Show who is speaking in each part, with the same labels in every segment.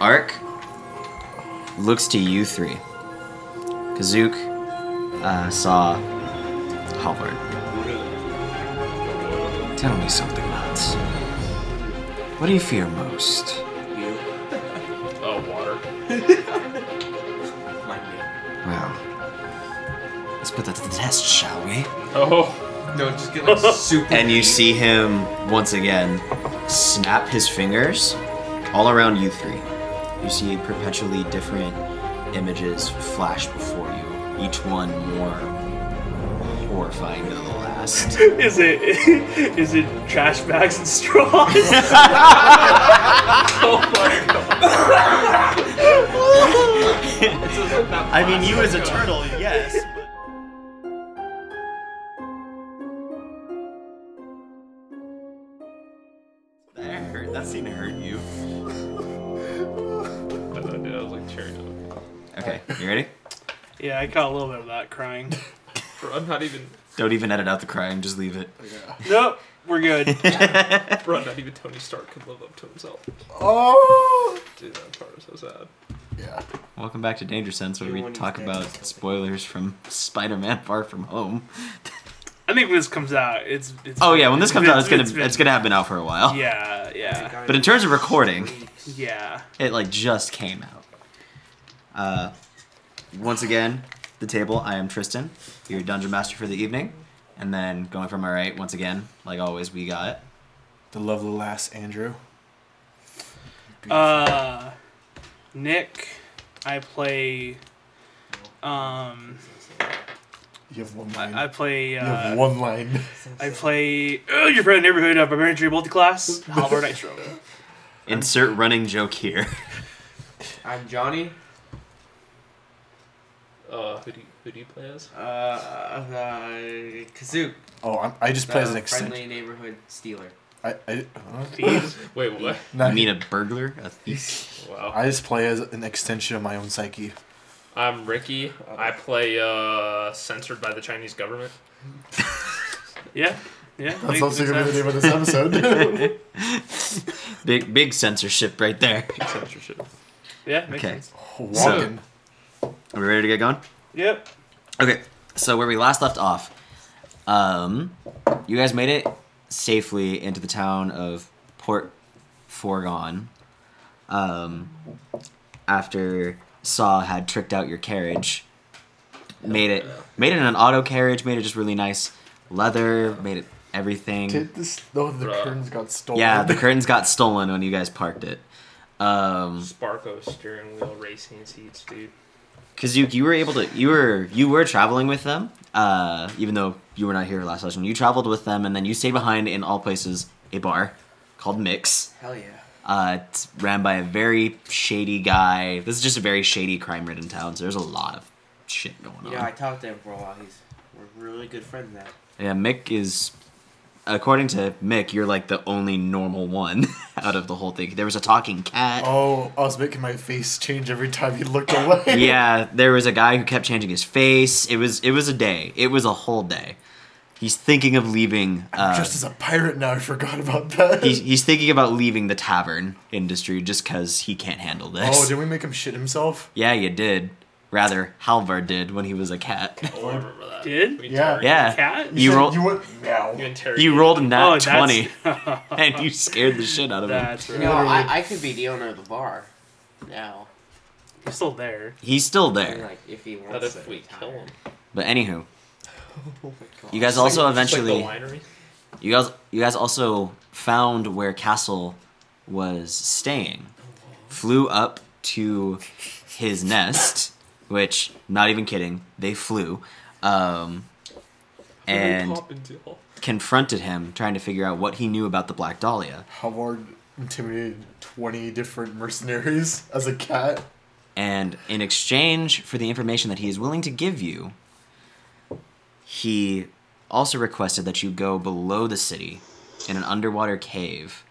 Speaker 1: Ark looks to you three. Kazook uh, saw Halvard. Tell me something, lads. What do you fear most?
Speaker 2: Oh, water.
Speaker 1: Well, let's put that to the test, shall we?
Speaker 2: Oh,
Speaker 3: No, just get like super.
Speaker 1: And you see him once again snap his fingers all around you three. You see perpetually different images flash before you, each one more horrifying than the last.
Speaker 4: Is it is it trash bags and straws?
Speaker 5: I mean, you as a turtle, yes.
Speaker 1: That hurt. That scene hurt you.
Speaker 2: I thought I did. I was like cheering up.
Speaker 1: Okay, you ready?
Speaker 4: yeah, I caught a little bit of that crying.
Speaker 2: Bro, I'm not even.
Speaker 1: Don't even edit out the crying, just leave it.
Speaker 4: Nope, we're good.
Speaker 2: Bro, not even Tony Stark could live up to himself.
Speaker 3: Oh.
Speaker 2: Dude, that part was so sad.
Speaker 3: Yeah.
Speaker 1: Welcome back to Danger Sense, where we
Speaker 5: Everyone
Speaker 1: talk
Speaker 5: needs to edit
Speaker 1: about spoilers from Spider-Man: Far From Home.
Speaker 4: I think when this comes out, it's it's.
Speaker 1: Oh yeah, when this comes out, it's gonna
Speaker 4: been-
Speaker 1: it's gonna have been out for a while.
Speaker 4: Yeah, yeah,
Speaker 1: But in terms of recording,
Speaker 4: yeah.
Speaker 1: it like just came out. Uh, once again, the table. I am Tristan, your dungeon master for the evening, and then going from my right. Once again, like always, we got
Speaker 3: The lovely lass Andrew.
Speaker 4: Uh, Nick, I play. Um,
Speaker 3: You have one line.
Speaker 4: I, I play.
Speaker 3: you have
Speaker 4: Uh,
Speaker 3: one line.
Speaker 4: I play. Oh, your friend neighborhood of Barbarian Tree Multiclass, Halberd Ice Robe.
Speaker 1: insert running joke here.
Speaker 5: I'm Johnny.
Speaker 2: Uh, who do you, who do you play as?
Speaker 5: Uh, uh Kazook.
Speaker 3: Oh, I'm, I just play as
Speaker 5: uh,
Speaker 3: an
Speaker 5: friendly
Speaker 3: extension.
Speaker 5: neighborhood stealer.
Speaker 3: I, I, huh?
Speaker 4: Thieves.
Speaker 2: Wait, what?
Speaker 3: Nah,
Speaker 1: I mean, a burglar, a thief.
Speaker 2: Wow.
Speaker 3: I just play as an extension of my own psyche.
Speaker 2: I'm Ricky.
Speaker 3: Uh-huh.
Speaker 2: I play uh, censored by the Chinese government.
Speaker 4: Yeah, yeah.
Speaker 3: That's
Speaker 4: makes-
Speaker 3: also
Speaker 4: makes
Speaker 3: gonna be the
Speaker 4: sense.
Speaker 3: name of this episode.
Speaker 1: Big big censorship right there.
Speaker 2: Censorship.
Speaker 4: Yeah, makes
Speaker 1: Okay.
Speaker 4: sense.
Speaker 3: Walking.
Speaker 1: Are we ready to get going?
Speaker 4: Yep.
Speaker 1: Okay, so where we last left off, um, you guys made it safely into the town of Port Forgon. Um, after Saw had tricked out your carriage, made it made it in an auto carriage, made it just really nice leather, made it everything.
Speaker 3: Did this? No, the
Speaker 2: Bruh.
Speaker 3: curtains got stolen.
Speaker 1: Yeah, the curtains got stolen when you guys parked it. Um,
Speaker 2: Sparko steering wheel racing seats, dude.
Speaker 1: Kazook, you were able to you were you were traveling with them, uh, even though you were not here last session. You traveled with them, and then you stayed behind in all places a bar called Mix.
Speaker 5: Hell yeah.
Speaker 1: Uh, it's ran by a very shady guy. This is just a very shady, crime-ridden town. So there's a lot of shit going
Speaker 5: You
Speaker 1: on.
Speaker 5: know, I talked to him for a while. He's we're really good friends now.
Speaker 1: yeah, Mick is, according to Mick, you're like the only normal one out of the whole thing. There was a talking cat.
Speaker 3: Oh, I was making my face change every time you looked away.
Speaker 1: yeah, there was a guy who kept changing his face. It was it was a day. It was a whole day. He's thinking of leaving.
Speaker 3: I'm
Speaker 1: Uh,
Speaker 3: dressed as a pirate now. I forgot about that.
Speaker 1: he's, he's thinking about leaving the tavern industry just because he can't handle this.
Speaker 3: oh, did we make him shit himself?
Speaker 1: yeah, you did. Rather, Halvar did when he was a cat.
Speaker 2: Oh, I remember that.
Speaker 4: Did?
Speaker 2: We
Speaker 3: Yeah.
Speaker 2: interrog-
Speaker 1: Yeah,
Speaker 4: Cat?
Speaker 1: You
Speaker 3: said
Speaker 1: roll-
Speaker 3: You went meow.
Speaker 2: You, interrogated
Speaker 1: you rolled a
Speaker 4: Oh,
Speaker 1: nat
Speaker 4: that's-
Speaker 1: twenty, and you scared the shit out of him.
Speaker 4: That's
Speaker 5: You
Speaker 4: right.
Speaker 5: know, I, I could be the owner of the bar now.
Speaker 4: You're still there.
Speaker 1: He's still
Speaker 5: I mean,
Speaker 1: there.
Speaker 5: like if he wants
Speaker 2: Not
Speaker 5: to
Speaker 2: if we
Speaker 5: retire.
Speaker 2: kill him.
Speaker 1: But anywho,
Speaker 5: Oh my god.
Speaker 1: you guys
Speaker 2: Just
Speaker 1: also
Speaker 2: like- just
Speaker 1: eventually.
Speaker 2: Like the winery.
Speaker 1: You guys, you guys also found where Castle was staying. Flew up to his nest, which, not even kidding, they flew, um, and
Speaker 2: Pop into hell.
Speaker 1: confronted him, trying to figure out what he knew about the Black Dahlia.
Speaker 3: Howard intimidated 20 different mercenaries as a cat.
Speaker 1: And in exchange for the information that he is willing to give you, he also requested that you go below the city in an underwater cave.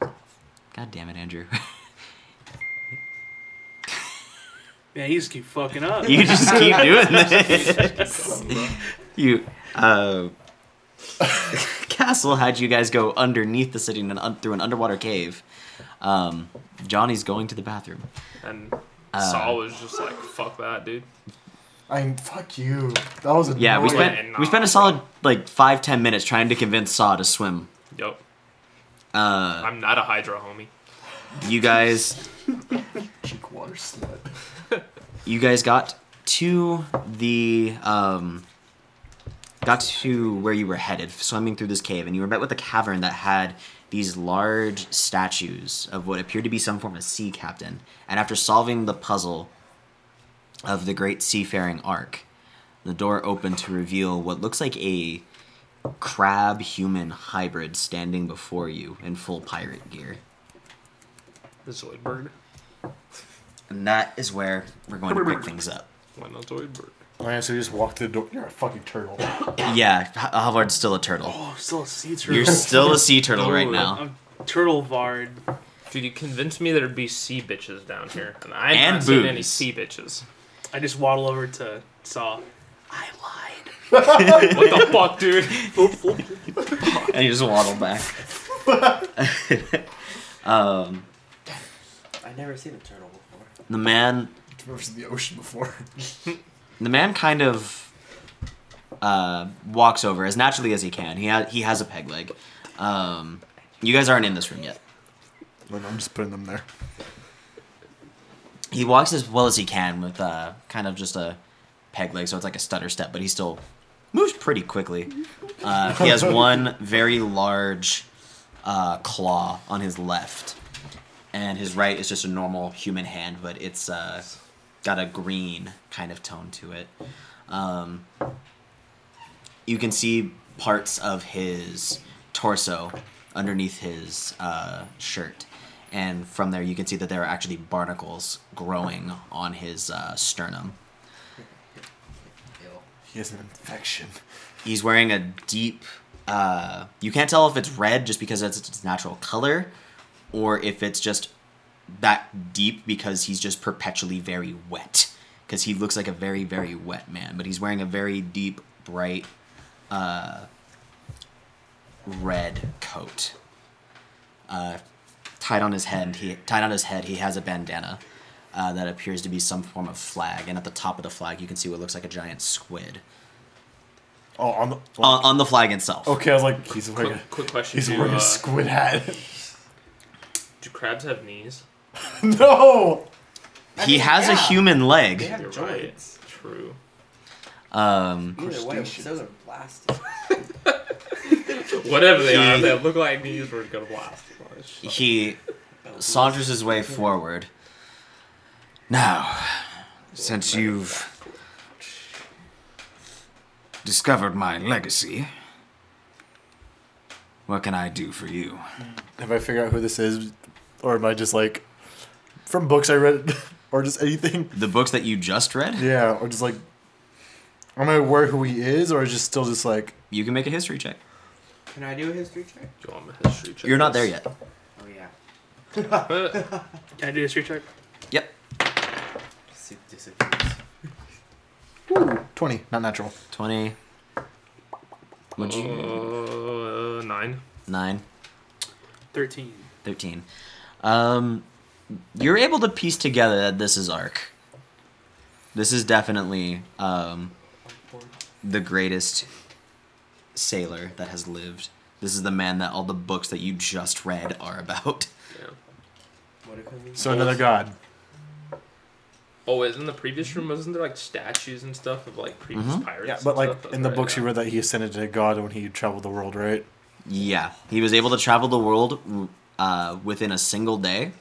Speaker 1: God damn it, Andrew.
Speaker 4: Man, you just keep fucking up.
Speaker 1: You just keep doing this. you, uh, Castle had you guys go underneath the city in an, un- through an underwater cave, um, Johnny's going to the bathroom.
Speaker 2: And
Speaker 1: Uh,
Speaker 2: Saul was just like, "Fuck that, dude."
Speaker 3: I'm fuck you. That was a
Speaker 1: Yeah, we
Speaker 2: Norway
Speaker 1: spent
Speaker 2: and
Speaker 1: we
Speaker 2: not
Speaker 1: spent a solid like five ten minutes trying to convince Saw to swim.
Speaker 2: Yep.
Speaker 1: Uh,
Speaker 2: I'm not a Hydra, homie.
Speaker 1: you guys,
Speaker 3: cheek water slut.
Speaker 1: you guys got to the um, got to where you were headed, swimming through this cave, and you were met with a cavern that had these large statues of what appeared to be some form of sea captain. And after solving the puzzle of the great seafaring ark, the door opened to reveal what looks like a crab human hybrid standing before you in full pirate gear.
Speaker 2: The Zoidberg.
Speaker 1: And that is where we're going to pick things up.
Speaker 2: Why not Zoidberg?
Speaker 3: Oh yeah, so you just walk through the door. You're a fucking turtle.
Speaker 1: Yeah, H- Havard's still a turtle.
Speaker 4: Oh, I'm still a sea turtle.
Speaker 1: You're still a sea turtle right
Speaker 2: Oh,
Speaker 1: now.
Speaker 4: I'm turtle vard.
Speaker 2: Dude, you convinced me there'd be sea bitches down here, and I
Speaker 1: And
Speaker 2: haven't seen any
Speaker 1: booze.
Speaker 2: sea bitches.
Speaker 4: I just waddle over to Saw. I lied.
Speaker 2: What the fuck, dude?
Speaker 4: Oh,
Speaker 1: And you just waddle back. um,
Speaker 5: I've never seen a turtle before.
Speaker 1: the man,
Speaker 3: I've never seen the ocean before.
Speaker 1: the man kind of uh, walks over as naturally as he can. He ha- he has a peg leg. Um, you guys aren't in this room yet.
Speaker 3: But I'm just putting them there.
Speaker 1: He walks as well as he can with uh, kind of just a peg leg, so it's like a stutter step, but he still moves pretty quickly. Uh, he has one very large uh, claw on his left, and his right is just a normal human hand, but it's uh, got a green kind of tone to it. Um, you can see parts of his torso underneath his uh, shirt. And from there, you can see that there are actually barnacles growing on his uh, sternum.
Speaker 3: He has an infection.
Speaker 1: He's wearing a deep. Uh, you can't tell if it's red just because it's its natural color, or if it's just that deep because he's just perpetually very wet. Because he looks like a very very wet man, but he's wearing a very deep bright uh, red coat. Uh, tied on his head, he tied on his head. He has a bandana uh, that appears to be some form of flag, and at the top of the flag, you can see what looks like a giant squid
Speaker 3: Oh, on the.
Speaker 1: on, on the flag itself.
Speaker 3: okay, I was like, he's wearing.
Speaker 2: Quick,
Speaker 3: a-
Speaker 2: quick question:
Speaker 3: He's
Speaker 2: do,
Speaker 3: wearing
Speaker 2: uh,
Speaker 3: a squid hat.
Speaker 2: do crabs have knees?
Speaker 3: no.
Speaker 1: He has a
Speaker 5: Yeah.
Speaker 1: human leg.
Speaker 5: They have
Speaker 2: You're right.
Speaker 5: joints.
Speaker 2: True.
Speaker 1: Um,
Speaker 5: Either way,
Speaker 3: Crustaceans.
Speaker 5: those are blasted.
Speaker 2: Whatever they are,
Speaker 1: He-
Speaker 2: if they look like knees, we're gonna blast. them.
Speaker 1: he saunters his way forward. Now, since you've discovered my legacy, what can I do for you?
Speaker 3: Have I figured out who this is, or am I just like from books I read, or just anything?
Speaker 1: The books that you just read,
Speaker 3: Yeah, or just like, am I aware who he is, or just still just like,
Speaker 1: you can make a history check.
Speaker 5: Can I do a history check?
Speaker 2: Do you want my history check?
Speaker 1: You're not there yet.
Speaker 5: Oh yeah.
Speaker 2: Uh,
Speaker 4: Can I do a street check?
Speaker 1: Yep.
Speaker 5: Soup disappears.
Speaker 3: ooh, twenty, not natural.
Speaker 1: 20. Would you?
Speaker 2: uh, nine.
Speaker 1: 9.
Speaker 4: Thirteen.
Speaker 1: 13. Um, you're able to piece together that this is Ark. This is definitely um, the greatest sailor that has lived. This is the man that all the books that you just read are about.
Speaker 2: Yeah.
Speaker 5: What if I mean?
Speaker 3: So another god.
Speaker 2: Oh, is in the previous room wasn't there like statues and stuff of like previous
Speaker 1: Mhm.
Speaker 2: pirates?
Speaker 3: Yeah,
Speaker 2: and
Speaker 3: but like
Speaker 2: stuff? That's
Speaker 3: in the
Speaker 2: right,
Speaker 3: books
Speaker 2: yeah.
Speaker 3: you read that he ascended to God when he traveled the world, right?
Speaker 1: Yeah, he was able to travel the world uh, within a single day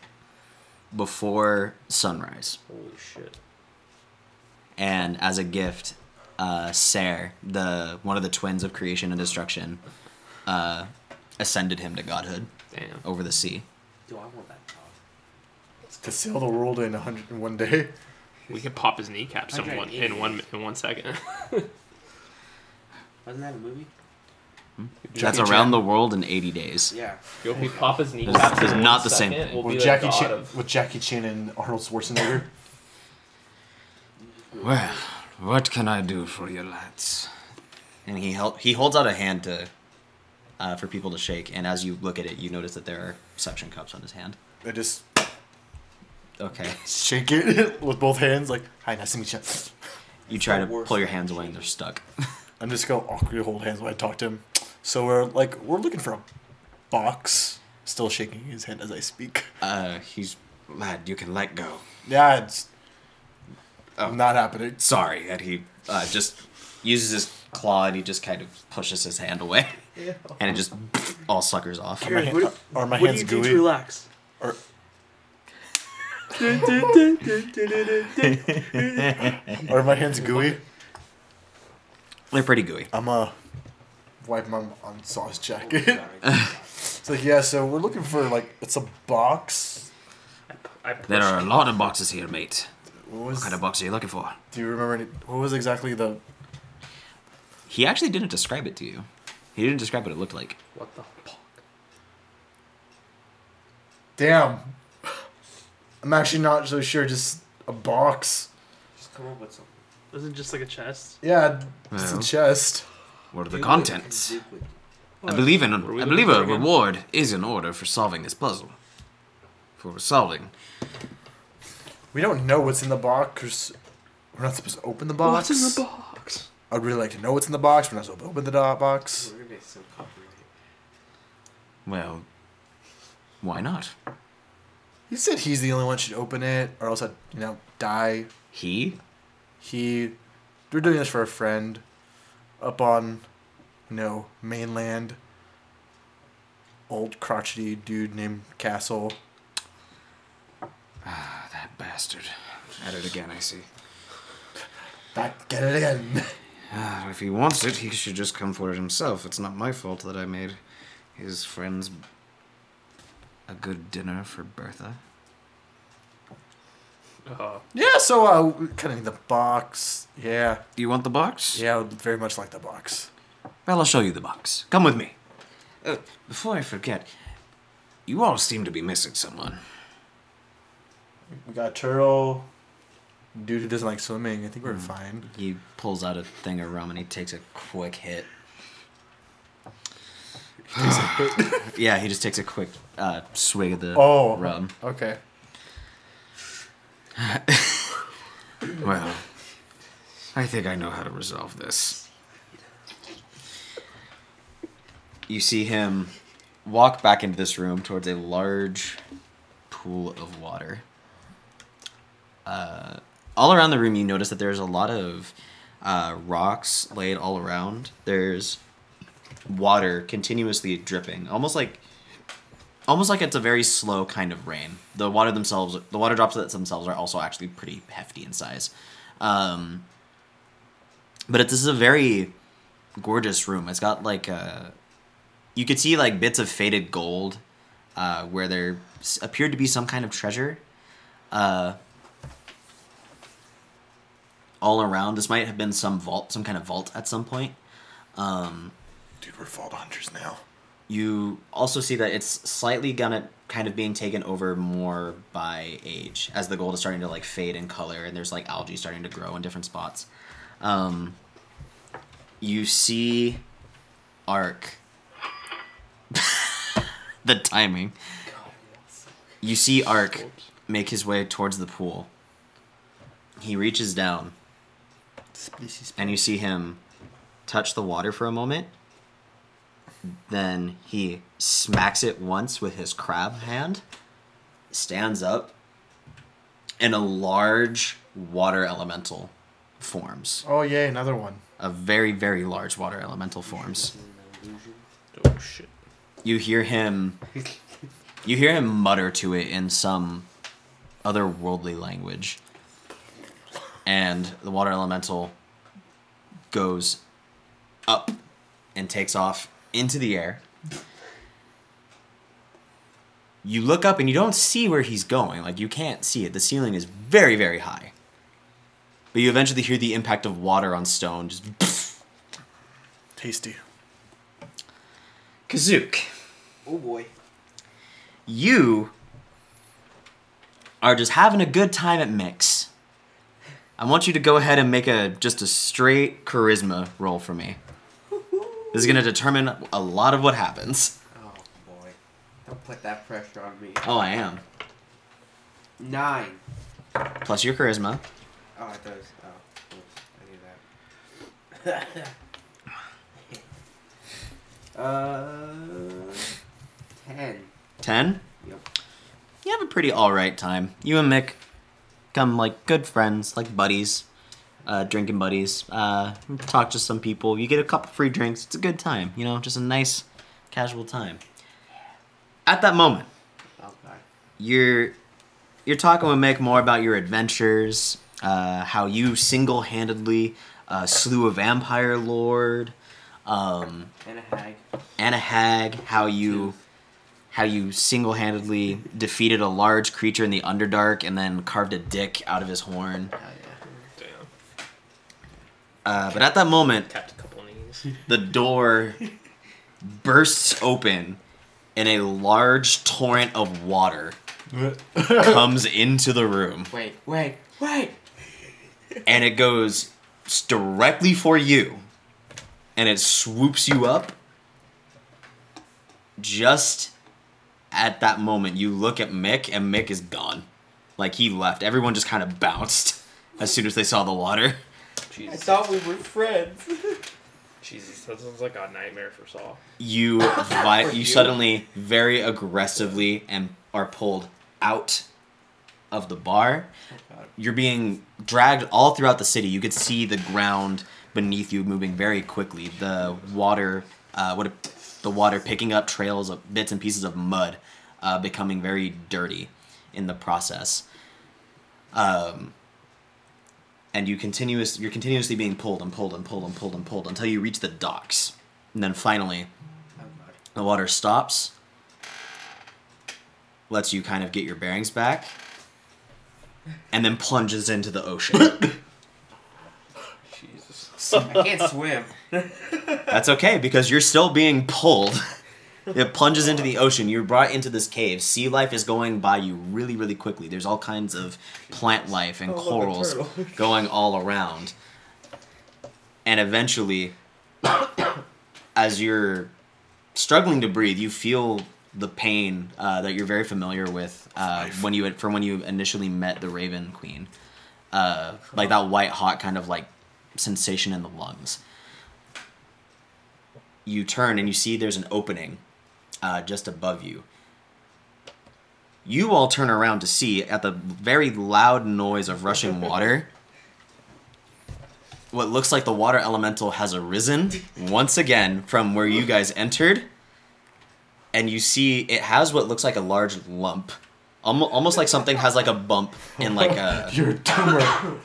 Speaker 1: before sunrise.
Speaker 2: Holy shit!
Speaker 1: and as a gift, uh, Ser, the one of the twins of creation and destruction, uh, ascended him to godhood
Speaker 2: Damn.
Speaker 1: over the sea.
Speaker 5: Do I want that job?
Speaker 3: To sail the world in 101 day.
Speaker 2: We could pop his kneecap
Speaker 5: Okay,
Speaker 2: someone
Speaker 5: idiot.
Speaker 2: in one in one second.
Speaker 5: Wasn't that a movie?
Speaker 1: That's
Speaker 3: Jackie
Speaker 1: around
Speaker 3: Chan.
Speaker 1: the world in 80 days.
Speaker 5: Yeah.
Speaker 2: Yo, if we pop his
Speaker 1: This
Speaker 2: kneecap,
Speaker 1: is
Speaker 2: in
Speaker 1: not
Speaker 2: one
Speaker 1: the same
Speaker 2: second,
Speaker 1: thing.
Speaker 2: We'll be "Oh,
Speaker 3: with
Speaker 2: the
Speaker 3: Jackie
Speaker 2: god
Speaker 3: Chan,
Speaker 2: of.
Speaker 3: with Jackie Chan and Arnold Schwarzenegger.
Speaker 1: Well, what can I do for you lads? And he held, he holds out a hand to uh, for people to shake, and as you look at it, you notice that there are suction cups on his hand.
Speaker 3: I just
Speaker 1: Okay.
Speaker 3: Shake it with both hands, like, hi, nice to meet you.
Speaker 1: You try to
Speaker 5: the worst
Speaker 1: pull your
Speaker 5: thing
Speaker 1: hands
Speaker 5: to
Speaker 1: away and
Speaker 5: do.
Speaker 1: they're stuck.
Speaker 3: I'm just gonna awkwardly hold hands while I talk to him. So we're like, we're looking for a box. Still shaking his hand as I speak.
Speaker 1: Uh, he's lad. You can let go.
Speaker 3: Yeah, it's
Speaker 1: Oh.
Speaker 3: not happening.
Speaker 1: Sorry, and he uh, just uses his claw and he just kind of pushes his hand away, and it just all suckers off.
Speaker 3: My
Speaker 4: Karen,
Speaker 3: hand-
Speaker 4: what, do-
Speaker 3: are my
Speaker 4: what
Speaker 3: hands
Speaker 4: do you do
Speaker 3: gooey?
Speaker 4: to relax?
Speaker 3: Or are my hands gooey?
Speaker 1: They're pretty gooey.
Speaker 3: I'm uh wiping my on sauce jacket.
Speaker 5: Sorry.
Speaker 3: it's like yeah, so we're looking for like it's a box.
Speaker 2: I pushed,
Speaker 1: There are a lot of boxes here, mate.
Speaker 3: What was?
Speaker 1: What kind of box are you looking for?
Speaker 3: do you remember any, what was exactly the?
Speaker 1: He actually didn't describe it to you. He didn't describe what it looked like.
Speaker 2: What the?
Speaker 3: Damn. I'm actually not so sure. Just a box.
Speaker 5: Just come up with something.
Speaker 4: Isn't it just like a chest?
Speaker 3: Yeah, it's
Speaker 1: Well.
Speaker 3: a chest.
Speaker 1: What are the
Speaker 5: Liquid
Speaker 1: contents?
Speaker 5: is liquid.
Speaker 1: I believe in.
Speaker 2: Were we
Speaker 1: I
Speaker 2: looking
Speaker 1: believe
Speaker 2: for
Speaker 1: a
Speaker 2: again?
Speaker 1: reward is in order for solving this puzzle. For solving.
Speaker 3: We don't know what's in the box. 'cause We're not supposed to open the box.
Speaker 2: box?
Speaker 3: I'd really like to know what's in the box. We're not supposed to open the do- box.
Speaker 5: We're gonna get some copyright.
Speaker 1: Well, why not?
Speaker 3: He said he's the only one should open it, or else I'd you know die.
Speaker 1: He?
Speaker 3: He, we're doing this for a friend, up on, you know, mainland. Old crotchety dude named Castle.
Speaker 1: Ah, that bastard. At it again, I see.
Speaker 3: Back get it again.
Speaker 1: Ah, if he wants it, he should just come for it himself. It's not my fault that I made his friends a good dinner for Bertha.
Speaker 2: Uh,
Speaker 3: yeah, so uh, kind of need the box. Yeah,
Speaker 1: Do you want the box?
Speaker 3: yeah, I would very much like the box.
Speaker 1: Well, I'll show you the box. Come with me. Uh, before I forget, you all seem to be missing someone.
Speaker 3: We got turtle. Dude who doesn't like swimming. I think we're fine.
Speaker 1: He pulls out a thing of rum and he takes a quick hit. yeah, he just takes a quick uh, swig of the
Speaker 3: Oh.
Speaker 1: rum.
Speaker 3: Okay.
Speaker 1: Well, I think I know how to resolve this. You see him walk back into this room towards a large pool of water. Uh, all around the room, you notice that there's a lot of uh, rocks laid all around. There's water continuously dripping, almost like almost like it's a very slow kind of rain. The water themselves, the water drops that themselves are also actually pretty hefty in size. Um, but it, this is a very gorgeous room. It's got like a, you could see like bits of faded gold, uh, where there s- appeared to be some kind of treasure. Uh, all around, this might have been some vault, some kind of vault at some point. Um,
Speaker 3: Dude, we're fault hunters now.
Speaker 1: you also see that it's slightly gonna kind of being taken over more by age as the gold is starting to like fade in color and there's like algae starting to grow in different spots um you see arc the timing you see arc make his way towards the pool he reaches down and you see him touch the water for a moment then he smacks it once with his crab hand, stands up, and a large water elemental forms.
Speaker 3: Oh yay, another one.
Speaker 1: A very, very large water elemental forms.
Speaker 2: oh shit.
Speaker 1: You hear him you hear him mutter to it in some otherworldly language. And the water elemental goes up and takes off into the air. You look up and you don't see where he's going. Like, you can't see it. The ceiling is very, very high. But you eventually hear the impact of water on stone. Just
Speaker 3: Tasty.
Speaker 1: kazook.
Speaker 5: Oh boy.
Speaker 1: you are just having a good time at mix i want you to go ahead and make a just a straight charisma roll for me this is going to determine a lot of what happens
Speaker 5: Oh boy. Don't put that pressure on me.
Speaker 1: oh i am
Speaker 5: Nine.
Speaker 1: plus your charisma.
Speaker 5: Oh, I thought it was. Oh, oops, I knew that. uh, ten.
Speaker 1: Ten.
Speaker 5: Yep.
Speaker 1: You have a pretty all right time. You and Mick become like good friends, like buddies, uh, drinking buddies. Uh, talk to some people. You get a couple free drinks. It's a good time. You know, just a nice, casual time. At that moment,
Speaker 5: Oh god.
Speaker 1: you're you're talking with Mick more about your adventures, uh, how you single-handedly uh, slew a vampire lord, um,
Speaker 5: And a hag.
Speaker 1: and a hag. How you how you single-handedly defeated a large creature in the Underdark and then carved a dick out of his horn.
Speaker 5: Hell yeah.
Speaker 2: Damn.
Speaker 1: Uh, but at that moment,
Speaker 2: Tapped a couple knees.
Speaker 1: the door bursts open, and a large torrent of water comes into the room.
Speaker 5: Wait, wait, wait.
Speaker 1: and it goes s- directly for you and it swoops you up just at that moment you look at mick and mick is gone like he left everyone just kind of bounced as soon as they saw the water
Speaker 5: I
Speaker 2: Jesus.
Speaker 5: thought we were friends. Oh,
Speaker 2: Jesus. That sounds like a nightmare for Saul.
Speaker 1: you vi-
Speaker 5: For
Speaker 1: you
Speaker 5: you.
Speaker 1: suddenly very aggressively and are pulled out of the bar. You're being dragged all throughout the city. You could see the ground beneath you moving very quickly. The water, uh, what the water picking up trails of bits and pieces of mud, uh, becoming very dirty in the process. Um, and you continuous you're continuously being pulled and pulled and pulled and pulled and pulled until you reach the docks, and then finally
Speaker 5: Oh god.
Speaker 1: the water stops, lets you kind of get your bearings back, and then plunges into the ocean.
Speaker 2: Jesus.
Speaker 5: I can't swim.
Speaker 1: That's okay because you're still being pulled. It plunges into the ocean. You're brought into this cave. Sea life is going by you really, really quickly. There's all kinds of plant life and
Speaker 5: love a
Speaker 1: corals
Speaker 5: turtle.
Speaker 1: going all around. And eventually, as you're struggling to breathe, you feel the pain uh, that you're very familiar with uh, when you from when you initially met the Raven Queen, uh, like that white hot kind of like sensation in the lungs. You turn and you see there's an opening uh, just above you. You all turn around to see at the very loud noise of rushing water. What looks like the water elemental has arisen once again from where you guys entered. And you see it has what looks like a large lump. Almo- Almost like something has like a bump in like a
Speaker 3: You're a tumor.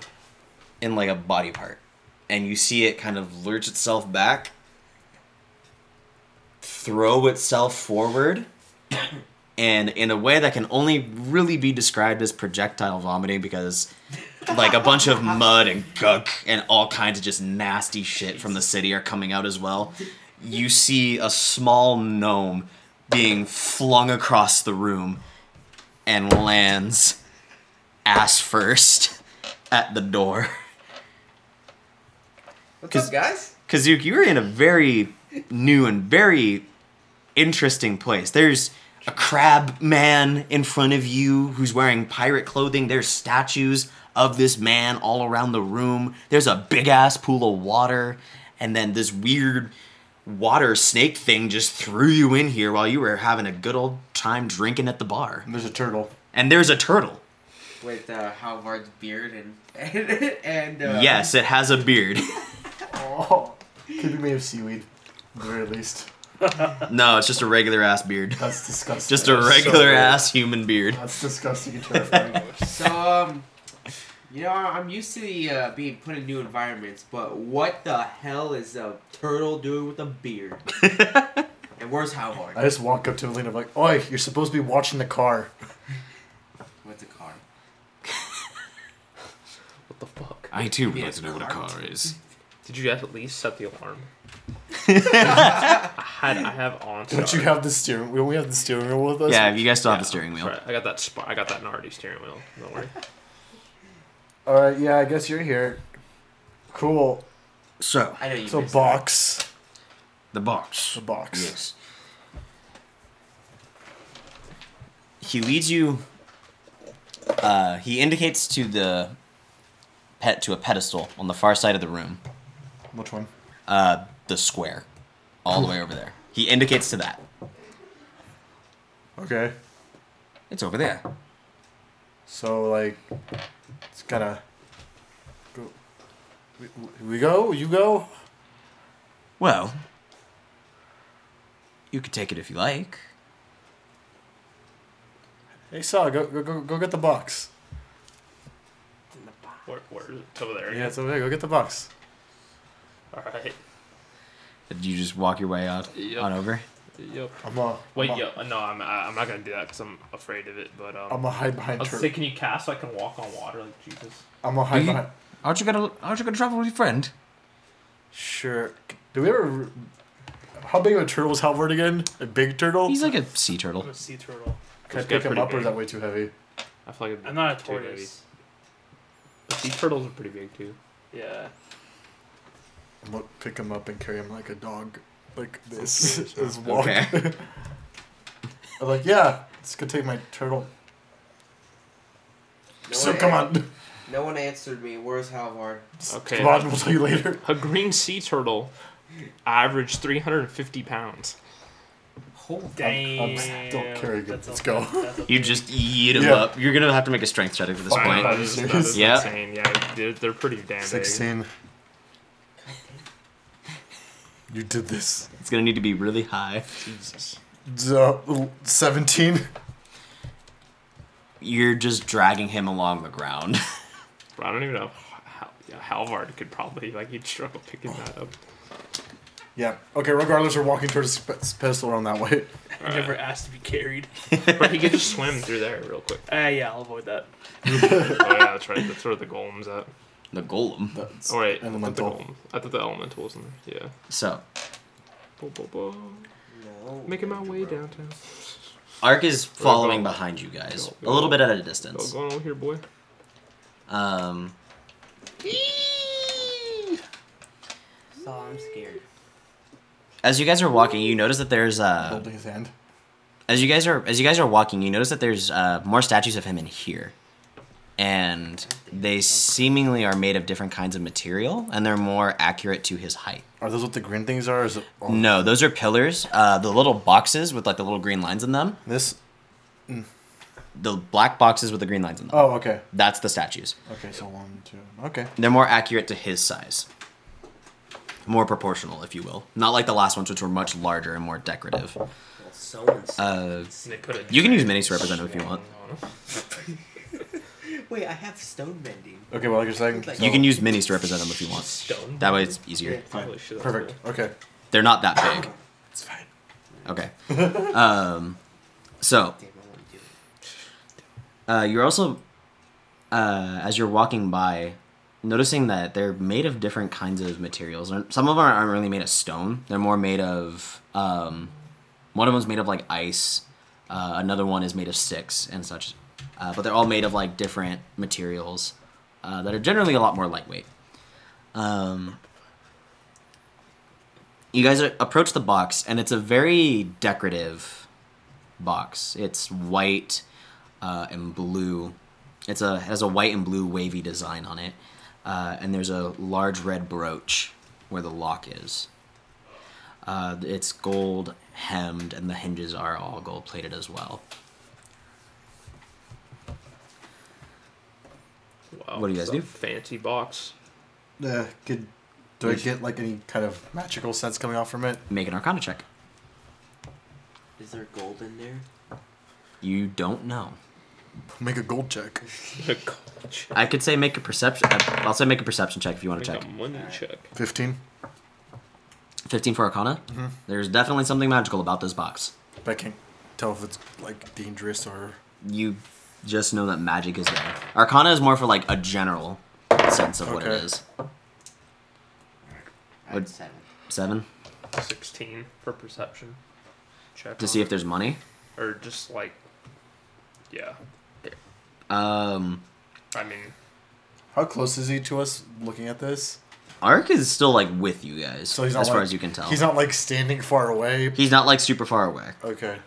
Speaker 1: in like a body part. And you see it kind of lurch itself back, throw itself forward, and in a way that can only really be described as projectile vomiting because like a bunch of mud and gunk and all kinds of just nasty shit from the city are coming out as well. You see a small gnome being flung across the room and lands ass first at the door.
Speaker 5: What's
Speaker 1: 'Cause-
Speaker 5: up, guys?
Speaker 1: Kazuki, you were in a very new and very interesting place. There's a crab man in front of you who's wearing pirate clothing. There's statues of this man all around the room. There's a big ass pool of water. And then this weird water snake thing just threw you in here while you were having a good old time drinking at the bar.
Speaker 3: There's a turtle.
Speaker 1: And there's a turtle.
Speaker 5: With uh, Halvard's beard and and, and uh,
Speaker 1: Yes, it has a beard.
Speaker 3: Oh, could be made of seaweed, at the very least.
Speaker 1: no, it's just a regular ass beard.
Speaker 3: That's disgusting.
Speaker 1: Just a regular ass human beard.
Speaker 3: That's disgusting and terrifying.
Speaker 5: So um, you know, I'm used to the uh, being put in new environments, but what the hell is a turtle doing with a beard? and where's Halvard?
Speaker 3: I just walk up to Elena. I'm like, "Oi, you're supposed to be watching the car."
Speaker 5: What's a car?
Speaker 2: What the fuck?
Speaker 1: I too would
Speaker 5: Yeah,
Speaker 1: like to know what a
Speaker 5: Clark.
Speaker 1: car is.
Speaker 2: Did you guys at least set the alarm? I had. I have on.
Speaker 3: Don't you have the steering? We only have the steering wheel with us.
Speaker 1: Yeah, you guys still have the steering wheel.
Speaker 2: I got that spot. I got that Nardi steering wheel. Don't worry.
Speaker 3: All right. Yeah, I guess you're here. Cool.
Speaker 1: So
Speaker 5: I know you.
Speaker 3: So
Speaker 5: missed
Speaker 3: box.
Speaker 1: the box.
Speaker 3: The box.
Speaker 1: Yes. He leads you Uh, he indicates to the pet to a pedestal on the far side of the room,
Speaker 3: Which one?
Speaker 1: uh, the square, all the way over there. He indicates to that.
Speaker 3: Okay.
Speaker 1: It's over there.
Speaker 3: So like, it's gotta go. We, we go. You go.
Speaker 1: Well, you could take it if you like.
Speaker 3: Hey, Saw, go go go, go get the box.
Speaker 2: Where, where is it? It's over there.
Speaker 3: Yeah, it's over there. Go get the box.
Speaker 2: All right.
Speaker 1: Did you just walk your way out
Speaker 2: Yep.
Speaker 1: on over?
Speaker 2: Yep.
Speaker 3: I'm a.
Speaker 2: Wait,
Speaker 3: I'm a,
Speaker 2: yo, no, I'm I- I'm not gonna do that because I'm afraid of it. But um,
Speaker 3: I'm a hide
Speaker 2: I
Speaker 3: behind
Speaker 2: was gonna say,
Speaker 3: turtle.
Speaker 2: can you cast so I can walk on water? Like Jesus.
Speaker 3: I'm a hide
Speaker 1: you-
Speaker 3: behind.
Speaker 1: Aren't you gonna Aren't you gonna travel with your friend?
Speaker 3: Sure. Do we ever? How big of a turtle is Halvard again? A big turtle?
Speaker 1: He's like a sea turtle.
Speaker 4: I'm a sea turtle.
Speaker 3: Can I
Speaker 2: Those get
Speaker 3: pick him
Speaker 2: pretty
Speaker 3: up, or is
Speaker 2: big.
Speaker 3: that way too heavy?
Speaker 2: I feel like it'd be
Speaker 4: I'm not a
Speaker 2: too heavy.
Speaker 4: tortoise.
Speaker 2: But Sea turtles are pretty big too.
Speaker 4: Yeah.
Speaker 3: I'm gonna pick him up and carry him like a dog, like this. this walk.
Speaker 1: Okay.
Speaker 3: I'm like, yeah, it's gonna take my turtle.
Speaker 5: No
Speaker 3: so
Speaker 5: one
Speaker 3: come
Speaker 5: a-
Speaker 3: on,
Speaker 5: No one answered me. Where's Halvard?
Speaker 2: Okay.
Speaker 3: come on, we'll tell you later.
Speaker 2: A green sea turtle averaged 350 pounds.
Speaker 5: Holy
Speaker 4: Damn.
Speaker 3: I'm still carrying it.
Speaker 4: That's
Speaker 3: Let's
Speaker 4: a-
Speaker 3: go.
Speaker 4: that's a
Speaker 1: You
Speaker 4: big-
Speaker 1: just eat him
Speaker 3: Yeah.
Speaker 1: up. You're gonna have to make a strength check at this
Speaker 3: Fine.
Speaker 1: point.
Speaker 2: That is, that is
Speaker 1: Yeah.
Speaker 2: insane. Yeah, they're, they're pretty damn big.
Speaker 3: Sixteen. You did this.
Speaker 1: It's gonna need to be really high.
Speaker 2: Jesus.
Speaker 3: Uh, Seventeen.
Speaker 1: You're just dragging him along the ground.
Speaker 2: Bro, I don't even know. How, yeah, Halvard could probably like he'd struggle picking that up.
Speaker 3: Yeah. Okay. Regardless, we're walking towards the sp- pedestal around that way.
Speaker 4: I never asked to be carried.
Speaker 2: But he could just swim through there real quick.
Speaker 4: Ah, yeah, I'll avoid that.
Speaker 2: Oh yeah, that's right. That's where the golem's at.
Speaker 1: the golem.
Speaker 3: That's
Speaker 2: Oh wait,
Speaker 3: Elemental.
Speaker 2: I thought the, golem, I thought the elemental was in there. Yeah.
Speaker 1: So,
Speaker 2: Bo, bo, bo.
Speaker 5: No.
Speaker 2: Making my way downtown.
Speaker 1: Ark is following
Speaker 2: go.
Speaker 1: behind you guys,
Speaker 2: Go,
Speaker 1: a
Speaker 2: go.
Speaker 1: little bit at a
Speaker 2: What's
Speaker 1: distance.
Speaker 2: going on over here, boy?
Speaker 1: Um,
Speaker 5: So I'm scared.
Speaker 1: as you guys are walking, you notice that there's uh,
Speaker 3: holding his hand.
Speaker 1: as you guys are as you guys are walking, you notice that there's uh, more statues of him in here, and they seemingly are made of different kinds of material, and they're more accurate to his height.
Speaker 3: Are those what the green things are? Is it all
Speaker 1: No, those are pillars. Uh, the little boxes with like the little green lines in them.
Speaker 3: this?
Speaker 1: The black boxes with the green lines in them.
Speaker 3: Oh, okay.
Speaker 1: That's the statues.
Speaker 3: Okay, so one, two. Okay.
Speaker 1: They're more accurate to his size. More proportional, if you will. Not like the last ones, which were much larger and more decorative.
Speaker 5: Well, someone's.
Speaker 1: Uh,
Speaker 2: They put a
Speaker 1: you can use minis to represent him if you want.
Speaker 5: Wait, I have stone bending.
Speaker 3: Okay, well, like you're saying,
Speaker 5: Like-
Speaker 1: You can use minis to represent him if you want.
Speaker 2: stone.
Speaker 1: That way it's easier.
Speaker 3: Fine.
Speaker 2: Holy shit, that's
Speaker 3: Perfect. Okay.
Speaker 1: They're not that big.
Speaker 3: It's fine.
Speaker 1: Okay. Um, so,
Speaker 5: Damn, I want to do it.
Speaker 1: uh, you're also, uh, as you're walking by, noticing that they're made of different kinds of materials. And Some of them aren't really made of stone. They're more made of. Um, one of them's made of like ice. Uh, another one is made of sticks and such. Uh, but they're all made of like different materials uh, that are generally a lot more lightweight. Um, you guys a- approach the box, and it's a very decorative box. It's white uh, and blue. It's a has a white and blue wavy design on it, uh, and there's a large red brooch where the lock is. Uh, it's gold hemmed, and the hinges are all gold plated as well.
Speaker 2: Wow,
Speaker 1: What do you guys
Speaker 2: it's a
Speaker 1: do?
Speaker 2: Fancy box.
Speaker 3: Uh, could, do I get like any kind of magical sense coming off from it?
Speaker 1: Make an Arcana check.
Speaker 5: Is there gold in there?
Speaker 1: You don't know.
Speaker 3: Make a gold check.
Speaker 2: A gold check.
Speaker 1: I could say make a perception. uh, I'll say make a perception check if you want to
Speaker 2: Like
Speaker 1: check.
Speaker 2: a money check.
Speaker 3: Fifteen.
Speaker 1: 15 for Arcana. There's definitely something magical about this box.
Speaker 3: But I can't tell if it's like dangerous or.
Speaker 1: You just know that magic is there. Arcana is more for like a general sense of what it
Speaker 3: Okay.
Speaker 1: is.
Speaker 5: I
Speaker 1: Would-
Speaker 5: had seven.
Speaker 1: Seven
Speaker 2: Sixteen for perception. Check
Speaker 1: to
Speaker 2: on
Speaker 1: see
Speaker 2: it.
Speaker 1: if there's money.
Speaker 2: or just like, yeah.
Speaker 1: Um,
Speaker 2: I mean,
Speaker 3: How close is he to us? Looking at this,
Speaker 1: Ark is still like with you guys,
Speaker 3: so he's not
Speaker 1: as far
Speaker 3: like-
Speaker 1: as you can tell.
Speaker 3: He's not like standing far away.
Speaker 1: He's not like super far away.
Speaker 3: Okay.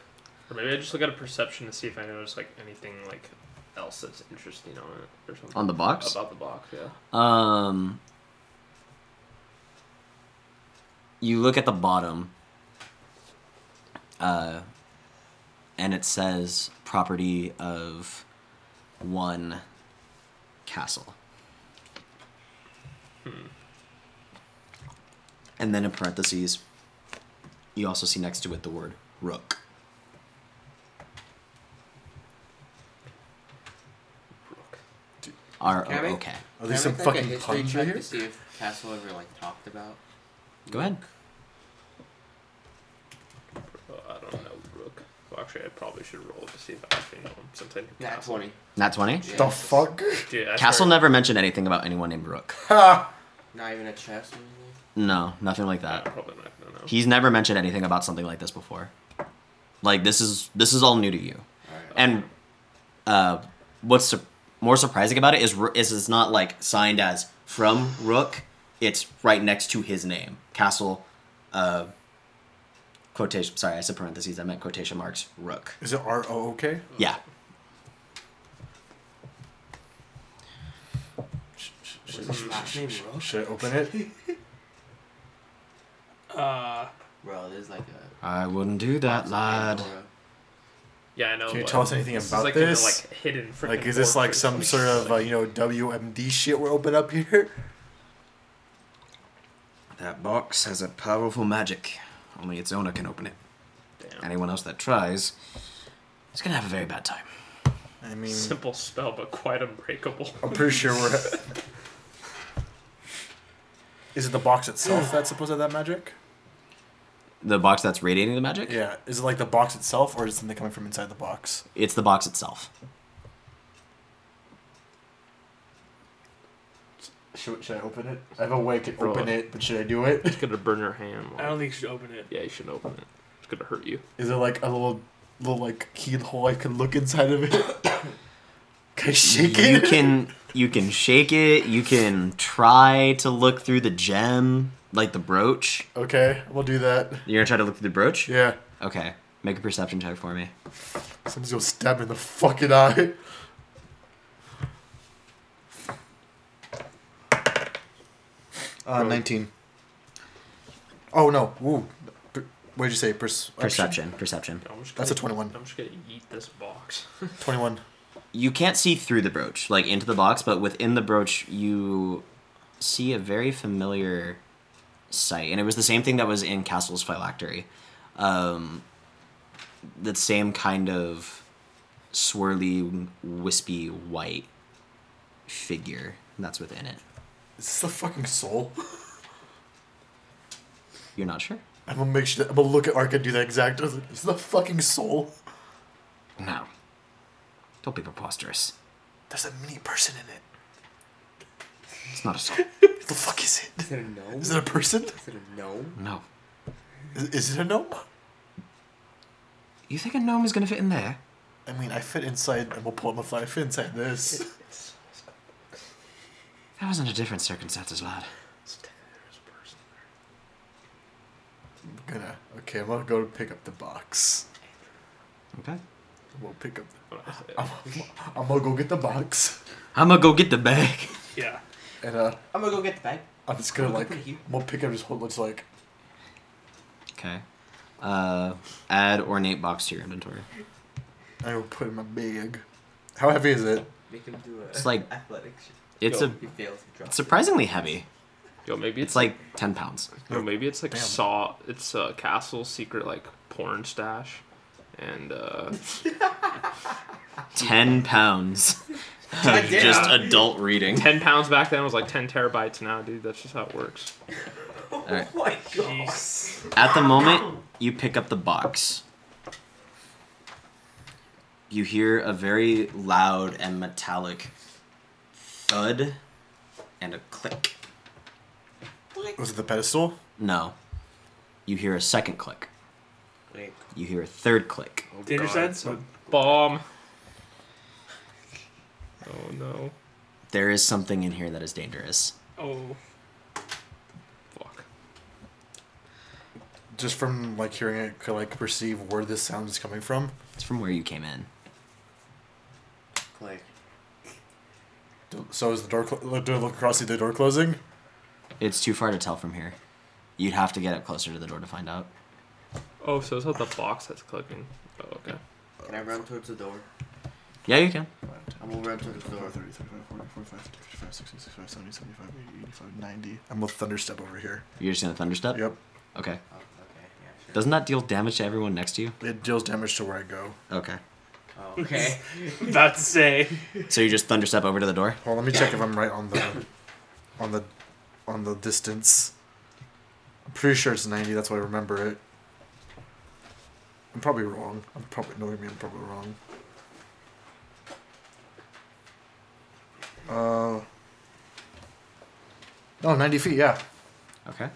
Speaker 2: or maybe I just look at a perception to see if I notice like anything like else that's interesting on it or something.
Speaker 1: On the box?
Speaker 2: About the box, yeah.
Speaker 1: Um, you look at the bottom, uh, and it says property of one castle. Hmm. And then in parentheses, you also see next to it the word rook.
Speaker 2: Rook.
Speaker 1: R O
Speaker 5: Can I make-
Speaker 1: O K.
Speaker 3: Are there
Speaker 5: Can I
Speaker 3: some
Speaker 5: make, like, a
Speaker 3: fucking
Speaker 5: history
Speaker 3: puns
Speaker 5: check
Speaker 3: right here?
Speaker 5: To see if Castle ever like talked about.
Speaker 1: Go ahead.
Speaker 2: Uh, I don't know, Rook. Well, actually, I probably should roll to see if I actually know him since I knew
Speaker 5: Nat
Speaker 2: Castle.
Speaker 5: twenty.
Speaker 1: Not 20?
Speaker 5: Yeah.
Speaker 3: The fuck?
Speaker 2: Dude, I
Speaker 1: Castle
Speaker 2: started-
Speaker 1: never mentioned anything about anyone named Rook.
Speaker 3: Ha!
Speaker 5: Not even a chest or anything.
Speaker 1: No, nothing like
Speaker 2: Yeah,
Speaker 1: that.
Speaker 2: I'm probably not gonna know.
Speaker 1: He's never mentioned anything about something like this before. Like this is this is all new to you.
Speaker 5: Alright.
Speaker 1: And uh, what's sur- more surprising about it is Ro- is it's not like signed as from Rook. It's right next to his name, Castle. Uh, quotation. Sorry, I said parentheses. I meant quotation marks. Rook.
Speaker 3: Is it R O O K?
Speaker 1: Yeah.
Speaker 5: Was his last name Rook?
Speaker 3: Should I open it?
Speaker 4: Uh,
Speaker 5: Bro, there's like a
Speaker 1: I wouldn't do that, lad.
Speaker 5: Pandora.
Speaker 2: Yeah, I know.
Speaker 3: Can you
Speaker 2: but
Speaker 3: tell us anything
Speaker 2: is
Speaker 3: about
Speaker 2: like In
Speaker 3: this?
Speaker 2: the, like hidden freaking
Speaker 3: Like, is this like
Speaker 2: fortress.
Speaker 3: some sort of uh, you know WMD shit we're open up here?
Speaker 1: That box has a powerful magic. Only its owner can open it.
Speaker 2: Damn.
Speaker 1: Anyone else that tries is gonna have a very bad time.
Speaker 3: I mean,
Speaker 2: simple spell, but quite unbreakable.
Speaker 3: I'm pretty sure we're. Is it the box itself that's supposed to have that magic?
Speaker 1: The box that's radiating the magic?
Speaker 3: Yeah. Is it like the box itself, or is it something coming from inside the box?
Speaker 1: It's the box itself.
Speaker 3: Should, should I open it? I have a way I could
Speaker 2: Roll
Speaker 3: open
Speaker 2: it.
Speaker 3: it, but should I do it?
Speaker 2: It's gonna burn your hand.
Speaker 4: I don't think you should open it.
Speaker 2: yeah, you should open it. It's gonna hurt you.
Speaker 3: Is there like a little, little like keyhole I can look inside of it? can I shake
Speaker 1: you
Speaker 3: it?
Speaker 1: can you can shake it. You can try to look through the gem, like the brooch.
Speaker 3: Okay, we'll do that.
Speaker 1: You're gonna try to look through the brooch.
Speaker 3: Yeah.
Speaker 1: Okay, make a perception check for me.
Speaker 3: Someone's gonna stab me in the fucking eye. Uh, 19. Oh no. Ooh. Per- What did you say? Pers-
Speaker 1: Perception, perception.
Speaker 2: I'm just
Speaker 3: That's
Speaker 2: gonna-
Speaker 3: a 21.
Speaker 2: I'm just gonna eat this box.
Speaker 3: 21.
Speaker 1: You can't see through the brooch, like into the box, but within the brooch you see a very familiar sight, and it was the same thing that was in Castle's phylactery. Um, the same kind of swirly, wispy white figure that's within it.
Speaker 3: Is this the fucking soul?
Speaker 1: You're not sure?
Speaker 3: I'm gonna make sure. I'm gonna look at Ark and do that exact. Is this the fucking soul?
Speaker 1: No. Don't be preposterous.
Speaker 3: There's a mini person in it.
Speaker 1: It's not a soul.
Speaker 3: What the fuck is it?
Speaker 5: Is it a gnome?
Speaker 3: Is it a person?
Speaker 5: Is it a gnome?
Speaker 1: No.
Speaker 3: Is, is it a gnome?
Speaker 1: You think a gnome is gonna fit in there?
Speaker 3: I mean, I fit inside. I'm gonna pull up my fly. I fit inside this.
Speaker 1: That was under different circumstances, lad.
Speaker 2: It's Taylor's person.
Speaker 3: I'm gonna. Okay, I'm gonna go to pick up the box.
Speaker 1: Okay.
Speaker 3: We'll pick up.
Speaker 2: What did I
Speaker 3: I'm,
Speaker 2: say?
Speaker 3: I'm gonna go get the box,
Speaker 1: I'm gonna go get the bag.
Speaker 4: Yeah.
Speaker 3: and uh,
Speaker 5: I'm gonna go get the bag.
Speaker 3: I'm just gonna like.
Speaker 5: Look at
Speaker 3: I'm
Speaker 5: you.
Speaker 3: gonna pick up this whole. Looks like.
Speaker 1: Okay. Uh, add ornate box to your inventory.
Speaker 3: I will put it in my bag. How heavy is it?
Speaker 5: Make him do a
Speaker 1: It's like-
Speaker 5: athletics.
Speaker 1: It's
Speaker 2: Yo.
Speaker 1: a
Speaker 5: He fails. He drops.
Speaker 1: surprisingly heavy.
Speaker 2: Yo, maybe it's,
Speaker 1: It's like ten pounds.
Speaker 2: yo, maybe it's like
Speaker 3: Damn.
Speaker 2: Saw. It's uh, Castle's secret like porn stash, and uh,
Speaker 1: Ten pounds of
Speaker 5: Goddamn.
Speaker 1: just adult reading.
Speaker 2: ten pounds back then was like ten terabytes now, dude. That's just how it works.
Speaker 1: Alright.
Speaker 5: Oh my god.
Speaker 4: Jeez.
Speaker 1: At the moment, you pick up the box. You hear a very loud and metallic thud and a click.
Speaker 3: Was it the pedestal?
Speaker 1: No. You hear a second click.
Speaker 5: Wait.
Speaker 1: You hear a third click.
Speaker 4: Danger
Speaker 2: God, it's
Speaker 4: sense?
Speaker 2: a Bomb. Oh no.
Speaker 1: There is something in here that is dangerous.
Speaker 4: Oh.
Speaker 2: Fuck.
Speaker 3: Just from like hearing it, could like perceive where this sound is coming from.
Speaker 1: It's from where you came in.
Speaker 5: Click.
Speaker 3: So is the door? Cl- do I look across see the door closing?
Speaker 1: It's too far to tell from here. You'd have to get up closer to the door to find out.
Speaker 2: Oh, so it's not the box that's clicking. Oh, okay.
Speaker 5: Can I run towards the door?
Speaker 1: Yeah, you can.
Speaker 5: I'm gonna run towards the door.
Speaker 3: 30, 35, 40, 45, 55, 60, 65, 70, 75, 80, 85, 90. I'm with Thunderstep over here.
Speaker 1: You're just gonna thunderstep.
Speaker 3: Yep.
Speaker 1: Okay.
Speaker 5: Oh, okay. Yeah, sure.
Speaker 1: Doesn't that deal damage to everyone next to you?
Speaker 3: It deals damage to where I go.
Speaker 1: Okay.
Speaker 5: Oh, okay.
Speaker 4: About to say.
Speaker 1: So you just thunderstep over to the door.
Speaker 3: Well, let me check if I'm right on the, on the, on the distance. I'm pretty sure it's 90. That's why I remember it. I'm probably wrong. I'm probably knowing me. I'm probably wrong. Uh. No, 90 feet. Yeah.
Speaker 1: Okay.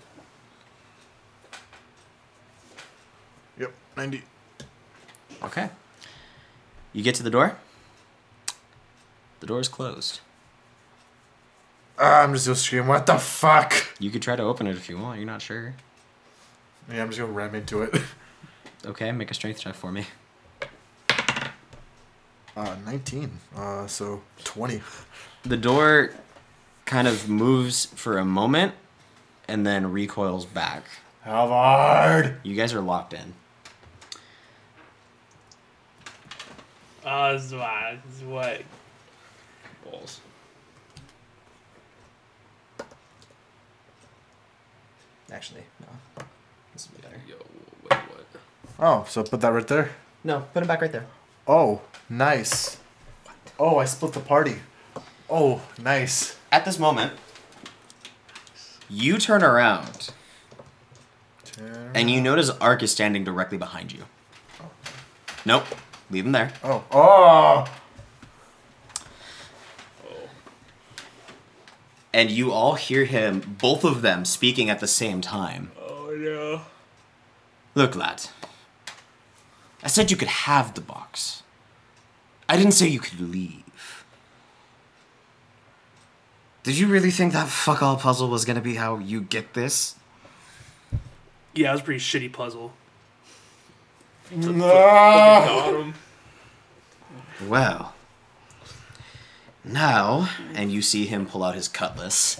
Speaker 3: Yep. 90.
Speaker 1: Okay. You get to the door. The door is closed.
Speaker 3: Ah, I'm just gonna scream. What the fuck?
Speaker 1: You could try to open it if you want. You're not sure.
Speaker 3: Yeah, I'm just gonna ram into it.
Speaker 1: Okay, make a strength check for me.
Speaker 3: Uh, 19. Uh, so 20.
Speaker 1: The door kind of moves for a moment and then recoils back.
Speaker 3: Halvard!
Speaker 1: You guys are locked in.
Speaker 4: Uh, this is why- this is what?
Speaker 2: Balls.
Speaker 1: Actually, no. This would be better.
Speaker 2: Yo, wait, what?
Speaker 3: Oh, so put that right there.
Speaker 1: No, put him back right there.
Speaker 3: Oh, nice. Oh, I split the party. Oh, nice.
Speaker 1: At this moment, you turn around and you notice Ark is standing directly behind you. Nope, leave him there.
Speaker 3: Oh, oh!
Speaker 2: Oh.
Speaker 1: And you all hear him, both of them, speaking at the same time.
Speaker 2: Oh, no.
Speaker 1: Look, lad. I said you could have the box. I didn't say you could leave. Did you really think that fuck all puzzle was gonna be how you get this?
Speaker 4: Yeah, it was a pretty shitty puzzle.
Speaker 3: No!
Speaker 2: Got him.
Speaker 1: Well. Now, and you see him pull out his cutlass.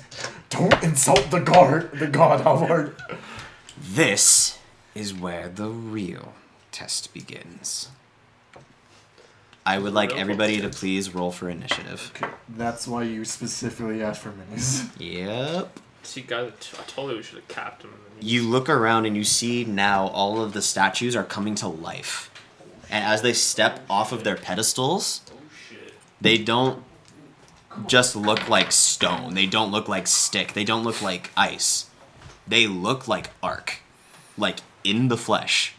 Speaker 3: Don't insult the guard, the god, Halvard.
Speaker 1: This is where the real test begins. I would like everybody to please roll for initiative.
Speaker 3: That's why you specifically asked for minis.
Speaker 1: Yep.
Speaker 2: See, guys, I t- I told you we should have capped him. and he-
Speaker 1: you look around and you see now all of the statues are coming to life. And as they step off of their pedestals,
Speaker 2: Oh, shit.
Speaker 1: they don't just look like stone. They don't look like stick. They don't look like ice. They look like arc. Like in the flesh.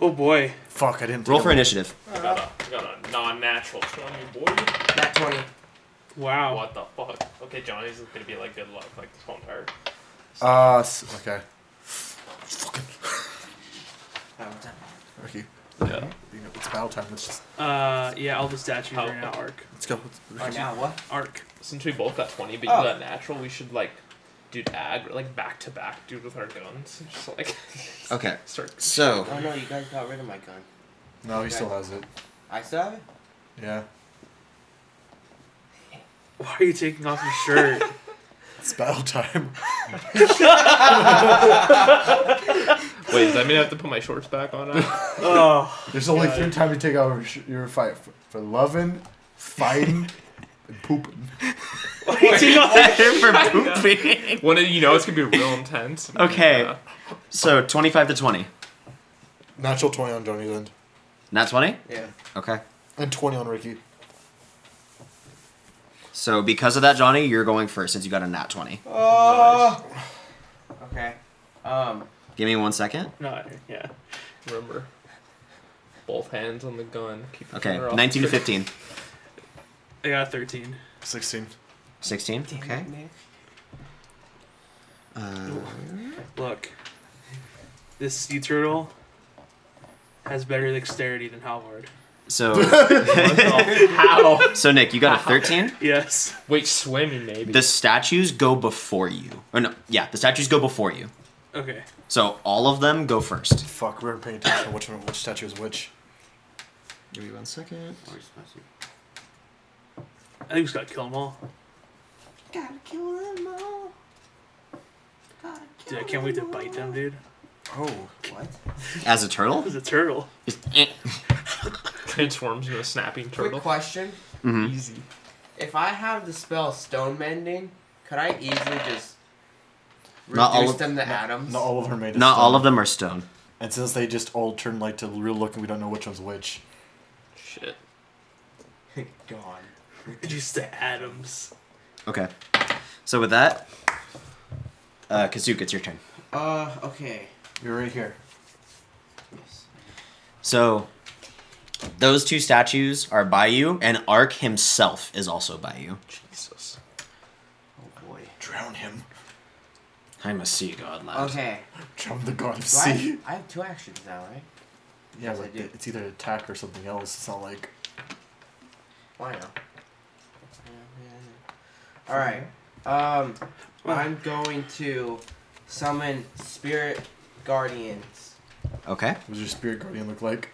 Speaker 4: Oh boy.
Speaker 3: Fuck, I didn't.
Speaker 1: Roll
Speaker 3: think
Speaker 1: for
Speaker 3: I-
Speaker 1: initiative.
Speaker 2: I got a, I got a non-natural 20, boy.
Speaker 5: Nat 20.
Speaker 4: Wow.
Speaker 2: What the fuck? Okay, Johnny's is gonna be like good luck, like this whole entire.
Speaker 3: Uh, s- okay.
Speaker 5: Oh, what's that?
Speaker 3: Okay.
Speaker 2: Yeah.
Speaker 3: You know, it's battle time. Let's just
Speaker 4: Uh, yeah, all the statues
Speaker 2: Oh.
Speaker 4: are now arc.
Speaker 3: let's go. Let's-
Speaker 5: Oh, now what?
Speaker 4: Arc.
Speaker 2: Since we both got 20, but
Speaker 5: Oh.
Speaker 2: you got natural, we should like, dude, add like back to back, dude, with our guns. Just like
Speaker 1: Okay.
Speaker 2: start.
Speaker 1: So
Speaker 5: Oh no, you guys got rid of my gun.
Speaker 3: No, he still has it.
Speaker 5: I still have it?
Speaker 3: Yeah.
Speaker 4: Why are you taking off your shirt?
Speaker 3: It's battle time.
Speaker 2: Wait, does that mean I have to put my shorts back on? Now?
Speaker 4: oh,
Speaker 3: There's only three times you take out your- your fight for, for loving, fighting, and pooping.
Speaker 4: why are you taking off that?
Speaker 1: for pooping.
Speaker 2: when it- you know it's gonna be real intense.
Speaker 1: Okay.
Speaker 2: Yeah.
Speaker 1: So twenty-five to twenty.
Speaker 3: Natural 20 on Johnny's end.
Speaker 1: Not twenty?
Speaker 5: Yeah.
Speaker 1: Okay.
Speaker 3: And 20 on Ricky.
Speaker 1: So because of that, Johnny, you're going first since you got a nat twenty.
Speaker 5: Oh! Okay. Um,
Speaker 1: Give me one second.
Speaker 4: No, yeah.
Speaker 2: Remember, both hands on the gun. Keep the
Speaker 1: Okay,
Speaker 2: trigger off.
Speaker 1: 19 to 15.
Speaker 4: I got a 13.
Speaker 3: 16.
Speaker 1: 16? Okay.
Speaker 5: man.
Speaker 1: Uh,
Speaker 4: Look, this sea turtle has better dexterity than Halvard.
Speaker 1: so,
Speaker 2: How?
Speaker 1: so Nick, you got a 13?
Speaker 4: Yes.
Speaker 2: Wait, swimming maybe.
Speaker 1: The statues go before you. Or no, yeah, the statues go before you.
Speaker 4: Okay.
Speaker 1: So all of them go first.
Speaker 3: Fuck, we weren't paying attention to which one, which statue is which.
Speaker 1: Give me one second.
Speaker 5: Where's my suit?
Speaker 4: Uh, I think we just gotta kill them all.
Speaker 5: Gotta kill them all. Gotta
Speaker 4: Dude, I can't wait to bite them, dude.
Speaker 3: Oh,
Speaker 5: What?
Speaker 1: As a turtle?
Speaker 4: It's a turtle.
Speaker 1: Just, eh.
Speaker 2: Transforms into a snapping
Speaker 5: Quick
Speaker 2: turtle.
Speaker 5: question.
Speaker 1: Mhm.
Speaker 2: Easy.
Speaker 5: If I have the spell Stone Bending, could I easily just reduce
Speaker 1: Not all of-
Speaker 5: them to atoms?
Speaker 3: Not all of her made.
Speaker 1: Not all of them are stone.
Speaker 3: And since they just all turned like to real looking, we don't know which one's which.
Speaker 2: Shit.
Speaker 5: Gone.
Speaker 4: Just the atoms.
Speaker 1: Okay. So with that, uh, Kazuke, it's your turn.
Speaker 5: Uh, okay.
Speaker 3: You're right here.
Speaker 5: Yes.
Speaker 1: So those two statues are by you, and Ark himself is also by you.
Speaker 2: Jesus.
Speaker 5: Oh boy.
Speaker 3: Drown him.
Speaker 1: I'm a sea god, lad.
Speaker 5: Okay.
Speaker 3: Drown the god of
Speaker 5: Do I,
Speaker 3: sea.
Speaker 5: have, I have two actions now, right?
Speaker 3: Yeah,
Speaker 5: Yes, I
Speaker 3: like
Speaker 5: do.
Speaker 3: it's either attack or something else. It's not like
Speaker 5: Why not? All right. Um, I'm going to summon spirit guardians.
Speaker 1: Okay.
Speaker 3: what does your spirit guardian look like?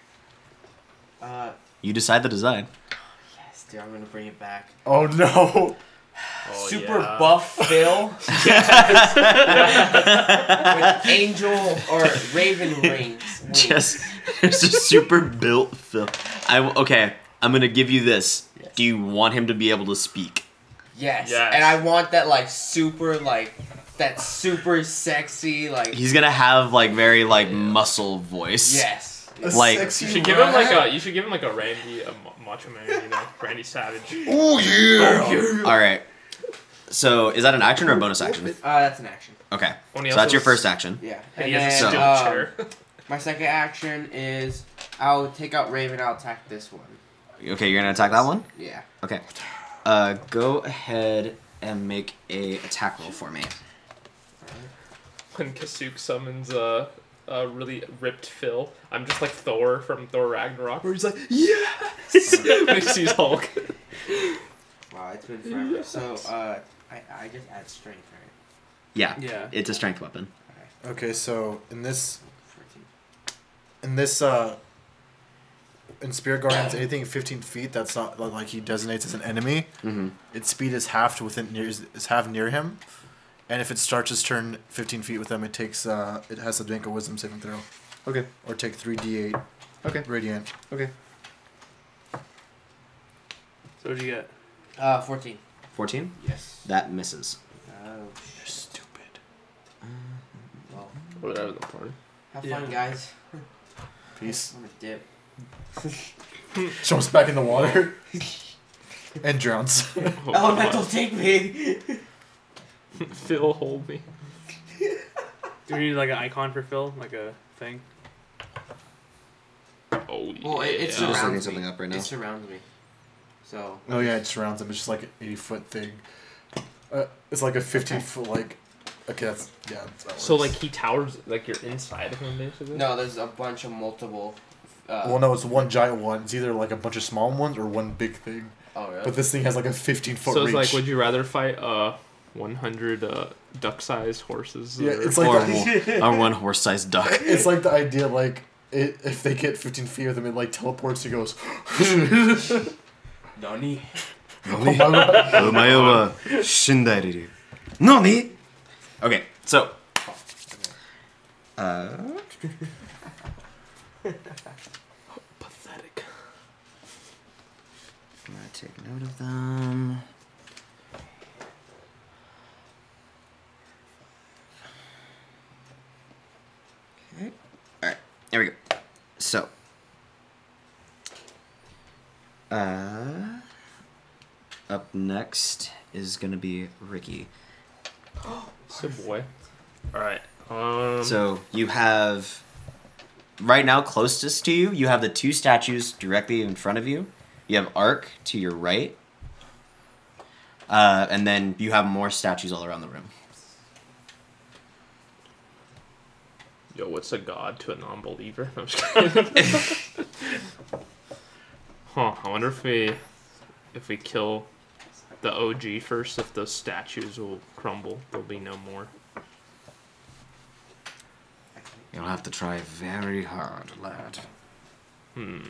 Speaker 5: Uh,
Speaker 1: You decide the design.
Speaker 5: yes, dude. I'm gonna bring it back.
Speaker 3: Oh no!
Speaker 2: Oh,
Speaker 5: Super
Speaker 2: yeah.
Speaker 5: buff Phil with angel or raven rings.
Speaker 1: Just, it's just super built Phil. I okay. I'm gonna give you this.
Speaker 5: Yes.
Speaker 1: Do you want him to be able to speak?
Speaker 5: Yes.
Speaker 2: Yes.
Speaker 5: And I want that like super like that super sexy like
Speaker 1: He's gonna have like very like muscle voice.
Speaker 5: yes.
Speaker 1: Like-
Speaker 2: You should give him like a. You should give him like a Randy, a Ma- Macho Man, you know, Randy Savage.
Speaker 3: Oh yeah!
Speaker 1: All right. So is that an action or a bonus action?
Speaker 5: Uh, that's an action.
Speaker 1: Okay. So
Speaker 2: When he
Speaker 1: that's your
Speaker 2: also-
Speaker 1: first action.
Speaker 5: Yeah.
Speaker 2: And
Speaker 5: And
Speaker 2: he has a
Speaker 5: then,
Speaker 2: steel
Speaker 5: um,
Speaker 2: chair.
Speaker 5: my second action is I'll take out Raven. I'll attack this one.
Speaker 1: Okay, you're gonna attack that one.
Speaker 5: Yeah.
Speaker 1: Okay. Uh, go ahead and make a attack roll for me.
Speaker 2: when Kasuk summons a, a really ripped Phil, I'm just like Thor from Thor Ragnarok, where he's like, yes! when he sees Hulk.
Speaker 5: Wow, it's been forever. So uh, I I just add strength, right?
Speaker 1: Yeah.
Speaker 4: Yeah.
Speaker 1: It's a strength weapon.
Speaker 3: Okay, so in this
Speaker 5: 14.
Speaker 3: in this uh in spirit guardians anything 15 feet that's not that, like he designates as an enemy
Speaker 1: Mm-hmm.
Speaker 3: its speed is half to within near is is half near him and if it starts its turn 15 feet with them it takes uh it has to make a wisdom saving throw
Speaker 1: Okay.
Speaker 3: or take 3d8
Speaker 1: Okay.
Speaker 3: radiant
Speaker 1: Okay.
Speaker 4: So what'd you get?
Speaker 5: Uh, fourteen.
Speaker 1: Fourteen.
Speaker 5: Yes.
Speaker 1: That misses.
Speaker 5: Oh, sh-
Speaker 3: stupid
Speaker 5: well.
Speaker 2: Whatever the porn.
Speaker 5: Have
Speaker 4: Yeah.
Speaker 5: fun, guys.
Speaker 3: peace
Speaker 5: I'm gonna dip.
Speaker 3: jumps back in the water and drowns
Speaker 2: Oh,
Speaker 5: Elemental, take me.
Speaker 2: Phil, hold me.
Speaker 4: Do we need like an icon for Phil? Like a thing?
Speaker 2: Oh,
Speaker 5: Well, it,
Speaker 2: yeah.
Speaker 5: it
Speaker 1: looking
Speaker 5: surrounds
Speaker 1: something
Speaker 5: me.
Speaker 1: up right now.
Speaker 5: It surrounds me. So
Speaker 3: oh yeah it surrounds him it's just like an 80 foot thing uh, it's like a 15 foot like okay that's yeah that
Speaker 2: So,
Speaker 3: works.
Speaker 2: like, he towers, like, you're inside of him, basically?
Speaker 5: no, there's a bunch of multiple. Uh,
Speaker 3: Well, no, it's one giant one. It's either like a bunch of small ones or one big thing.
Speaker 5: Oh really?
Speaker 3: But this thing has like a 15 foot
Speaker 2: So it's
Speaker 3: reach.
Speaker 2: like, would you rather fight uh, 100 uh, duck sized horses?
Speaker 3: yeah,
Speaker 2: or-
Speaker 3: it's
Speaker 1: Or
Speaker 3: like the,
Speaker 1: one, or one horse-sized duck.
Speaker 3: it's like the idea like it, if they get 15 feet with him, it like teleports. He goes,
Speaker 5: Nani?
Speaker 3: oh my god.
Speaker 1: Okay. So. Uh,
Speaker 2: pathetic.
Speaker 1: I'm gonna take note of them. Okay. Alright, there we go. So. Uh, up next is gonna be Ricky.
Speaker 2: It's a boy. Alright. Um,
Speaker 1: So you have. Right now, closest to you, you have the two statues directly in front of you. You have Ark to your right. Uh, and then you have more statues all around the room.
Speaker 2: Yo, what's a god to a non believer? I'm just kidding. huh, I wonder if we if we kill the OG first, if those statues will crumble. There'll be no more.
Speaker 1: You'll have to try very hard, lad.
Speaker 2: Hmm.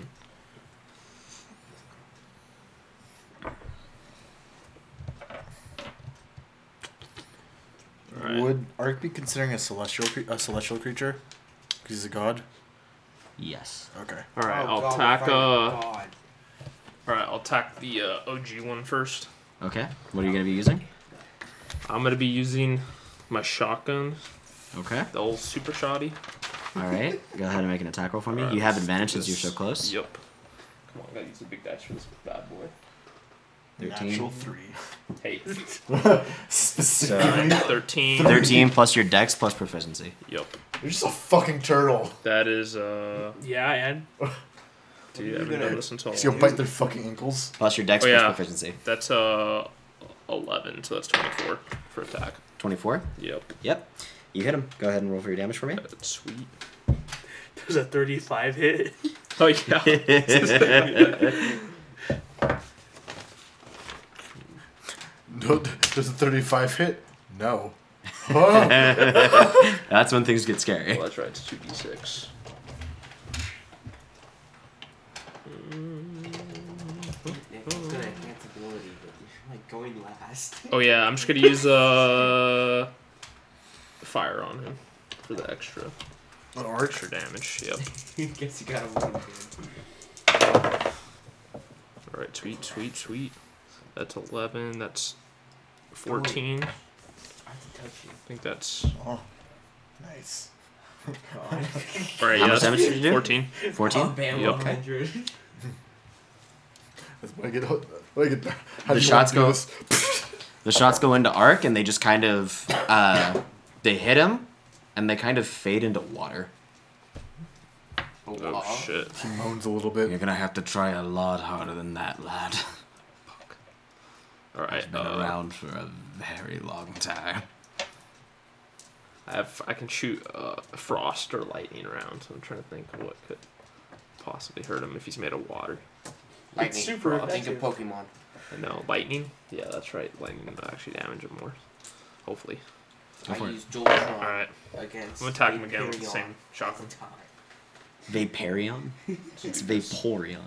Speaker 3: Ark be considering a celestial cre- a celestial creature? 'Cause he's a god.
Speaker 1: Yes.
Speaker 3: Okay.
Speaker 2: All right,
Speaker 5: Oh,
Speaker 2: I'll
Speaker 5: God,
Speaker 2: attack.
Speaker 5: thank
Speaker 2: Uh, all
Speaker 5: God.
Speaker 2: right, I'll attack the uh, OG one first.
Speaker 1: Okay. What are you gonna be using?
Speaker 2: I'm gonna be using my shotgun,
Speaker 1: Okay.
Speaker 2: the old super shoddy.
Speaker 1: All right. Go ahead and make an attack roll for me.
Speaker 2: All right,
Speaker 1: You have
Speaker 2: let's do
Speaker 1: advantage since you're
Speaker 2: this.
Speaker 1: so close.
Speaker 2: Yep. Come on, I gotta use a big dice for this bad boy.
Speaker 3: Natural
Speaker 1: 13.
Speaker 3: three.
Speaker 2: Hey,
Speaker 3: Specifically,
Speaker 2: thirteen.
Speaker 1: 13 plus your dex plus proficiency.
Speaker 2: Yep.
Speaker 3: you're just a fucking turtle.
Speaker 2: That is uh.
Speaker 4: Yeah, and
Speaker 2: Dude, I
Speaker 5: What are you
Speaker 2: haven't done
Speaker 5: gonna-
Speaker 2: this until.
Speaker 3: So you'll bite their fucking ankles.
Speaker 1: Plus your dex
Speaker 2: Oh,
Speaker 1: plus
Speaker 2: yeah.
Speaker 1: proficiency.
Speaker 2: That's uh, eleven. So that's twenty-four for attack.
Speaker 1: 24.
Speaker 2: Yep.
Speaker 1: Yep. You hit him. Go ahead and roll for your damage for me.
Speaker 2: That's sweet.
Speaker 4: there's a 35 hit.
Speaker 2: Oh yeah.
Speaker 3: No, does a 35 hit? No. Oh,
Speaker 1: That's when things get scary.
Speaker 2: well, that's right. It's two d six.
Speaker 5: Nick, it's gonna enhance ability, but you're like going last.
Speaker 2: Oh yeah, I'm just gonna use uh fire on him for the extra
Speaker 3: an arch.
Speaker 2: extra damage. Yep.
Speaker 5: Guess you gotta win, man.
Speaker 2: All right, sweet, sweet, sweet. That's eleven. That's fourteen. I
Speaker 5: I have to touch you.
Speaker 2: think that's
Speaker 3: Oh, nice.
Speaker 2: all right.
Speaker 1: How
Speaker 2: yeah,
Speaker 1: much damage did you do?
Speaker 2: Fourteen.
Speaker 1: 14?
Speaker 5: Bam,
Speaker 2: Yep.
Speaker 5: 100.
Speaker 3: That's when I get. When I get back. How
Speaker 1: The
Speaker 3: do you
Speaker 1: shots
Speaker 3: wanna do
Speaker 1: go-
Speaker 3: this?
Speaker 1: The shots go into arc and they just kind of uh, they hit him and they kind of fade into water.
Speaker 2: Oh shit.
Speaker 3: He moans a little bit.
Speaker 1: You're gonna have to try a lot harder than that, lad.
Speaker 2: All right.
Speaker 1: I've been
Speaker 2: Uh,
Speaker 1: around for a very long time.
Speaker 2: I have. I can shoot uh, frost or lightning round. So I'm trying to think of what could possibly hurt him if he's made of water.
Speaker 5: Lightning.
Speaker 4: super
Speaker 5: Think of
Speaker 4: effective.
Speaker 5: Pokemon.
Speaker 2: No, lightning. Yeah, that's right. Lightning will actually damage him more. Hopefully.
Speaker 1: Go for
Speaker 5: I
Speaker 1: it.
Speaker 5: use
Speaker 2: All
Speaker 5: Jolteon
Speaker 2: right.
Speaker 5: against.
Speaker 2: I'm gonna attack him again with the
Speaker 5: Vaporeon.
Speaker 2: same shotgun.
Speaker 1: Vaporeon? It's Vaporeon.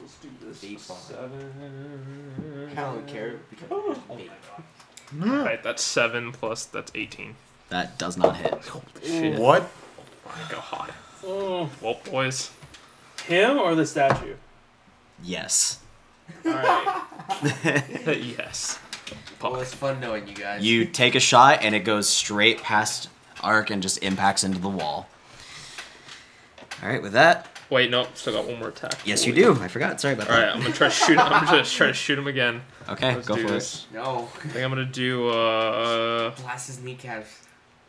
Speaker 2: Let's do this.
Speaker 5: Baseball.
Speaker 2: Seven.
Speaker 5: I don't care because I'm big.
Speaker 2: All right, that's seven plus that's eighteen.
Speaker 1: That does not hit.
Speaker 2: Shit.
Speaker 3: What?
Speaker 2: Go hard.
Speaker 4: Oh,
Speaker 2: Well, boys.
Speaker 4: him or the statue?
Speaker 1: Yes.
Speaker 4: All right.
Speaker 2: yes.
Speaker 5: Well,
Speaker 2: Puck.
Speaker 5: it's fun knowing you guys.
Speaker 1: You take a shot and it goes straight past arc and just impacts into the wall. All right, with that,
Speaker 2: Wait, no, still got one more attack.
Speaker 1: yes, you do. I forgot. Sorry about
Speaker 2: All right,
Speaker 1: that.
Speaker 2: I'm gonna try to shoot. I'm gonna try to shoot him again.
Speaker 1: Okay,
Speaker 2: Let's
Speaker 1: go
Speaker 2: do
Speaker 1: for it.
Speaker 2: this.
Speaker 5: No.
Speaker 2: I think I'm gonna do. Uh,
Speaker 5: Blast his kneecaps.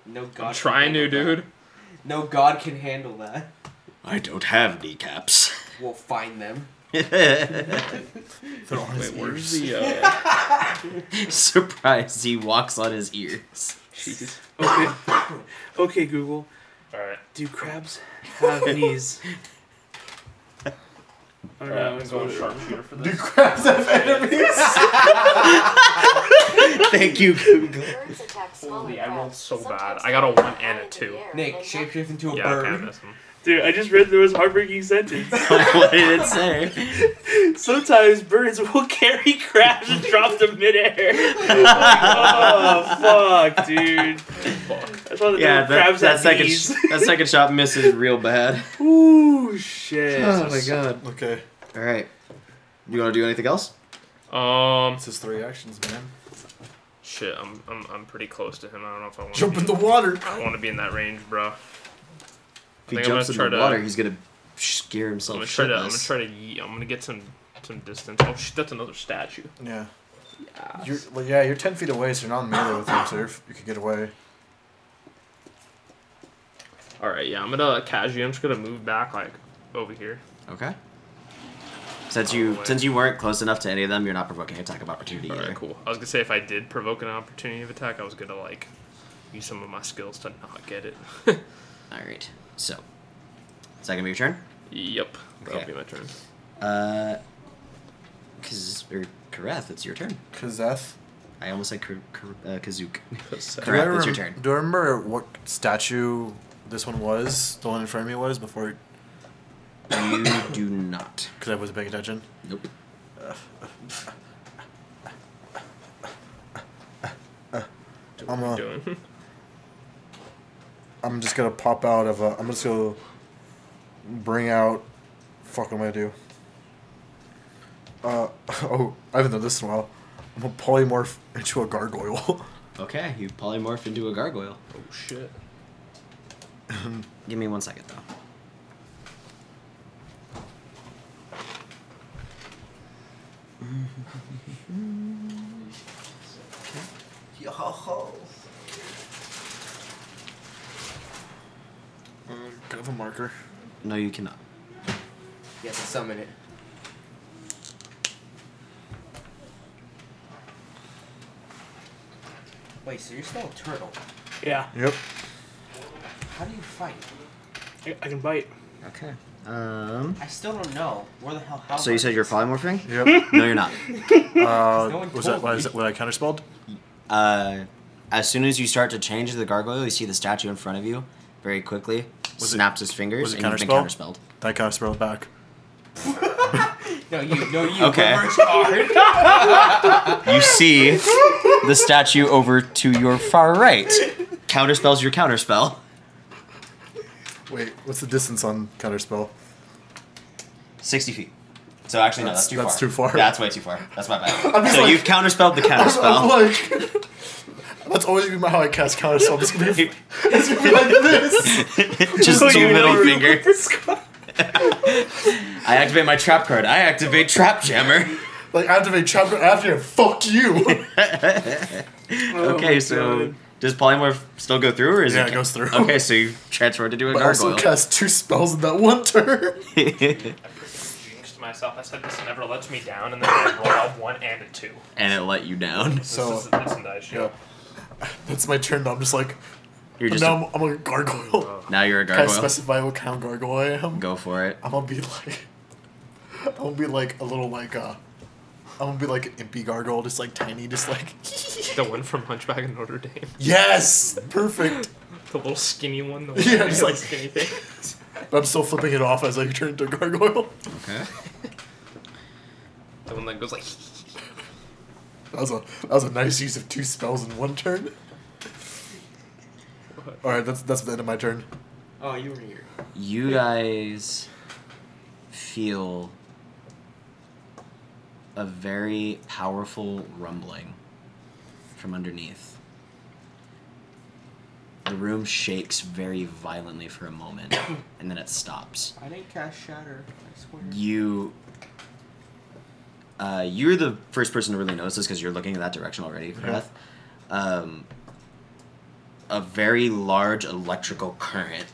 Speaker 5: No god.
Speaker 2: I'm
Speaker 5: can
Speaker 2: trying to,
Speaker 5: handle
Speaker 2: dude.
Speaker 5: that. No god can handle that.
Speaker 1: I don't have kneecaps.
Speaker 5: We'll find them.
Speaker 3: They're on his
Speaker 2: Wait, where's
Speaker 3: ears.
Speaker 2: the? Uh,
Speaker 1: Surprise! He walks on his ears.
Speaker 2: jeez.
Speaker 4: Okay. Okay, Google.
Speaker 2: All right.
Speaker 4: Do crabs have knees? I don't
Speaker 2: All right,
Speaker 4: know.
Speaker 2: I'm
Speaker 4: it's
Speaker 2: going
Speaker 4: what-
Speaker 2: sharpshooter for
Speaker 3: Do
Speaker 2: this.
Speaker 3: crabs have enemies?
Speaker 1: Thank you, Google.
Speaker 6: Birds attack smaller
Speaker 2: Holy, I rolled
Speaker 6: crabs,
Speaker 2: so bad.
Speaker 6: sometimes
Speaker 2: I got a
Speaker 6: flying
Speaker 2: one and a
Speaker 6: into the
Speaker 2: two.
Speaker 6: air
Speaker 5: Nick,
Speaker 6: and
Speaker 5: shapeshift into a
Speaker 2: Yeah, I can't
Speaker 5: bird.
Speaker 2: miss him.
Speaker 4: Dude, I just read through his heartbreaking sentence.
Speaker 1: what did it say?
Speaker 4: Sometimes birds will carry crabs and drop them midair. oh fuck, dude! I thought that
Speaker 1: Yeah,
Speaker 4: yeah,
Speaker 1: that,
Speaker 4: crabs
Speaker 1: that
Speaker 4: that have
Speaker 1: second
Speaker 4: knees.
Speaker 1: that second shot misses real bad.
Speaker 4: Ooh shit!
Speaker 1: Oh my god!
Speaker 3: okay.
Speaker 1: All right, you want to do anything else?
Speaker 2: Um,
Speaker 3: It's his three actions, man.
Speaker 2: shit, I'm, I'm, I'm pretty close to him. I don't know if I want
Speaker 3: Jump
Speaker 2: to
Speaker 3: in the water.
Speaker 2: I want to be in that range,
Speaker 1: If
Speaker 2: bro.
Speaker 1: he
Speaker 2: think I'm
Speaker 1: jumps
Speaker 2: gonna
Speaker 1: in
Speaker 2: try
Speaker 1: the
Speaker 2: to-
Speaker 1: water, he's gonna scare
Speaker 2: I'm
Speaker 1: himself.
Speaker 2: gonna try to. I'm gonna
Speaker 1: shitless.
Speaker 2: try to. Yeet. I'm gonna get some some distance. Oh shit, that's another statue.
Speaker 3: Yeah.
Speaker 2: Yeah.
Speaker 3: You're, well, yeah, you're 10 feet away, so you're not in melee with him, so you're- you can get away.
Speaker 2: All right, yeah. I'm gonna uh, casually. I'm just gonna move back like over here.
Speaker 1: Okay. Since you
Speaker 2: Away.
Speaker 1: since you weren't close enough to any of them, you're not provoking attack of opportunity
Speaker 2: Oh, All
Speaker 1: either.
Speaker 2: right, cool. I was gonna say if I did provoke an opportunity of attack, I was gonna like use some of my skills to not get it.
Speaker 1: All right. So, is that gonna be your turn?
Speaker 2: yep, that'll
Speaker 1: Okay.
Speaker 2: be my turn.
Speaker 1: Uh, Kaz or Kareth, it's your turn.
Speaker 3: Kazeth.
Speaker 1: I almost said Kar- Kar- uh, Kazook.
Speaker 3: Do
Speaker 1: Correct,
Speaker 3: I
Speaker 1: it's your
Speaker 3: remem-
Speaker 1: turn.
Speaker 3: Do I remember what statue this one was? The one in front of me was before,
Speaker 1: you do not.
Speaker 3: because I wasn't paying attention.
Speaker 1: Nope.
Speaker 2: Do
Speaker 3: I'm
Speaker 2: what
Speaker 3: a-
Speaker 2: I'm doing.
Speaker 3: I'm just gonna pop out of. A, I'm just gonna bring out. Fuck, what am I gonna do? Uh oh, I haven't done this in a while. I'm gonna polymorph into a gargoyle.
Speaker 1: Okay, you polymorph into a gargoyle.
Speaker 2: Oh shit.
Speaker 1: Give me one second though.
Speaker 5: Yo ho.
Speaker 3: Uh, kind of a marker.
Speaker 1: No, you cannot.
Speaker 5: You have to summon it. Wait, so you're still a turtle.
Speaker 4: Yeah,
Speaker 3: Yep.
Speaker 5: How do you fight?
Speaker 4: I, I can bite.
Speaker 1: Okay. Um.
Speaker 5: I still don't know. Where the hell how
Speaker 1: So you said you're polymorphing?
Speaker 3: Yep.
Speaker 1: No, you're not.
Speaker 3: Uh,
Speaker 5: No one
Speaker 3: was
Speaker 5: told
Speaker 3: that, what,
Speaker 5: me.
Speaker 3: is that what I counterspelled?
Speaker 1: Uh, as soon as you start to change the gargoyle, you see the statue in front of you very quickly.
Speaker 3: Was it-
Speaker 1: snaps his fingers
Speaker 3: was it
Speaker 1: and you've been
Speaker 3: counterspell?
Speaker 1: counterspelled.
Speaker 3: That counterspelled back.
Speaker 5: No, you no you
Speaker 1: Okay.
Speaker 5: reverse guard.
Speaker 1: You see the statue over to your far right. Counterspells your counterspell.
Speaker 3: Wait, what's the distance on counterspell?
Speaker 1: 60 feet. So actually, no, that's
Speaker 3: That's-
Speaker 1: too
Speaker 3: that's
Speaker 1: far.
Speaker 3: too far.
Speaker 1: Yeah, that's way too far. That's my
Speaker 3: I'm
Speaker 1: bad.
Speaker 3: just
Speaker 1: So
Speaker 3: like-
Speaker 1: you've counterspelled the
Speaker 3: I'm
Speaker 1: counterspell.
Speaker 3: like, that's always gonna be how I cast counterspell. It's gonna be, it's gonna be like this.
Speaker 1: Just
Speaker 4: So
Speaker 1: two
Speaker 4: you
Speaker 1: middle
Speaker 4: know-
Speaker 1: finger. I activate my trap card. I activate trap jammer.
Speaker 3: Like activate chapter after. Fuck you.
Speaker 1: Okay,
Speaker 4: my
Speaker 1: so
Speaker 4: God.
Speaker 1: does polymorph still go through, or is
Speaker 3: Yeah,
Speaker 1: it?
Speaker 3: it goes through.
Speaker 1: Okay, so you transferred to do a
Speaker 3: But I also
Speaker 1: gargoyle.
Speaker 3: cast two spells in that one turn.
Speaker 1: and
Speaker 2: jinxed myself. I said this never lets me down, and then I rolled a one and a two.
Speaker 1: it let you down.
Speaker 2: This
Speaker 3: So-
Speaker 2: is this and I show.
Speaker 3: That's my turn. Now I'm just like,
Speaker 1: You're just
Speaker 3: now I'm, I'm a gargoyle.
Speaker 1: now you're a
Speaker 3: Can I
Speaker 1: gargoyle.
Speaker 3: specify what kind of gargoyle I am?
Speaker 1: Go for it.
Speaker 3: I'm gonna be like, I'm gonna be like a little like uh, I'm gonna be like an impy gargoyle, just like tiny, just like
Speaker 2: The one from Hunchback of Notre Dame.
Speaker 3: yes, perfect.
Speaker 2: The little skinny one. The one
Speaker 3: Yeah,
Speaker 2: that
Speaker 3: it's
Speaker 2: had the
Speaker 3: like-
Speaker 2: skinny thing.
Speaker 3: But I'm still flipping it off as I turn into a gargoyle.
Speaker 1: Okay.
Speaker 2: The one that goes like.
Speaker 3: That was a that was a nice use of two spells in one turn. All right, that's that's the end of my turn.
Speaker 5: Oh, you were here.
Speaker 1: You guys feel a very powerful rumbling from underneath. The room shakes very violently for a moment, and then it stops.
Speaker 5: I didn't cast shatter, I swear.
Speaker 1: you uh, you're the first person to really notice this because you're looking in that direction already for
Speaker 3: Yeah.
Speaker 1: death. Um, a very large electrical current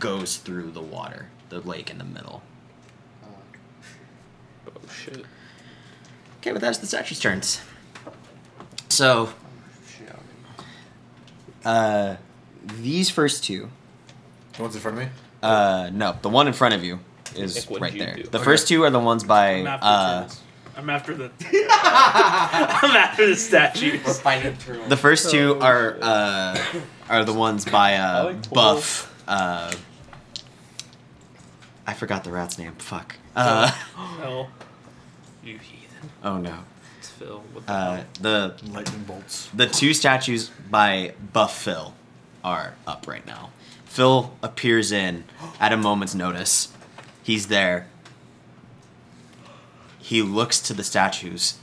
Speaker 1: goes through the water, the lake in the middle.
Speaker 5: Uh,
Speaker 2: Oh shit.
Speaker 1: Okay, but that's the statue's turns. So,
Speaker 5: shit out of
Speaker 1: uh, these first two,
Speaker 3: The ones in front of me.
Speaker 1: uh, no, the one in front of you is
Speaker 2: Nick, what did
Speaker 1: right
Speaker 2: you
Speaker 1: there.
Speaker 2: do?
Speaker 1: The
Speaker 3: Okay.
Speaker 1: first two are the ones by
Speaker 4: I'm after
Speaker 1: uh,
Speaker 4: turtles. I'm after the. I'm after the
Speaker 5: it. We're
Speaker 4: statues.
Speaker 5: fighting turtles.
Speaker 1: The first two
Speaker 2: Oh,
Speaker 1: are
Speaker 2: shit.
Speaker 1: uh, are the ones by
Speaker 2: I
Speaker 1: uh,
Speaker 2: like twelve.
Speaker 1: Buff. Uh, I forgot the rat's name. Fuck. Uh,
Speaker 2: Hell. You heathen.
Speaker 1: oh no.
Speaker 2: It's Phil. What the
Speaker 1: Uh,
Speaker 2: hell?
Speaker 1: the
Speaker 3: Lightning bolts.
Speaker 1: the two statues by Buff Phil are up right now. Phil appears in at a moment's notice. He's there. He looks to the statues.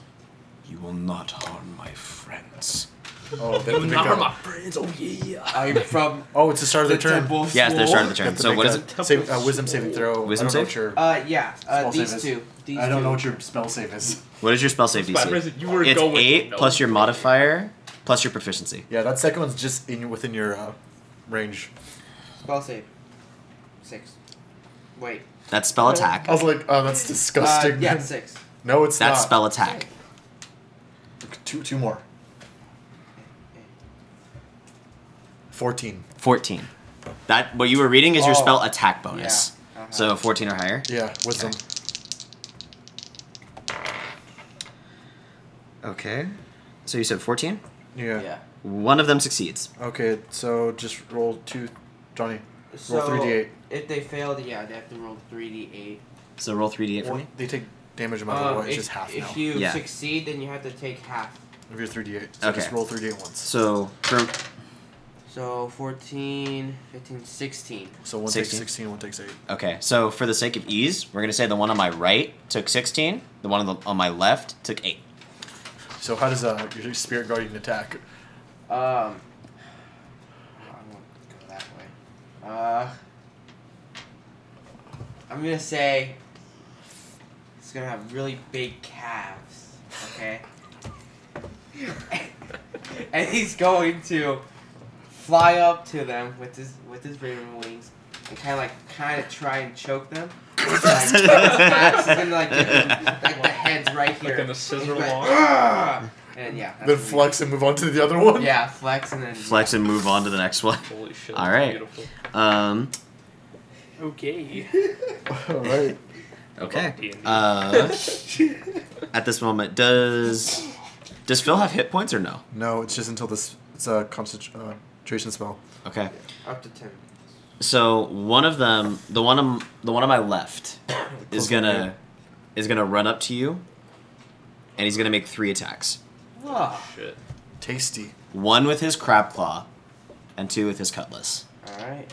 Speaker 1: You will not harm my friends.
Speaker 3: Oh, they have to make
Speaker 2: Not my
Speaker 3: a,
Speaker 2: friends. Oh yeah.
Speaker 5: I'm from
Speaker 3: oh, it's the start of
Speaker 5: the
Speaker 3: their turn.
Speaker 5: temple.
Speaker 1: Yeah, it's the start of the
Speaker 3: They
Speaker 1: turn.
Speaker 3: have to
Speaker 1: So
Speaker 3: make
Speaker 1: what
Speaker 3: a
Speaker 1: is it?
Speaker 3: Save, uh, wisdom saving throw.
Speaker 1: Wisdom
Speaker 3: I don't know
Speaker 1: save?
Speaker 3: what your-
Speaker 5: Uh, yeah. Uh,
Speaker 3: Spell
Speaker 5: these
Speaker 3: save is-
Speaker 5: two. These
Speaker 3: I don't
Speaker 5: two.
Speaker 3: know what your spell save is.
Speaker 1: What is your spell save
Speaker 2: Spider
Speaker 1: DC?
Speaker 2: Man, you were
Speaker 1: It's
Speaker 2: going.
Speaker 1: eight
Speaker 2: no.
Speaker 1: plus your modifier plus your proficiency.
Speaker 3: Yeah, that second one's just in within your uh, range.
Speaker 5: Spell save. Six. Wait.
Speaker 1: That's spell attack.
Speaker 3: I was like, oh, that's
Speaker 5: Uh,
Speaker 3: disgusting.
Speaker 5: yeah, six.
Speaker 3: No, it's
Speaker 1: That's
Speaker 3: not.
Speaker 1: spell attack.
Speaker 3: Two, two more. Fourteen.
Speaker 1: Fourteen. That what you were reading is your
Speaker 5: Oh.
Speaker 1: spell attack bonus.
Speaker 5: Yeah, uh-huh.
Speaker 1: So fourteen or higher.
Speaker 3: Yeah, wisdom.
Speaker 1: Okay. So you said fourteen.
Speaker 3: Yeah.
Speaker 5: Yeah.
Speaker 1: One of them succeeds.
Speaker 3: Okay, so just roll two, Johnny.
Speaker 5: So
Speaker 3: Roll three d eight.
Speaker 5: If they failed, yeah, they have to roll three d eight.
Speaker 1: So roll three d eight for me.
Speaker 3: They take damage amount of
Speaker 5: Um,
Speaker 3: what? It's
Speaker 5: if,
Speaker 3: just half
Speaker 5: if
Speaker 3: now.
Speaker 5: you
Speaker 1: Yeah.
Speaker 5: succeed, then you have to take half.
Speaker 3: Of your three d eight. So
Speaker 1: Okay.
Speaker 3: just roll three d eight once.
Speaker 1: So from
Speaker 5: So 14, 15, 16.
Speaker 3: So one
Speaker 1: Sixteen.
Speaker 3: takes 16, one takes 8.
Speaker 1: Okay, so for the sake of ease, we're gonna say the one on my right took 16, the one on, the, on my left took 8.
Speaker 3: So how does uh, your spirit guardian attack?
Speaker 5: Um, I won't go that way. Uh, I'm gonna say it's gonna have really big calves. Okay. and he's going to fly up to them with his with his raven wings and kind of like kind of try and choke them. Like, Max is gonna like, give them, like the heads right here.
Speaker 2: Like in the scissor
Speaker 5: And he's like,
Speaker 2: walk.
Speaker 5: "Ugh!" And yeah. that's
Speaker 3: Then
Speaker 5: what he-
Speaker 3: flex and move on to the other one?
Speaker 5: yeah, flex and then
Speaker 1: Flex and move on to the next one.
Speaker 2: Holy shit.
Speaker 1: All
Speaker 2: that's
Speaker 1: right.
Speaker 2: Beautiful.
Speaker 1: Um,
Speaker 4: Okay.
Speaker 3: Alright.
Speaker 1: okay.
Speaker 2: Love D&D.
Speaker 1: Uh, at this moment, does does Phil have hit points or no?
Speaker 3: No, it's just until this. It's a concentration spell.
Speaker 1: Okay.
Speaker 5: up to ten.
Speaker 1: So one of them, the one on the one on my left, is gonna is gonna run up to you, and he's gonna make three attacks.
Speaker 5: Oh,
Speaker 2: Shit.
Speaker 3: Tasty.
Speaker 1: One with his crab claw, and two with his cutlass.
Speaker 5: all right.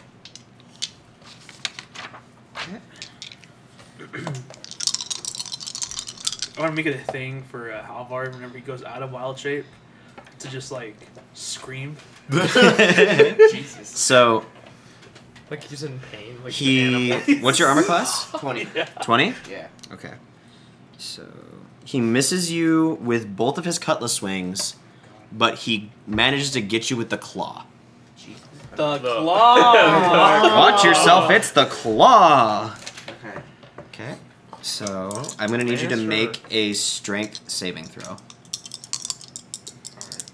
Speaker 4: I want to make it a thing for uh, Halvar whenever he goes out of wild shape to just like scream.
Speaker 5: Jesus.
Speaker 1: so
Speaker 2: Like he's in pain. Like
Speaker 1: he,
Speaker 2: An animal.
Speaker 1: what's your armor class?
Speaker 5: Twenty.
Speaker 1: Twenty.
Speaker 5: Yeah.
Speaker 1: Okay. So he misses you with both of his cutlass swings, but he manages to get you with the claw.
Speaker 5: Jesus.
Speaker 4: The
Speaker 2: The-
Speaker 4: claw.
Speaker 1: Watch yourself! It's the claw.
Speaker 5: Okay.
Speaker 1: Okay. So I'm gonna need you to
Speaker 2: Yes, sir.
Speaker 1: make a strength saving throw.
Speaker 5: Alright.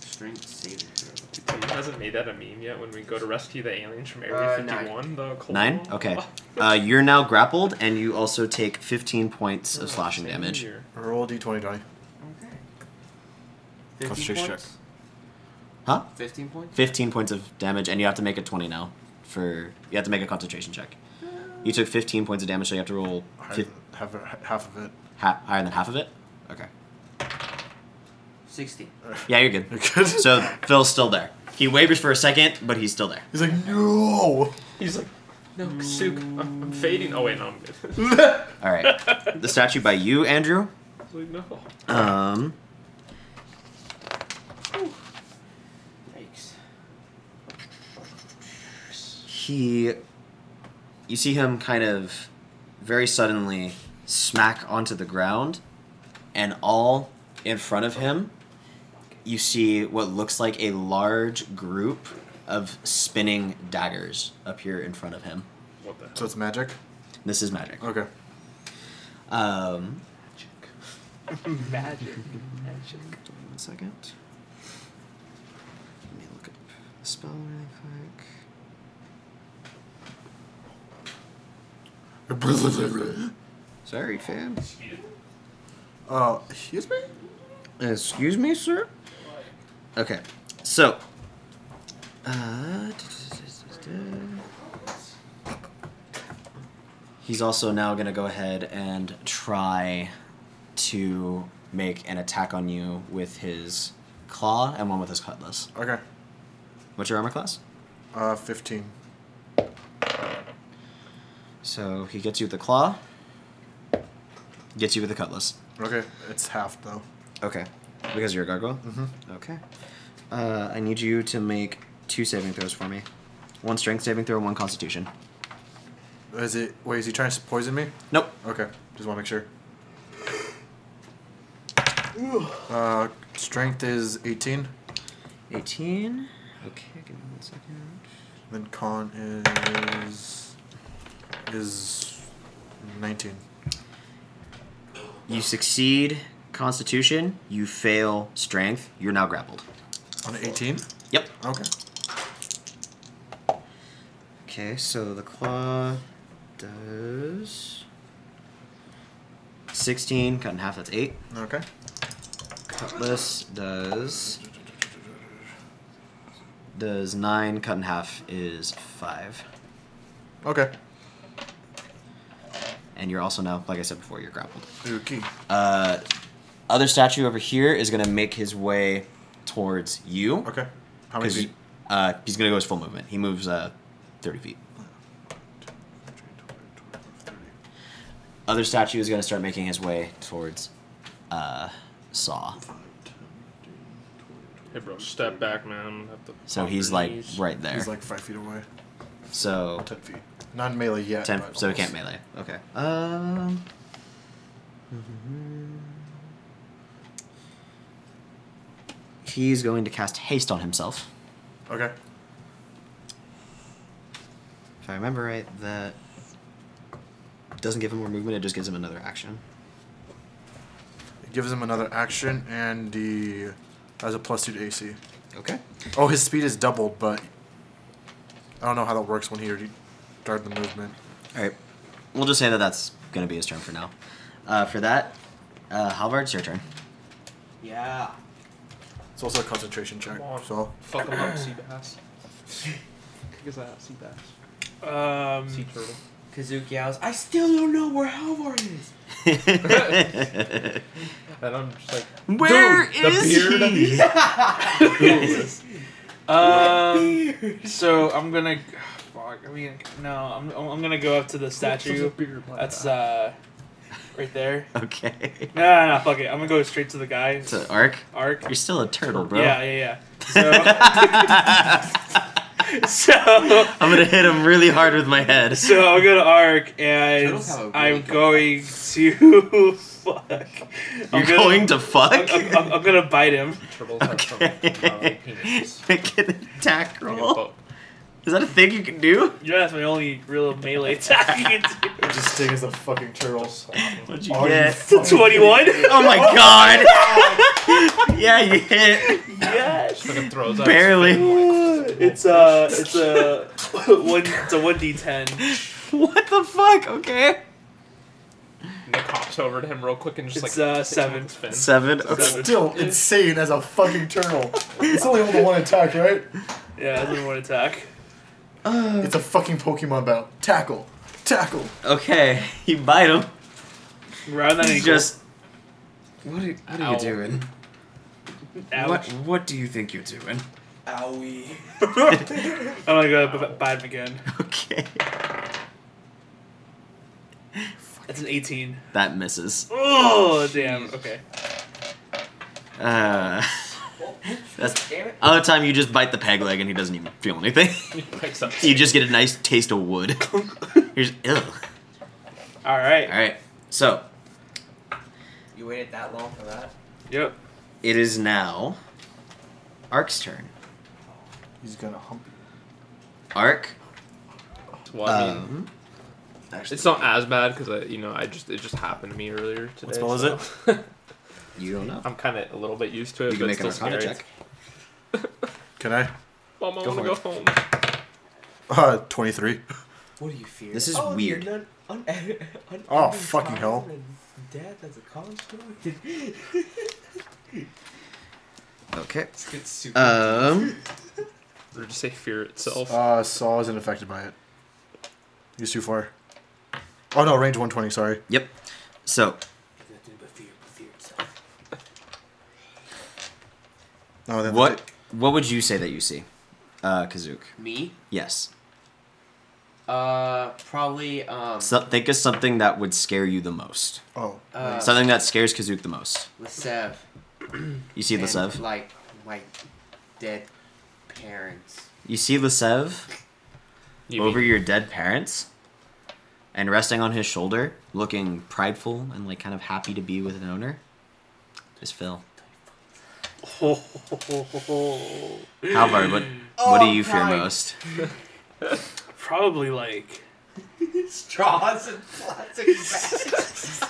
Speaker 5: Strength saving throw.
Speaker 2: He hasn't made that a meme yet when we go to rescue the aliens from Area
Speaker 5: Uh,
Speaker 2: 51. The cold
Speaker 1: Nine.
Speaker 2: war.
Speaker 1: Okay. Uh, you're now grappled, and you also take 15 points of slashing
Speaker 2: Oh, Same
Speaker 1: damage.
Speaker 2: here.
Speaker 3: Roll d20, Johnny.
Speaker 5: Okay.
Speaker 3: Concentration
Speaker 5: points?
Speaker 1: Huh?
Speaker 5: Fifteen points.
Speaker 1: 15 points of damage, and you have to make a 20 now. For you have to make a concentration check. You took 15 points of damage, so you have to roll
Speaker 3: Higher
Speaker 1: fif-
Speaker 3: than half, half of it.
Speaker 1: ha- higher than half of it. Okay.
Speaker 5: Sixty.
Speaker 1: Yeah, you're good.
Speaker 3: You're good.
Speaker 1: So Phil's still there. He wavers for a second, but he's still there.
Speaker 3: He's like, no!
Speaker 2: He's like, no, Kasuk, I'm, I'm fading. Oh, wait, no, I'm good.
Speaker 1: All right. the statue by you, Andrew.
Speaker 2: He's like, no.
Speaker 1: Um.
Speaker 5: Yikes.
Speaker 1: he you see him kind of very suddenly smack onto the ground and all in front of him you see what looks like a large group of spinning daggers up here in front of him
Speaker 2: What the hell?
Speaker 3: So it's magic?
Speaker 1: this is magic
Speaker 3: Okay.
Speaker 1: um
Speaker 4: Magic. Magic.
Speaker 1: one second let me look up the spell really quick sorry fam
Speaker 3: Uh, excuse me?
Speaker 1: Excuse me, sir? Okay. So. Uh, he's also now going to go ahead and try to make an attack on you with his claw and one with his cutlass.
Speaker 3: Okay.
Speaker 1: What's your armor class?
Speaker 3: Uh, 15.
Speaker 1: So he gets you with the claw, gets you with the cutlass.
Speaker 3: Okay. It's half, though.
Speaker 1: Okay. Because you're a gargoyle?
Speaker 3: Mhm.
Speaker 1: Okay. Uh, I need you to make two saving throws for me. One strength saving throw, one constitution.
Speaker 3: Is it. Wait, is he trying to poison me?
Speaker 1: Nope.
Speaker 3: Okay. Just want to make sure. Uh, strength is 18.
Speaker 1: 18. Okay, give me one second.
Speaker 3: Then con is. is. 19.
Speaker 1: You succeed constitution, you fail strength, you're now grappled.
Speaker 3: On an 18?
Speaker 1: Yep.
Speaker 3: Okay.
Speaker 1: Okay, so the claw does. 16, cut in half, that's 8.
Speaker 3: Okay.
Speaker 1: Cutlass does. Does 9, cut in half is 5.
Speaker 3: Okay.
Speaker 1: and you're also now, like I said before, you're grappled.
Speaker 3: Okay.
Speaker 1: Uh, other statue over here is gonna make his way towards you.
Speaker 3: Okay. How many
Speaker 1: 'Cause,
Speaker 3: feet?
Speaker 1: Uh, he's gonna go his full movement. He moves uh, thirty feet. Other statue is gonna start making his way towards uh, Saw.
Speaker 2: Hey, bro, step back, man. I'm gonna have to
Speaker 1: So
Speaker 2: pump
Speaker 1: he's
Speaker 2: your
Speaker 1: like
Speaker 2: knees.
Speaker 1: right there.
Speaker 3: He's like five feet away.
Speaker 1: so
Speaker 3: Ten feet. Not melee yet.
Speaker 1: ten.
Speaker 3: but
Speaker 1: So he can't
Speaker 3: almost.
Speaker 1: melee. Okay. Um. He's going to cast haste on himself.
Speaker 3: Okay.
Speaker 1: If I remember right, that doesn't give him more movement. It just gives him another action.
Speaker 3: It gives him another action, and he has a plus two to AC.
Speaker 1: Okay.
Speaker 3: Oh, his speed is doubled, but I don't know how that works when he already started the movement.
Speaker 1: All right. We'll just say that that's going to be his turn for now. Uh, for that, uh, Halvard, it's your turn.
Speaker 5: Yeah.
Speaker 3: It's also a concentration check.
Speaker 2: Come on.
Speaker 3: So
Speaker 2: Fuck him up, sea bass.
Speaker 6: Kick his ass, sea bass.
Speaker 4: Um,
Speaker 2: Sea turtle.
Speaker 5: Kazuki yells, I still don't know where Halvard is.
Speaker 2: And I'm just like,
Speaker 1: Where
Speaker 2: Dude, the
Speaker 1: is
Speaker 2: beard of
Speaker 1: he?
Speaker 4: um, so I'm gonna. Fuck. I mean, no. I'm, I'm I'm gonna go up to the statue. That's uh, right there.
Speaker 1: okay.
Speaker 4: No, no, no. Fuck it. I'm gonna go straight to the guy.
Speaker 1: So, Ark,
Speaker 4: Arc.
Speaker 1: you're still a turtle, bro.
Speaker 4: Yeah, yeah, yeah. So, so,
Speaker 1: I'm going to hit him really hard with my head.
Speaker 4: so I'll go to Arc and
Speaker 5: Turtles have a really
Speaker 4: I'm
Speaker 5: good-
Speaker 4: going to fuck.
Speaker 1: You're
Speaker 4: I'm gonna,
Speaker 1: going to fuck?
Speaker 4: I'm, I'm, I'm, I'm gonna bite him.
Speaker 2: turtles have
Speaker 1: okay.
Speaker 2: some uh, penises.
Speaker 1: Make an attack
Speaker 2: Like a
Speaker 1: roll.
Speaker 2: boat.
Speaker 1: Is that a thing you can do?
Speaker 4: Yeah, that's my only real melee attack. I can do.
Speaker 3: just sting as a fucking turtle.
Speaker 1: What'd you
Speaker 3: Are you
Speaker 1: get?
Speaker 3: fucking
Speaker 4: 21?
Speaker 1: Oh my god! yeah, you hit.
Speaker 4: yes.
Speaker 2: Fucking throws out his
Speaker 1: Barely.
Speaker 4: It's a it's a one it's a one d ten.
Speaker 1: What the fuck? Okay.
Speaker 2: Nick hops over to him real quick and just
Speaker 4: It's,
Speaker 2: like
Speaker 4: uh,
Speaker 2: takes
Speaker 4: seven.
Speaker 2: him with his fin.
Speaker 1: Seven. Okay.
Speaker 4: Seven.
Speaker 3: Still insane as a fucking turtle. It's only able to one attack, right?
Speaker 4: Yeah, that's one attack.
Speaker 3: It's a fucking Pokemon battle. Tackle, tackle.
Speaker 1: Okay. You bite him.
Speaker 4: Round that
Speaker 1: He's
Speaker 4: ankle.
Speaker 1: just. What are, what
Speaker 2: Ow.
Speaker 1: doing?
Speaker 4: Ouch.
Speaker 1: What do you think you're doing?
Speaker 5: Owie.
Speaker 4: I'm gonna go b- bite him again.
Speaker 1: Okay.
Speaker 4: That's an eighteen.
Speaker 1: That misses.
Speaker 4: Oh damn. Okay.
Speaker 1: Uh. That's Uh.
Speaker 5: Damn it.
Speaker 1: other time you just bite the peg leg and he doesn't even feel anything.
Speaker 2: He picks up.
Speaker 1: you just get a nice taste of wood. You're just, ill.
Speaker 4: All right.
Speaker 1: All right. So
Speaker 5: You waited that long for that?
Speaker 4: Yep.
Speaker 1: it is now Ark's turn.
Speaker 3: He's gonna hump.
Speaker 1: Ark.
Speaker 2: Well, I mean,
Speaker 1: um,
Speaker 2: it's not as bad because I, you know, I just it just happened to me earlier today.
Speaker 3: spell is
Speaker 2: it?
Speaker 1: you don't know.
Speaker 2: I'm kind of a little bit used to it.
Speaker 1: You
Speaker 2: but
Speaker 1: can make an
Speaker 2: it's still
Speaker 1: arcana
Speaker 2: scary.
Speaker 1: check.
Speaker 3: Can I?
Speaker 2: Mom, I
Speaker 1: Go
Speaker 2: want to
Speaker 1: for
Speaker 2: go
Speaker 1: it.
Speaker 2: home.
Speaker 3: Uh, twenty-three.
Speaker 5: What do you fear?
Speaker 1: This is
Speaker 5: oh,
Speaker 1: weird.
Speaker 5: you're non- un- un-
Speaker 3: Oh,
Speaker 5: un-
Speaker 3: fucking hell.
Speaker 5: Death as a construct.
Speaker 1: Okay.
Speaker 5: This gets super.
Speaker 1: Um.
Speaker 2: Or just say fear itself.
Speaker 3: Uh, Saw isn't affected by it. He's too far. Oh no, range one twenty. Sorry.
Speaker 1: Yep. So
Speaker 5: Nothing but fear, fear itself.
Speaker 3: No, then
Speaker 1: what what would you say that you see, uh, Kazook?
Speaker 5: Me?
Speaker 1: Yes.
Speaker 5: Uh, probably, um,
Speaker 1: So, think of something that would scare you the most.
Speaker 3: Oh,
Speaker 5: uh,
Speaker 1: something that scares Kazook the most.
Speaker 5: Lasev.
Speaker 1: You see
Speaker 5: and,
Speaker 1: Lasev.
Speaker 5: Like, my dead parents.
Speaker 1: You see Lasev
Speaker 2: You
Speaker 1: over
Speaker 2: mean-
Speaker 1: your dead parents, and resting on his shoulder, looking prideful and like kind of happy to be with an owner, is Phil. Halvard, what what do
Speaker 5: Oh,
Speaker 1: you fear
Speaker 5: God.
Speaker 1: most?
Speaker 4: Probably like.
Speaker 5: Straws and plastic bags.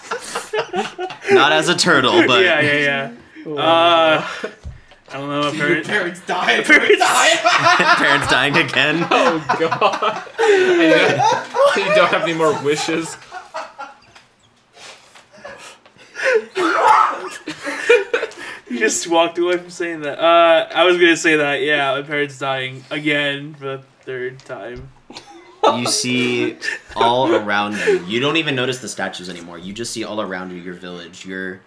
Speaker 1: Not as a turtle, but
Speaker 4: yeah, yeah, yeah. Uh, I don't know. My
Speaker 5: Your
Speaker 4: parents.
Speaker 5: parents died.
Speaker 4: Parents-
Speaker 1: parents dying again.
Speaker 2: Oh god. you, don't, you don't have any more wishes.
Speaker 4: You just walked away from saying that. Uh, I was gonna say that. Yeah, my parents dying again for the third time.
Speaker 1: you see all around you. You don't even notice the statues anymore. You just see all around you your village, your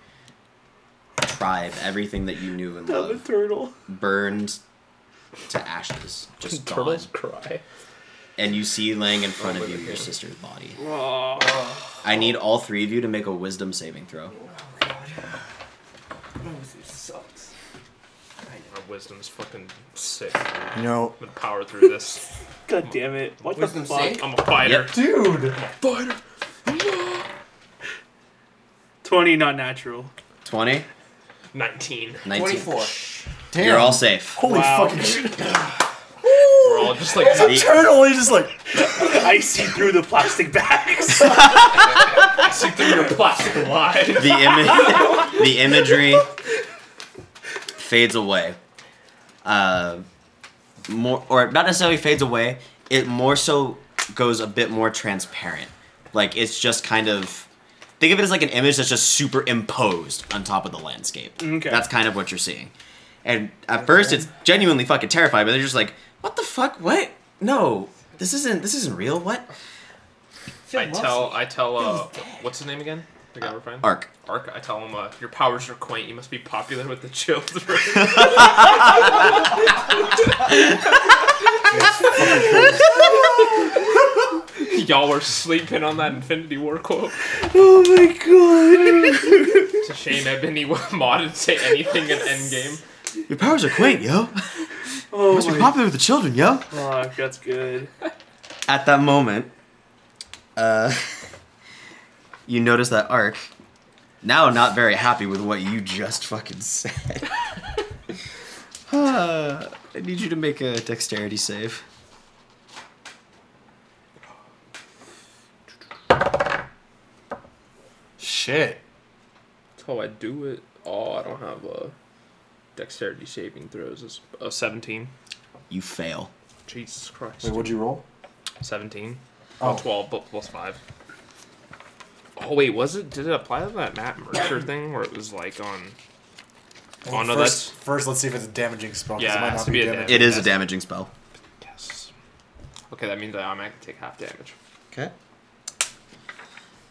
Speaker 1: tribe, everything that you knew and
Speaker 4: I'm a
Speaker 1: loved
Speaker 4: turtle.
Speaker 1: burned to ashes, just gone.
Speaker 2: Turtles cry.
Speaker 1: And you see laying in front of you your sister's body.
Speaker 4: Oh,
Speaker 1: I need all three of you to make a wisdom saving throw.
Speaker 5: it sucks.
Speaker 2: My wisdom's fucking sick. Dude. I'm
Speaker 3: You know,
Speaker 2: gonna power through this.
Speaker 4: God damn it. What
Speaker 5: Wisdom
Speaker 4: the fuck?
Speaker 5: save?
Speaker 2: I'm a fighter.
Speaker 3: dude.
Speaker 2: Fighter.
Speaker 4: 20 not natural.
Speaker 1: 20,
Speaker 2: 19.
Speaker 1: 19.
Speaker 5: 24.
Speaker 3: Damn.
Speaker 1: You're all safe.
Speaker 3: Holy
Speaker 4: Wow.
Speaker 3: fucking shit!
Speaker 2: We're all just like
Speaker 3: The turtle, he just like
Speaker 4: I see through the plastic bags.
Speaker 2: passing through your plastic line.
Speaker 1: The, ima- the imagery fades away. Uh, more, or not necessarily fades away, it more so goes a bit more transparent. Like, it's just kind of. Think of it as like an image that's just superimposed on top of the landscape.
Speaker 4: Okay.
Speaker 1: That's kind of what you're seeing. And at first, it's genuinely fucking terrified, but they're just like, "What the fuck? What? No, this isn't. This isn't real. What?"
Speaker 2: I tell, I tell, uh,
Speaker 5: He's dead.
Speaker 2: what's his name again? The guy we're fighting?
Speaker 1: Arc.
Speaker 2: Uh, Ark, I tell him, uh, your powers are quaint. You must be popular with the children. Y'all were sleeping on that Infinity War quote.
Speaker 4: oh my god.
Speaker 2: It's a shame Ebony modded say anything in Endgame.
Speaker 1: Your powers are quaint, yo.
Speaker 4: Oh
Speaker 1: Must
Speaker 4: my
Speaker 1: be popular with the children, yo.
Speaker 4: fuck, that's good.
Speaker 1: At that moment, uh, you notice that Arc, now not very happy with what you just fucking said. Uh, I need you to make a dexterity save.
Speaker 3: shit.
Speaker 2: That's how I do it. Oh, I don't have a dexterity saving throws. It's uh, a 17.
Speaker 1: You fail.
Speaker 2: Jesus Christ.
Speaker 3: Wait, what'd you roll?
Speaker 2: 17.
Speaker 3: Oh.
Speaker 2: Oh, 12, but plus 5. Oh, wait, was it? Did it apply to that Matt Mercer thing where it was like on.
Speaker 3: Well,
Speaker 2: Oh, no,
Speaker 3: first, first, let's see if it's a damaging spell. 'cause
Speaker 2: Yeah,
Speaker 3: it might
Speaker 2: it has
Speaker 3: not
Speaker 2: to
Speaker 3: be
Speaker 2: be a
Speaker 3: damaging.
Speaker 1: It is a damaging spell.
Speaker 2: Yes. Okay, that means I automatically take half damage.
Speaker 1: Okay.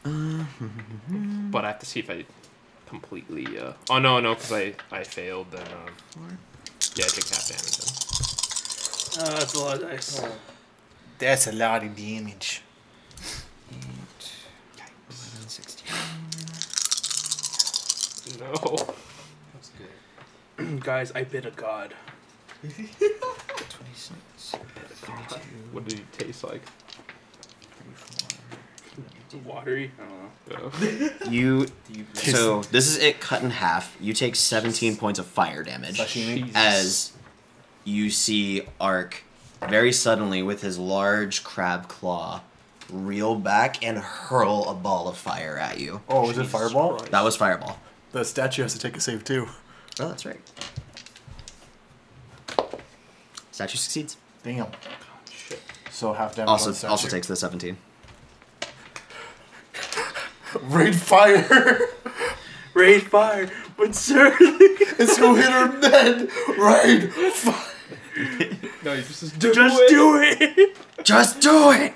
Speaker 3: Mm.
Speaker 2: But I have to see if I completely. Uh... Oh, no, no, because I, I failed. Then, um... Yeah, I take half damage then.
Speaker 4: Oh, that's a lot of dice.
Speaker 3: That's a lot of damage.
Speaker 1: 16.
Speaker 2: No.
Speaker 5: That's good.
Speaker 4: Guys, I bit a god.
Speaker 2: What did it taste like?
Speaker 4: Watery? I don't know.
Speaker 2: Uh,
Speaker 1: You
Speaker 5: Do you
Speaker 1: so this is it cut in half. You take 17 points of fire damage
Speaker 3: Sashimi.
Speaker 1: as you see Ark very suddenly with his large crab claw reel back and hurl a ball of fire at you.
Speaker 3: Oh, is it fireball?
Speaker 1: That was fireball.
Speaker 3: The statue has to take a save too.
Speaker 1: Oh, that's right. Statue succeeds.
Speaker 3: Damn.
Speaker 2: shit.
Speaker 3: So half damage. on the
Speaker 1: Also,
Speaker 3: statue.
Speaker 1: also takes the 17.
Speaker 3: Raid fire.
Speaker 4: Raid fire, but surely.
Speaker 3: it's gonna hit her dead. Raid fire.
Speaker 2: No, you just, just do
Speaker 4: Just
Speaker 2: it.
Speaker 4: do it!
Speaker 1: Just do it.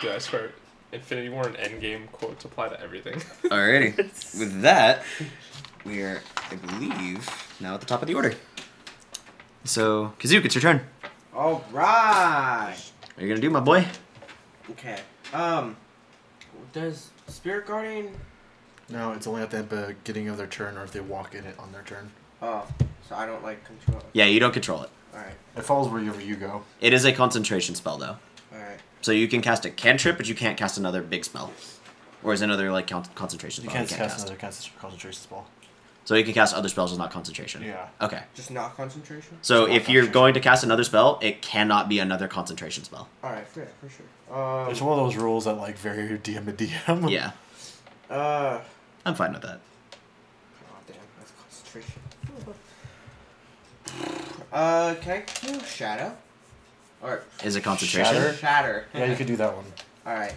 Speaker 2: Dude, I swear, Infinity War and Endgame quotes apply to everything.
Speaker 1: Alrighty. With that, we are, I believe, now at the top of the order. So, Kazook, it's your turn.
Speaker 5: All right.
Speaker 1: What are you gonna do, my boy?
Speaker 5: Okay. Um, does Spirit Guardian?
Speaker 3: No, it's only at the uh, beginning of their turn, or if they walk in it on their turn.
Speaker 5: Oh, so I don't like control.
Speaker 1: Yeah, you don't control it.
Speaker 5: All right.
Speaker 3: It follows wherever you go.
Speaker 1: It is a concentration spell, though.
Speaker 5: All right.
Speaker 1: So you can cast a cantrip, but you can't cast another big spell. Or is another, like, con- concentration
Speaker 3: You
Speaker 1: spell
Speaker 3: can't cast another concent- concentration spell.
Speaker 1: So you can cast other spells, just not concentration.
Speaker 3: Yeah.
Speaker 1: Okay.
Speaker 5: Just not concentration.
Speaker 1: So
Speaker 3: Just not
Speaker 1: if you're
Speaker 3: concentration.
Speaker 1: going to cast another spell, it cannot be another concentration spell.
Speaker 5: All right. For, for sure. Um.
Speaker 3: It's one of those rules that like vary DM to DM.
Speaker 1: Yeah,
Speaker 5: Uh. Oh
Speaker 1: I'm fine with that.
Speaker 5: damn. That's concentration. Uh, can I do shadow? Or
Speaker 1: Is it concentration?
Speaker 3: Shatter?
Speaker 5: shatter.
Speaker 3: Yeah, you could do that one.
Speaker 5: All right.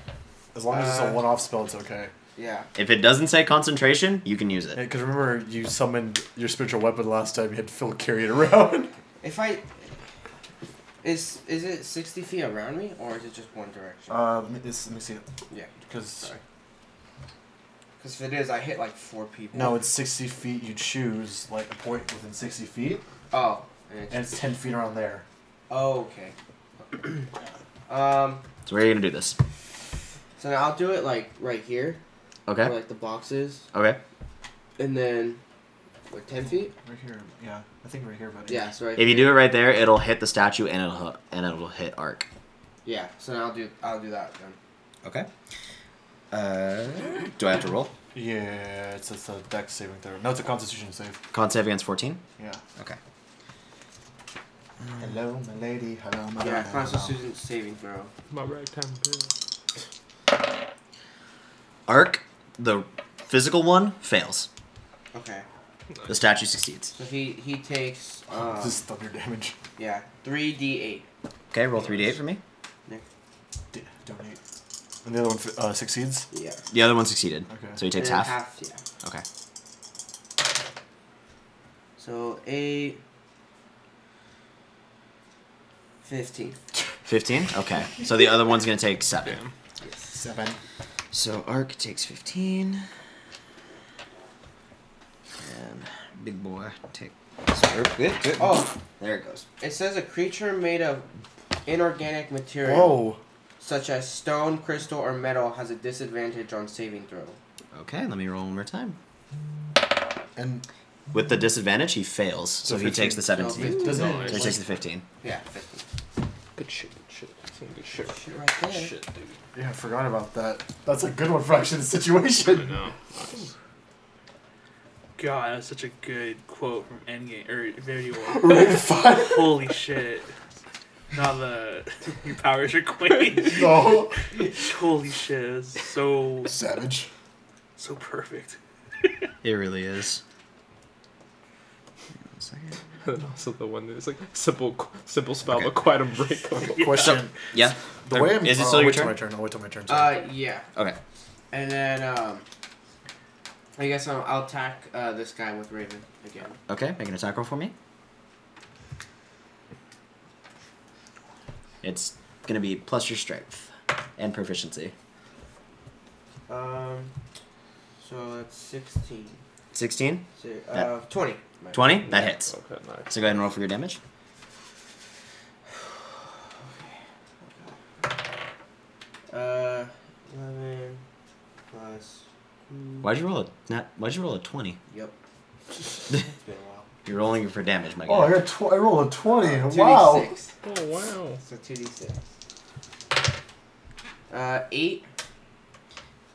Speaker 3: As long as it's
Speaker 5: Uh,
Speaker 3: a one-off spell, it's okay.
Speaker 5: Yeah.
Speaker 1: If it doesn't say concentration, you can use it.
Speaker 3: Because remember, you summoned your spiritual weapon last time. You had Phil carry it around.
Speaker 5: If I. Is is it sixty feet around me or is it just one direction?
Speaker 3: Uh, let me, this, let me see it.
Speaker 5: yeah.
Speaker 3: Because
Speaker 5: Sorry. Because if it is, I hit like four people.
Speaker 3: no, it's sixty feet. You choose like a point within sixty feet,
Speaker 5: Oh. And it's,
Speaker 3: and it's ten feet around there.
Speaker 5: Oh, okay. um.
Speaker 1: So where are you gonna do this?
Speaker 5: So now I'll do it like right here,
Speaker 1: Okay.
Speaker 5: where, like the boxes,
Speaker 1: Okay.
Speaker 5: and then what ten feet?
Speaker 3: Right here. Yeah. I think right here, buddy.
Speaker 5: Yeah. So right.
Speaker 1: If you do it right there, it'll hit the statue and it'll hu- and it'll hit arc.
Speaker 5: Yeah. So now I'll do I'll do that then.
Speaker 1: Okay. Uh, do I have to roll?
Speaker 3: Yeah, it's, it's a deck saving throw. No, it's a constitution save.
Speaker 1: Con save against fourteen.
Speaker 3: Yeah.
Speaker 1: Okay.
Speaker 3: Hello, my lady. Hello, my
Speaker 5: Yeah.
Speaker 3: lady.
Speaker 5: Constitution saving throw.
Speaker 2: My ragtime girl.
Speaker 1: Arc, the physical one fails.
Speaker 5: Okay.
Speaker 1: The statue succeeds.
Speaker 5: So he he takes
Speaker 3: Hello.
Speaker 5: um,
Speaker 3: Ah. This is thunder damage.
Speaker 5: yeah three d eight.
Speaker 1: Okay, roll three d eight for me.
Speaker 3: D- donate. And the other one f- uh, succeeds.
Speaker 5: Yeah.
Speaker 1: The other one succeeded,
Speaker 3: Okay.
Speaker 1: so he takes
Speaker 5: And then
Speaker 1: half.
Speaker 5: Half. Yeah.
Speaker 1: Okay.
Speaker 5: So eight. Fifteen.
Speaker 1: Fifteen. Okay. So the other one's gonna take seven.
Speaker 2: Damn.
Speaker 3: Seven.
Speaker 1: So Arc takes 15. And Big Boy takes. Good, good.
Speaker 5: Oh,
Speaker 1: there it goes.
Speaker 5: it says a creature made of inorganic material.
Speaker 3: Whoa.
Speaker 5: such as stone, crystal, or metal, has a disadvantage on saving throw.
Speaker 1: Okay, let me roll one more time.
Speaker 3: And
Speaker 1: With the disadvantage, he fails, so,
Speaker 3: So
Speaker 1: he takes
Speaker 3: 15.
Speaker 1: the 17.
Speaker 5: No,
Speaker 3: does it?
Speaker 1: So he takes the 15.
Speaker 5: Yeah, 15.
Speaker 2: Good shit, good shit. Some good shit.
Speaker 5: Shit right there.
Speaker 2: Shit, dude.
Speaker 3: Yeah, I forgot about that. That's a good one for actually the situation.
Speaker 2: know.
Speaker 4: God, that's such a good quote from Endgame or Infinity War.
Speaker 3: Rate five.
Speaker 4: Holy shit! Now the your powers are quaking.
Speaker 3: No.
Speaker 4: Holy shit! It's so
Speaker 3: Savage.
Speaker 4: so perfect.
Speaker 1: It really is. One second.
Speaker 2: And then also the one that's like simple, simple spell, but quite a break.
Speaker 3: Question.
Speaker 1: Yeah.
Speaker 3: The way I'm,
Speaker 1: is it
Speaker 3: oh,
Speaker 1: still your
Speaker 3: wait till
Speaker 1: turn?
Speaker 3: My turn. I'll wait till my turn. sorry.
Speaker 5: Uh, yeah.
Speaker 1: Okay.
Speaker 5: And then, um, I guess I'll, I'll attack uh, this guy with Raven again.
Speaker 1: Okay, make an attack roll for me. It's gonna be plus your strength and proficiency.
Speaker 5: Um, so that's 16.
Speaker 1: 16?
Speaker 5: So, uh,
Speaker 1: That-
Speaker 5: 20.
Speaker 1: 20? That hits.
Speaker 2: Okay, nice.
Speaker 1: So go ahead and roll for your damage.
Speaker 5: Uh, 11 plus.
Speaker 1: Why'd you roll a not, Why'd you roll a twenty?
Speaker 5: Yep. it's been a
Speaker 1: You're rolling for damage, my
Speaker 3: oh, I,
Speaker 1: guy.
Speaker 3: got tw- I rolled a
Speaker 1: Oh,
Speaker 3: 20.
Speaker 5: while.
Speaker 3: wow.
Speaker 5: 2d6.
Speaker 2: Oh wow.
Speaker 5: So two d six. Uh, eight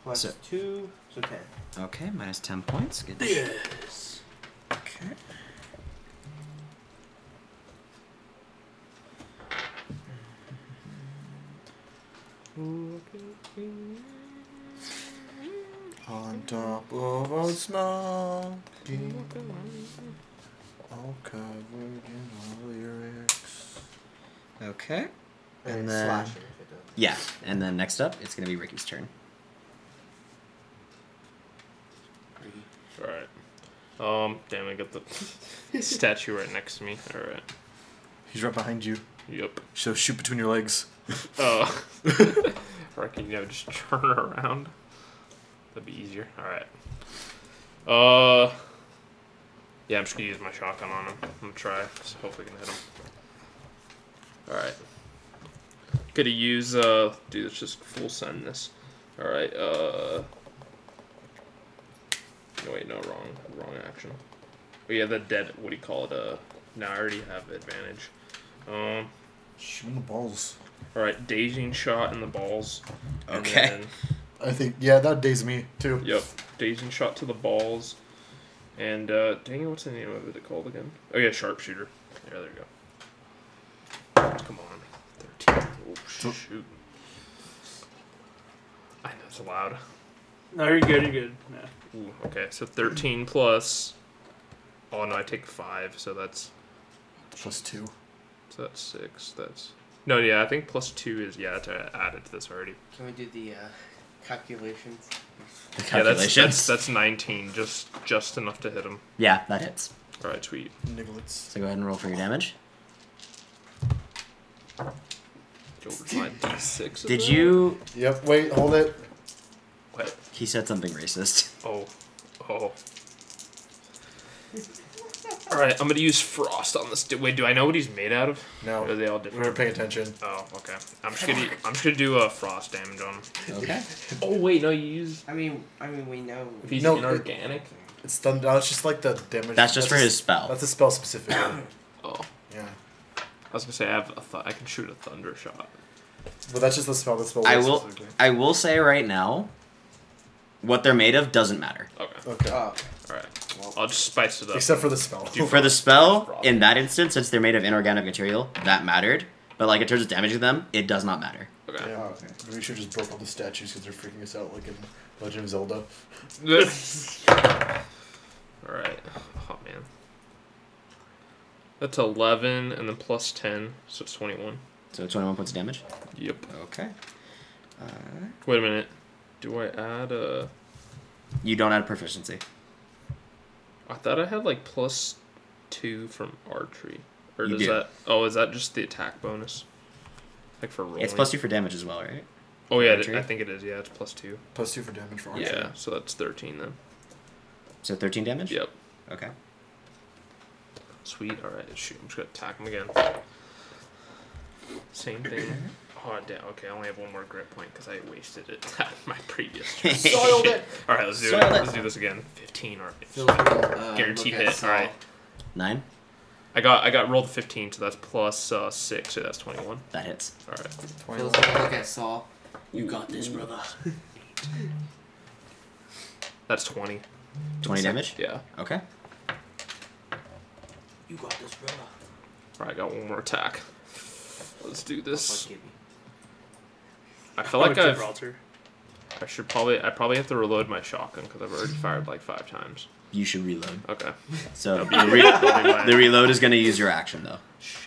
Speaker 5: plus
Speaker 1: So-
Speaker 5: two, so ten.
Speaker 1: Okay, minus ten points. Good.
Speaker 4: Yes.
Speaker 1: Okay.
Speaker 3: On top of a small hill, all covered in all lyrics.
Speaker 1: Okay. And
Speaker 5: it's
Speaker 1: then-
Speaker 5: slashing if it does.
Speaker 1: Yeah, and then next up, it's gonna be Ricky's turn.
Speaker 2: All right. Um, damn, I got the statue right next to me. All right.
Speaker 3: He's right behind you.
Speaker 2: Yep.
Speaker 3: So shoot between your legs.
Speaker 2: Oh. I reckon you know, just turn it around. That'd be easier. All right. Uh. Yeah, I'm just gonna use my shotgun on him. I'm gonna try. So hopefully, I can hit him. All right. Gonna use uh. Dude, let's just full send this. All right. Uh. No wait, no wrong, wrong action. Oh yeah, the dead. What do you call it? Uh. Now I already have advantage. Um.
Speaker 3: Shoot in the balls.
Speaker 2: All right, dazing shot in the balls. and
Speaker 1: Okay.
Speaker 3: I think, yeah, that dazed me too.
Speaker 2: then- yep, dazing shot to the balls. And uh, dang it, what's the name of it called again? Oh yeah, sharpshooter. Yeah, there you go. Come on, thirteen. Oh shoot. I know it's loud.
Speaker 4: No, you're good. You're good. No.
Speaker 2: Ooh, okay, so thirteen plus. Oh no, I take five, so that's
Speaker 3: Plus two.
Speaker 2: so that's six. That's no, yeah, I think plus two is yeah. To add it to this already.
Speaker 5: Can we do the uh, calculations?
Speaker 1: The
Speaker 2: Yeah, that's,
Speaker 1: calculations.
Speaker 2: that's that's nineteen, just just enough to hit him.
Speaker 1: Yeah, that hits.
Speaker 2: All right, sweet.
Speaker 3: Nigglets.
Speaker 1: So go ahead and roll for your damage.
Speaker 2: George, my D6
Speaker 1: Did you?
Speaker 3: Yep, wait, hold it.
Speaker 2: What?
Speaker 1: He said something racist.
Speaker 2: Oh. Oh. All right, I'm gonna use frost on this. dude. Wait, do I know what he's made out of?
Speaker 3: No.
Speaker 2: Or Are they all
Speaker 3: We
Speaker 2: different?
Speaker 3: were paying attention.
Speaker 2: Oh, okay. I'm just gonna I'm just gonna do a frost damage on him.
Speaker 1: Okay.
Speaker 2: Oh wait, no, you use
Speaker 5: I mean, I mean, we know.
Speaker 2: if he's
Speaker 3: No, it-
Speaker 2: inorganic.
Speaker 3: It's thunder. No, it's just like the damage.
Speaker 1: That's just for his spell.
Speaker 3: That's a spell specific. yeah.
Speaker 2: Oh, I was gonna say I have a th- I can shoot a thunder shot.
Speaker 3: But that's just the spell. The spell.
Speaker 1: I
Speaker 3: works
Speaker 1: will.
Speaker 3: specifically.
Speaker 1: I will say right now, what they're made of doesn't matter.
Speaker 2: Okay,
Speaker 3: Okay.
Speaker 5: Oh,
Speaker 2: all right. I'll just spice it up.
Speaker 3: Except for the spell.
Speaker 2: Do
Speaker 1: For the spell, in that instance, since they're made of inorganic material, that mattered. But like in terms of damage to them, it does not matter.
Speaker 2: okay.
Speaker 3: Yeah.
Speaker 5: oh, okay.
Speaker 3: We should just broke all the statues because they're freaking us out, like in Legend of Zelda.
Speaker 2: all right. Oh man. That's eleven and then plus ten, so it's twenty-one.
Speaker 1: So twenty-one points of damage.
Speaker 2: Yep.
Speaker 1: Okay. Uh,
Speaker 2: Wait a minute. Do I add a?
Speaker 1: you don't add proficiency.
Speaker 2: I thought I had like plus two from archery. Or
Speaker 1: You
Speaker 2: does
Speaker 1: do.
Speaker 2: that? Oh, is that just the attack bonus? Like for rolling.
Speaker 1: It's plus two for damage as well, right?
Speaker 2: Oh yeah,
Speaker 1: archery.
Speaker 2: I think it is. Yeah, it's plus two.
Speaker 3: Plus two for damage for archery.
Speaker 2: Yeah, so that's thirteen then.
Speaker 1: So thirteen damage.
Speaker 2: Yep.
Speaker 1: Okay.
Speaker 2: Sweet. All right. Shoot, I'm just gonna attack him again. Same thing. Oh damn. Okay, I only have one more grip point because I wasted it at my previous. turn.
Speaker 1: Soiled
Speaker 2: Shit. All right, let's do
Speaker 1: Soiled
Speaker 2: it.
Speaker 1: it.
Speaker 2: Let's do this again. Fifteen. All
Speaker 5: Feel
Speaker 2: right.
Speaker 5: free to, uh,
Speaker 2: Guaranteed
Speaker 5: look at
Speaker 2: hit. All right.
Speaker 1: Nine.
Speaker 2: I got I got rolled fifteen, so that's plus uh, six, so that's twenty one.
Speaker 1: That hits.
Speaker 2: All right.
Speaker 5: Saul.
Speaker 3: 21.
Speaker 5: Feel free to look at Saul.
Speaker 2: You got this, brother. That's 20.
Speaker 1: Twenty damage.
Speaker 2: Yeah.
Speaker 1: Okay.
Speaker 5: You got this, brother.
Speaker 2: Alright, I got one more attack. Let's do this.
Speaker 5: Fuck you.
Speaker 2: I feel like I've,
Speaker 4: Gibraltar.
Speaker 2: I should probably I probably have to reload my shotgun because I've already fired like five times.
Speaker 1: You should reload.
Speaker 2: Okay.
Speaker 1: So
Speaker 2: That'll be-
Speaker 1: the, re-
Speaker 2: that'll be my-
Speaker 1: the reload is going to use your action though.
Speaker 2: Shit.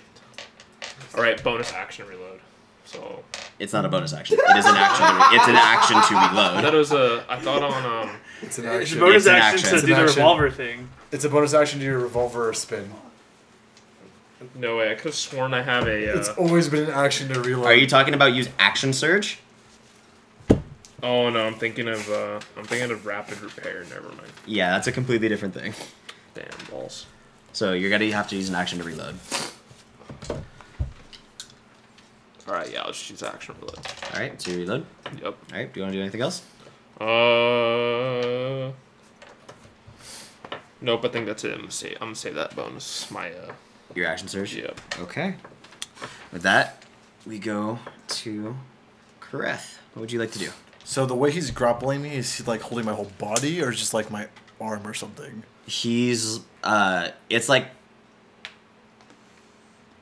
Speaker 2: Alright, bonus action reload. So
Speaker 1: It's not a bonus action. It is an action. To re- it's an action to
Speaker 2: I
Speaker 1: reload.
Speaker 2: thought it was a I thought on um
Speaker 3: It's
Speaker 4: It's
Speaker 3: an
Speaker 4: a
Speaker 3: action.
Speaker 4: bonus
Speaker 1: It's an
Speaker 4: action,
Speaker 1: action.
Speaker 4: to
Speaker 3: It's
Speaker 4: do
Speaker 3: an
Speaker 4: the
Speaker 3: action.
Speaker 4: revolver thing.
Speaker 3: It's a bonus action to your revolver or spin.
Speaker 2: no way, I could have sworn I have a
Speaker 3: It's
Speaker 2: uh,
Speaker 3: always been an action to reload.
Speaker 1: Are you talking about use action surge?
Speaker 2: Oh no, I'm thinking of uh I'm thinking of rapid repair, never mind.
Speaker 1: Yeah, that's a completely different thing.
Speaker 2: Damn balls.
Speaker 1: So you're gonna have to use an action to reload.
Speaker 2: Alright, yeah, I'll just use action reload.
Speaker 1: All right, so you reload.
Speaker 2: Yep.
Speaker 1: All right, do you want to do anything else?
Speaker 2: Uh, nope. I think that's it. I'm gonna say I'm gonna say that bonus. My uh,
Speaker 1: Your action surge.
Speaker 2: yep.
Speaker 1: Okay. With that, we go to Kareth. What would you like to do?
Speaker 3: So the way he's grappling me, is he like holding my whole body or just like my arm or something?
Speaker 1: He's uh, it's like,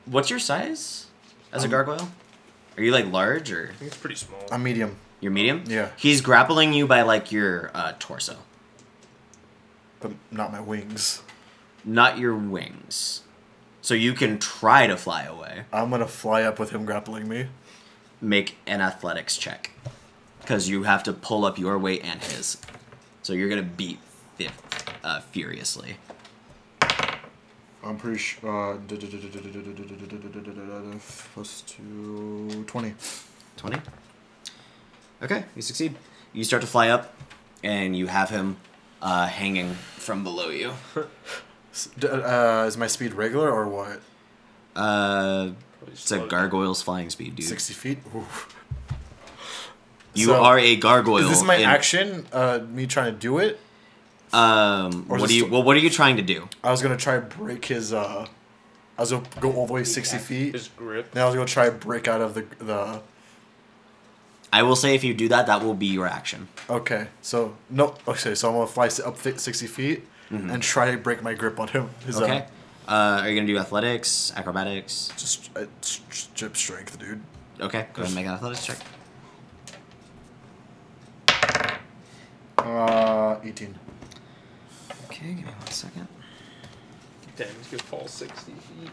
Speaker 1: what's your size as a gargoyle? Are you like large or
Speaker 2: I think it's pretty small.
Speaker 3: I'm medium.
Speaker 1: you're medium?
Speaker 3: Yeah.
Speaker 1: He's grappling you by like your uh, torso,
Speaker 3: But not my wings.
Speaker 1: not your wings. So you can try to fly away.
Speaker 3: I'm gonna fly up with him grappling me.
Speaker 1: make an athletics check because you have to pull up your weight and his. So you're gonna beat fifth uh, furiously.
Speaker 3: I'm pretty sure. Uh, du- du- du- du- du- du- du- du- du- du- du- du- du- du- du- du- plus two, 20.
Speaker 1: Twenty. Okay, you succeed. You start to fly up, and you have him uh, hanging from below you.
Speaker 3: S- d- Uh, is my speed regular or what?
Speaker 1: Uh,
Speaker 2: Probably
Speaker 1: it's a
Speaker 2: slow.
Speaker 1: gargoyle's flying speed, dude.
Speaker 3: 60 feet? Ooh.
Speaker 1: You
Speaker 3: So-
Speaker 1: are a gargoyle.
Speaker 3: Is this my
Speaker 1: in-
Speaker 3: action? Uh, me trying to do it?
Speaker 1: Um,
Speaker 3: Or
Speaker 1: what
Speaker 3: is
Speaker 1: do
Speaker 3: this-
Speaker 1: you? Well, what are you trying to do?
Speaker 3: I was gonna try to break his. Uh, I was gonna go all the way 60 feet.
Speaker 2: His grip.
Speaker 3: Then I was gonna try to break out of the the.
Speaker 1: I will say if you do that, that will be your action.
Speaker 3: Okay, so no. Okay, so I'm gonna fly s- up fi- 60 feet and try to break my grip on him. His, uh,
Speaker 1: Mm-hmm. Okay. Uh, are you gonna do athletics, acrobatics?
Speaker 3: just uh, s- s- strength, dude.
Speaker 1: Okay, go ahead and make an athletics check.
Speaker 3: Uh, 18.
Speaker 1: Okay, give me one second.
Speaker 2: Damn, he's gonna fall sixty feet.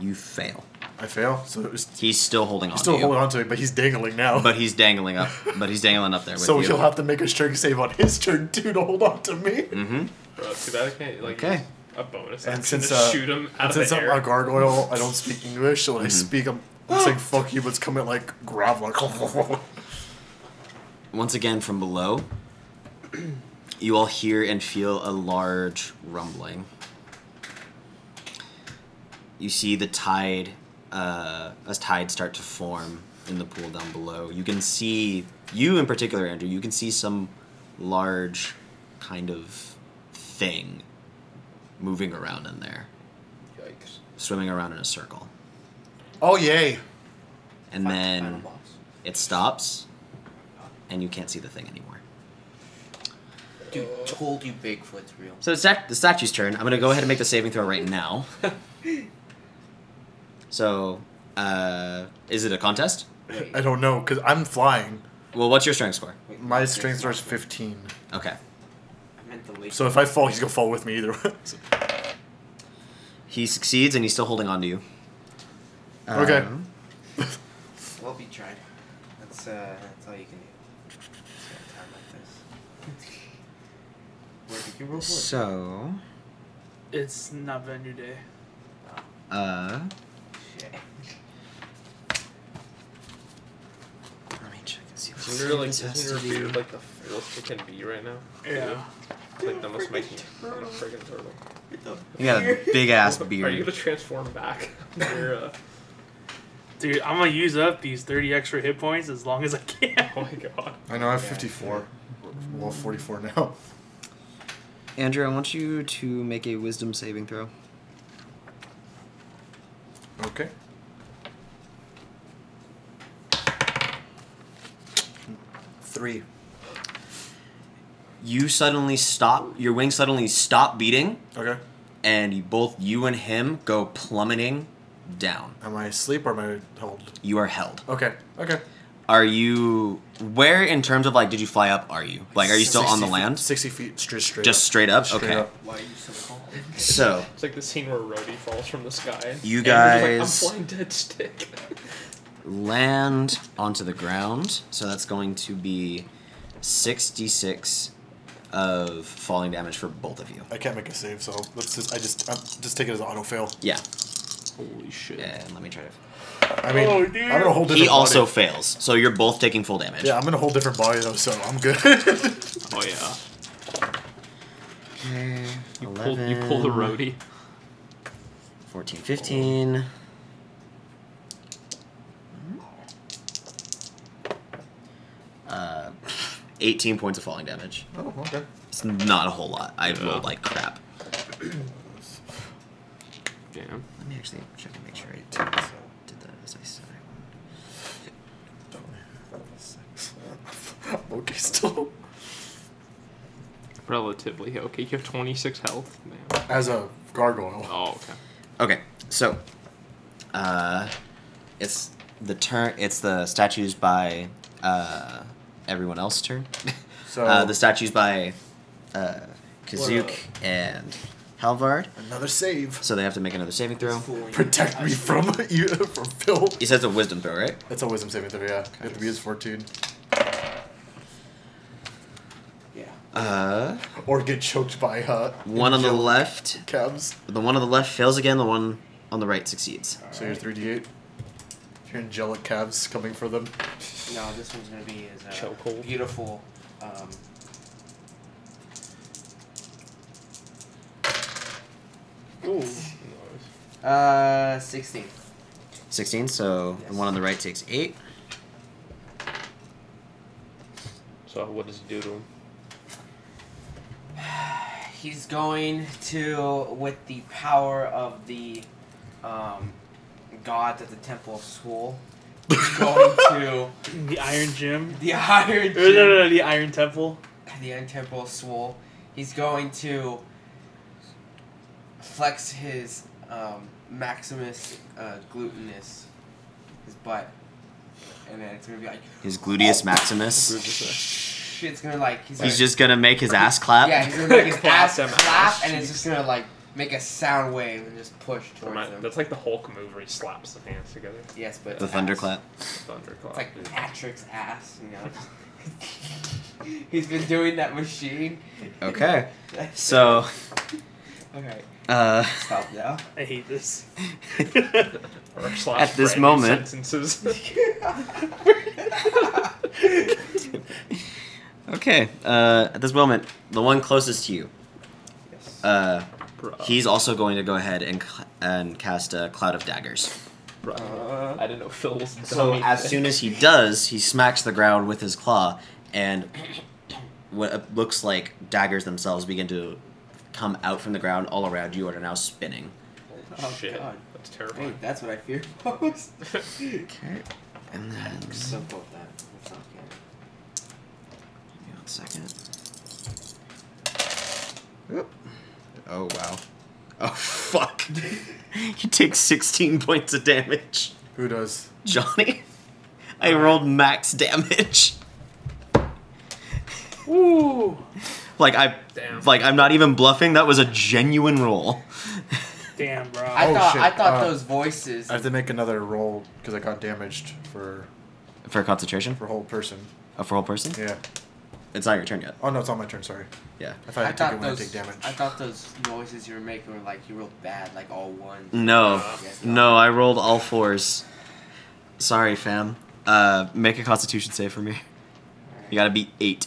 Speaker 1: You fail.
Speaker 3: I fail. So it's he's
Speaker 1: He's still holding on
Speaker 3: still
Speaker 1: to you.
Speaker 3: holding on to me, but he's dangling now.
Speaker 1: Oh, But he's dangling up. But he's dangling up there with
Speaker 3: so
Speaker 1: you.
Speaker 3: he'll have to make a strength save on his turn too to hold on to me.
Speaker 1: Mm-hmm.
Speaker 2: Bro, too bad I can't like
Speaker 1: Okay.
Speaker 2: use a bonus.
Speaker 3: And
Speaker 2: action
Speaker 3: since,
Speaker 2: to
Speaker 3: uh,
Speaker 2: shoot him
Speaker 3: And
Speaker 2: out of
Speaker 3: since
Speaker 2: the
Speaker 3: I'm
Speaker 2: air.
Speaker 3: a gargoyle, I don't speak English, so when I
Speaker 1: Mm-hmm.
Speaker 3: speak, I'm, I'm saying fuck you, but it's coming like gravel. Like,
Speaker 1: Once again from below, you all hear and feel a large rumbling. you see the tide, uh, a tide start to form in the pool down below. You can see, you in particular, Andrew, you can see some large kind of thing moving around in there,
Speaker 7: Yikes.
Speaker 1: swimming around in a circle.
Speaker 3: Oh yay!
Speaker 1: And
Speaker 5: Fuck, final
Speaker 1: then
Speaker 5: boss.
Speaker 1: it stops, and you can't see the thing anymore.
Speaker 5: Dude, told you Bigfoot's real.
Speaker 1: So it's stat- the statue's turn. I'm gonna go ahead and make the saving throw right now. so, uh, is it a contest?
Speaker 5: Wait,
Speaker 3: I don't know because I'm flying.
Speaker 1: Well, what's your strength score?
Speaker 5: wait,
Speaker 3: My
Speaker 5: that's
Speaker 3: strength
Speaker 5: not-
Speaker 3: starts fifteen,
Speaker 1: Okay.
Speaker 5: I meant the weight.
Speaker 3: so if I fall, he's gonna fall with me either way. So-
Speaker 1: He succeeds, and he's still holding on to you.
Speaker 3: Okay.
Speaker 1: Um,
Speaker 5: Well, be tried. That's uh, that's all you can do. It's got time like this. Where did you roll for?
Speaker 1: so,
Speaker 4: It's not venue day.
Speaker 1: uh,
Speaker 5: Shit.
Speaker 1: let me check and see. what
Speaker 2: Isn't there like
Speaker 1: this has
Speaker 2: isn't
Speaker 1: to
Speaker 2: your beard
Speaker 1: do.
Speaker 2: like the fullest it can be right now?
Speaker 4: Yeah.
Speaker 2: It's like the most making I'm a freaking turtle.
Speaker 1: You got a big ass
Speaker 2: Are you
Speaker 1: beard.
Speaker 2: gonna transform back? You're, uh,
Speaker 4: Dude, I'm gonna use up these 30 extra hit points as long as I can.
Speaker 2: oh my god.
Speaker 3: I know I have
Speaker 5: Yeah.
Speaker 3: fifty four. Well, forty four now.
Speaker 1: Andrew, I want you to make a wisdom saving throw.
Speaker 3: Okay. Three.
Speaker 1: You suddenly stop. Your wings suddenly stop beating,
Speaker 3: Okay.
Speaker 1: and you, both you and him go plummeting down.
Speaker 3: Am I asleep or am I held?
Speaker 1: You are held.
Speaker 3: Okay. Okay.
Speaker 1: Are you where in terms of like did you fly up? Are you like are you still on
Speaker 3: 60
Speaker 1: the
Speaker 3: feet-
Speaker 1: land?
Speaker 3: Sixty feet straight. straight
Speaker 1: Just
Speaker 3: up.
Speaker 1: straight up.
Speaker 3: Straight
Speaker 1: okay.
Speaker 3: up.
Speaker 5: Why are you so cold?
Speaker 1: So
Speaker 2: It's like the scene where Rhodey falls from the sky. and
Speaker 1: You guys-
Speaker 2: Andrew's Like, I'm flying dead stick.
Speaker 1: land onto the ground. So that's going to be sixty-six of falling damage for both of you.
Speaker 3: I can't make a save, so let's just. I just. I'm, just take it as auto fail.
Speaker 1: Yeah.
Speaker 6: Holy shit.
Speaker 1: And let me try to.
Speaker 3: I mean,
Speaker 4: Oh,
Speaker 3: I'm
Speaker 4: dude.
Speaker 3: gonna hold.
Speaker 1: He
Speaker 3: different
Speaker 1: also
Speaker 3: Body.
Speaker 1: fails. So you're both taking full damage.
Speaker 3: Yeah, I'm gonna hold different body though, so I'm good.
Speaker 2: Oh yeah.
Speaker 1: Okay.
Speaker 2: You pull you pull the
Speaker 1: 11.
Speaker 2: Rhodey.
Speaker 1: 14, 15. Uh, 18 points of falling damage.
Speaker 3: oh, okay.
Speaker 1: It's not a whole lot. I
Speaker 2: Yeah.
Speaker 1: rolled like crap.
Speaker 2: Damn.
Speaker 1: Let me actually check and make sure I did, did that as I said I
Speaker 3: okay, still.
Speaker 2: Relatively okay. You have 26 health. Man.
Speaker 3: As a gargoyle.
Speaker 2: Oh okay.
Speaker 1: would. Okay, so uh, it's the turn. It's the statues by uh, everyone else turn.
Speaker 3: So
Speaker 1: Uh, the statues by uh, Kazook and Halvard.
Speaker 3: another save.
Speaker 1: So they have to make another saving throw.
Speaker 5: Fooling
Speaker 3: Protect me from you from Phil.
Speaker 1: He says a wisdom throw, right?
Speaker 3: That's a wisdom saving throw. Yeah, you have to be his fourteen,
Speaker 5: Yeah.
Speaker 1: Uh,
Speaker 3: or get choked by uh.
Speaker 1: one on the
Speaker 3: angel
Speaker 1: left.
Speaker 3: Cabs.
Speaker 1: The one on the left fails again. The one on the right succeeds.
Speaker 3: So you're three d eight. Your angelic calves coming for them.
Speaker 5: No, this one's gonna be his uh,
Speaker 2: Chokehold.
Speaker 5: beautiful. Um,
Speaker 2: Ooh.
Speaker 5: uh, sixteen.
Speaker 1: 16, so the one on the right takes 8.
Speaker 2: So what does it do to him?
Speaker 5: He's going to, with the power of the um, god at the Temple of Swole, he's going to
Speaker 4: the Iron Gym.
Speaker 5: the Iron
Speaker 4: No, no, no,
Speaker 5: Gym,
Speaker 4: no, the Iron Temple.
Speaker 5: the Iron Temple of Swole. He's going to flex his um, Maximus uh, glutinous, his butt, and then it's gonna be like
Speaker 1: His gluteus maximus.
Speaker 5: shit's gonna like he's,
Speaker 1: He's
Speaker 5: gonna-
Speaker 1: just gonna make his ass clap.
Speaker 5: yeah he's gonna make his
Speaker 2: Clap
Speaker 5: ass
Speaker 2: him out.
Speaker 5: clap, and it's just gonna like make a sound wave and just push towards
Speaker 2: Remind-
Speaker 5: him.
Speaker 2: That's like the Hulk move where he slaps his hands together.
Speaker 5: Yes, but
Speaker 1: The
Speaker 5: ass.
Speaker 1: thunderclap.
Speaker 2: Thunderclap.
Speaker 5: It's like
Speaker 2: dude.
Speaker 5: Patrick's ass, you know. He's been doing that machine.
Speaker 1: Okay. So,
Speaker 5: Okay,
Speaker 1: uh,
Speaker 5: stop now.
Speaker 4: I hate this.
Speaker 2: Or slash
Speaker 1: At this
Speaker 2: frame
Speaker 1: moment-
Speaker 2: sentences.
Speaker 5: Oh,
Speaker 1: okay. Uh, at this moment, the one closest to you,
Speaker 5: Yes.
Speaker 1: uh,
Speaker 2: Bruh.
Speaker 1: he's also going to go ahead and cl- and cast a cloud of daggers.
Speaker 2: Right.
Speaker 6: Uh,
Speaker 2: I didn't know Phil was a
Speaker 1: So
Speaker 2: dummy.
Speaker 1: as soon as he does, he smacks the ground with his claw, and what it looks like daggers themselves begin to come out from the ground all around you and are now spinning.
Speaker 5: Oh,
Speaker 2: Shit.
Speaker 5: God.
Speaker 2: That's
Speaker 5: Hey,
Speaker 2: terrifying.
Speaker 5: that's what I fear most.
Speaker 1: Okay. And then
Speaker 5: so cool that. That's not good.
Speaker 1: Hang on a second. Oop. Oh wow. Oh fuck. you take 16 points of damage.
Speaker 3: Who does?
Speaker 1: Johnny. I rolled max damage.
Speaker 4: Ooh.
Speaker 1: Like I
Speaker 2: Damn.
Speaker 1: like I'm not even bluffing. That was a genuine roll.
Speaker 4: Damn, bro.
Speaker 5: I
Speaker 3: Oh,
Speaker 5: thought
Speaker 3: shit.
Speaker 5: I thought
Speaker 3: Uh,
Speaker 5: those voices.
Speaker 3: I have to make another roll because I got damaged for
Speaker 1: For concentration?
Speaker 3: for whole person.
Speaker 1: Uh, For a whole person?
Speaker 3: Yeah.
Speaker 1: It's not your turn yet.
Speaker 3: Oh no, it's on my turn. Sorry.
Speaker 1: Yeah.
Speaker 3: I thought I,
Speaker 5: I
Speaker 3: had to take
Speaker 5: thought
Speaker 3: it when
Speaker 5: those.
Speaker 3: I take damage.
Speaker 5: I thought those noises you were making were like you rolled bad, like all ones.
Speaker 1: No.
Speaker 5: I guess not.
Speaker 1: No, I rolled all fours. Sorry, fam. Uh make a constitution save for me. You gotta beat eight.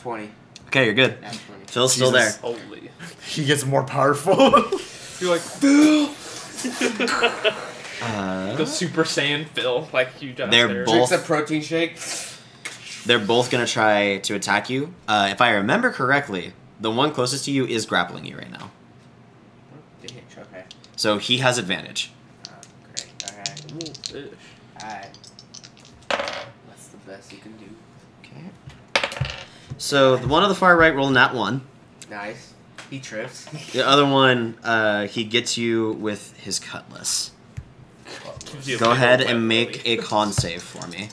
Speaker 5: Twenty.
Speaker 1: Okay, you're good.
Speaker 5: Not twenty.
Speaker 1: Phil's still there.
Speaker 3: Jesus.
Speaker 2: Holy.
Speaker 3: he gets more powerful.
Speaker 6: You're like,
Speaker 2: The
Speaker 1: Uh,
Speaker 2: Super Saiyan Phil, like huge.
Speaker 1: They're
Speaker 2: upstairs.
Speaker 1: both-
Speaker 5: Drinks a protein shake.
Speaker 1: they're both gonna try to attack you. Uh, if I remember correctly, the one closest to you is grappling you right now,
Speaker 5: Damn, okay.
Speaker 1: so he has advantage.
Speaker 5: Oh, great. All right.
Speaker 2: Wolfish.
Speaker 5: All right. That's the best you can do.
Speaker 1: Okay. So the one on the far right rolled that one.
Speaker 5: Nice. He trips.
Speaker 1: The other one, uh, he gets you with his cutlass.
Speaker 2: Gives you a
Speaker 1: Go
Speaker 2: big
Speaker 1: ahead
Speaker 2: old
Speaker 1: and
Speaker 2: wet
Speaker 1: make
Speaker 2: willy.
Speaker 1: a con save for me.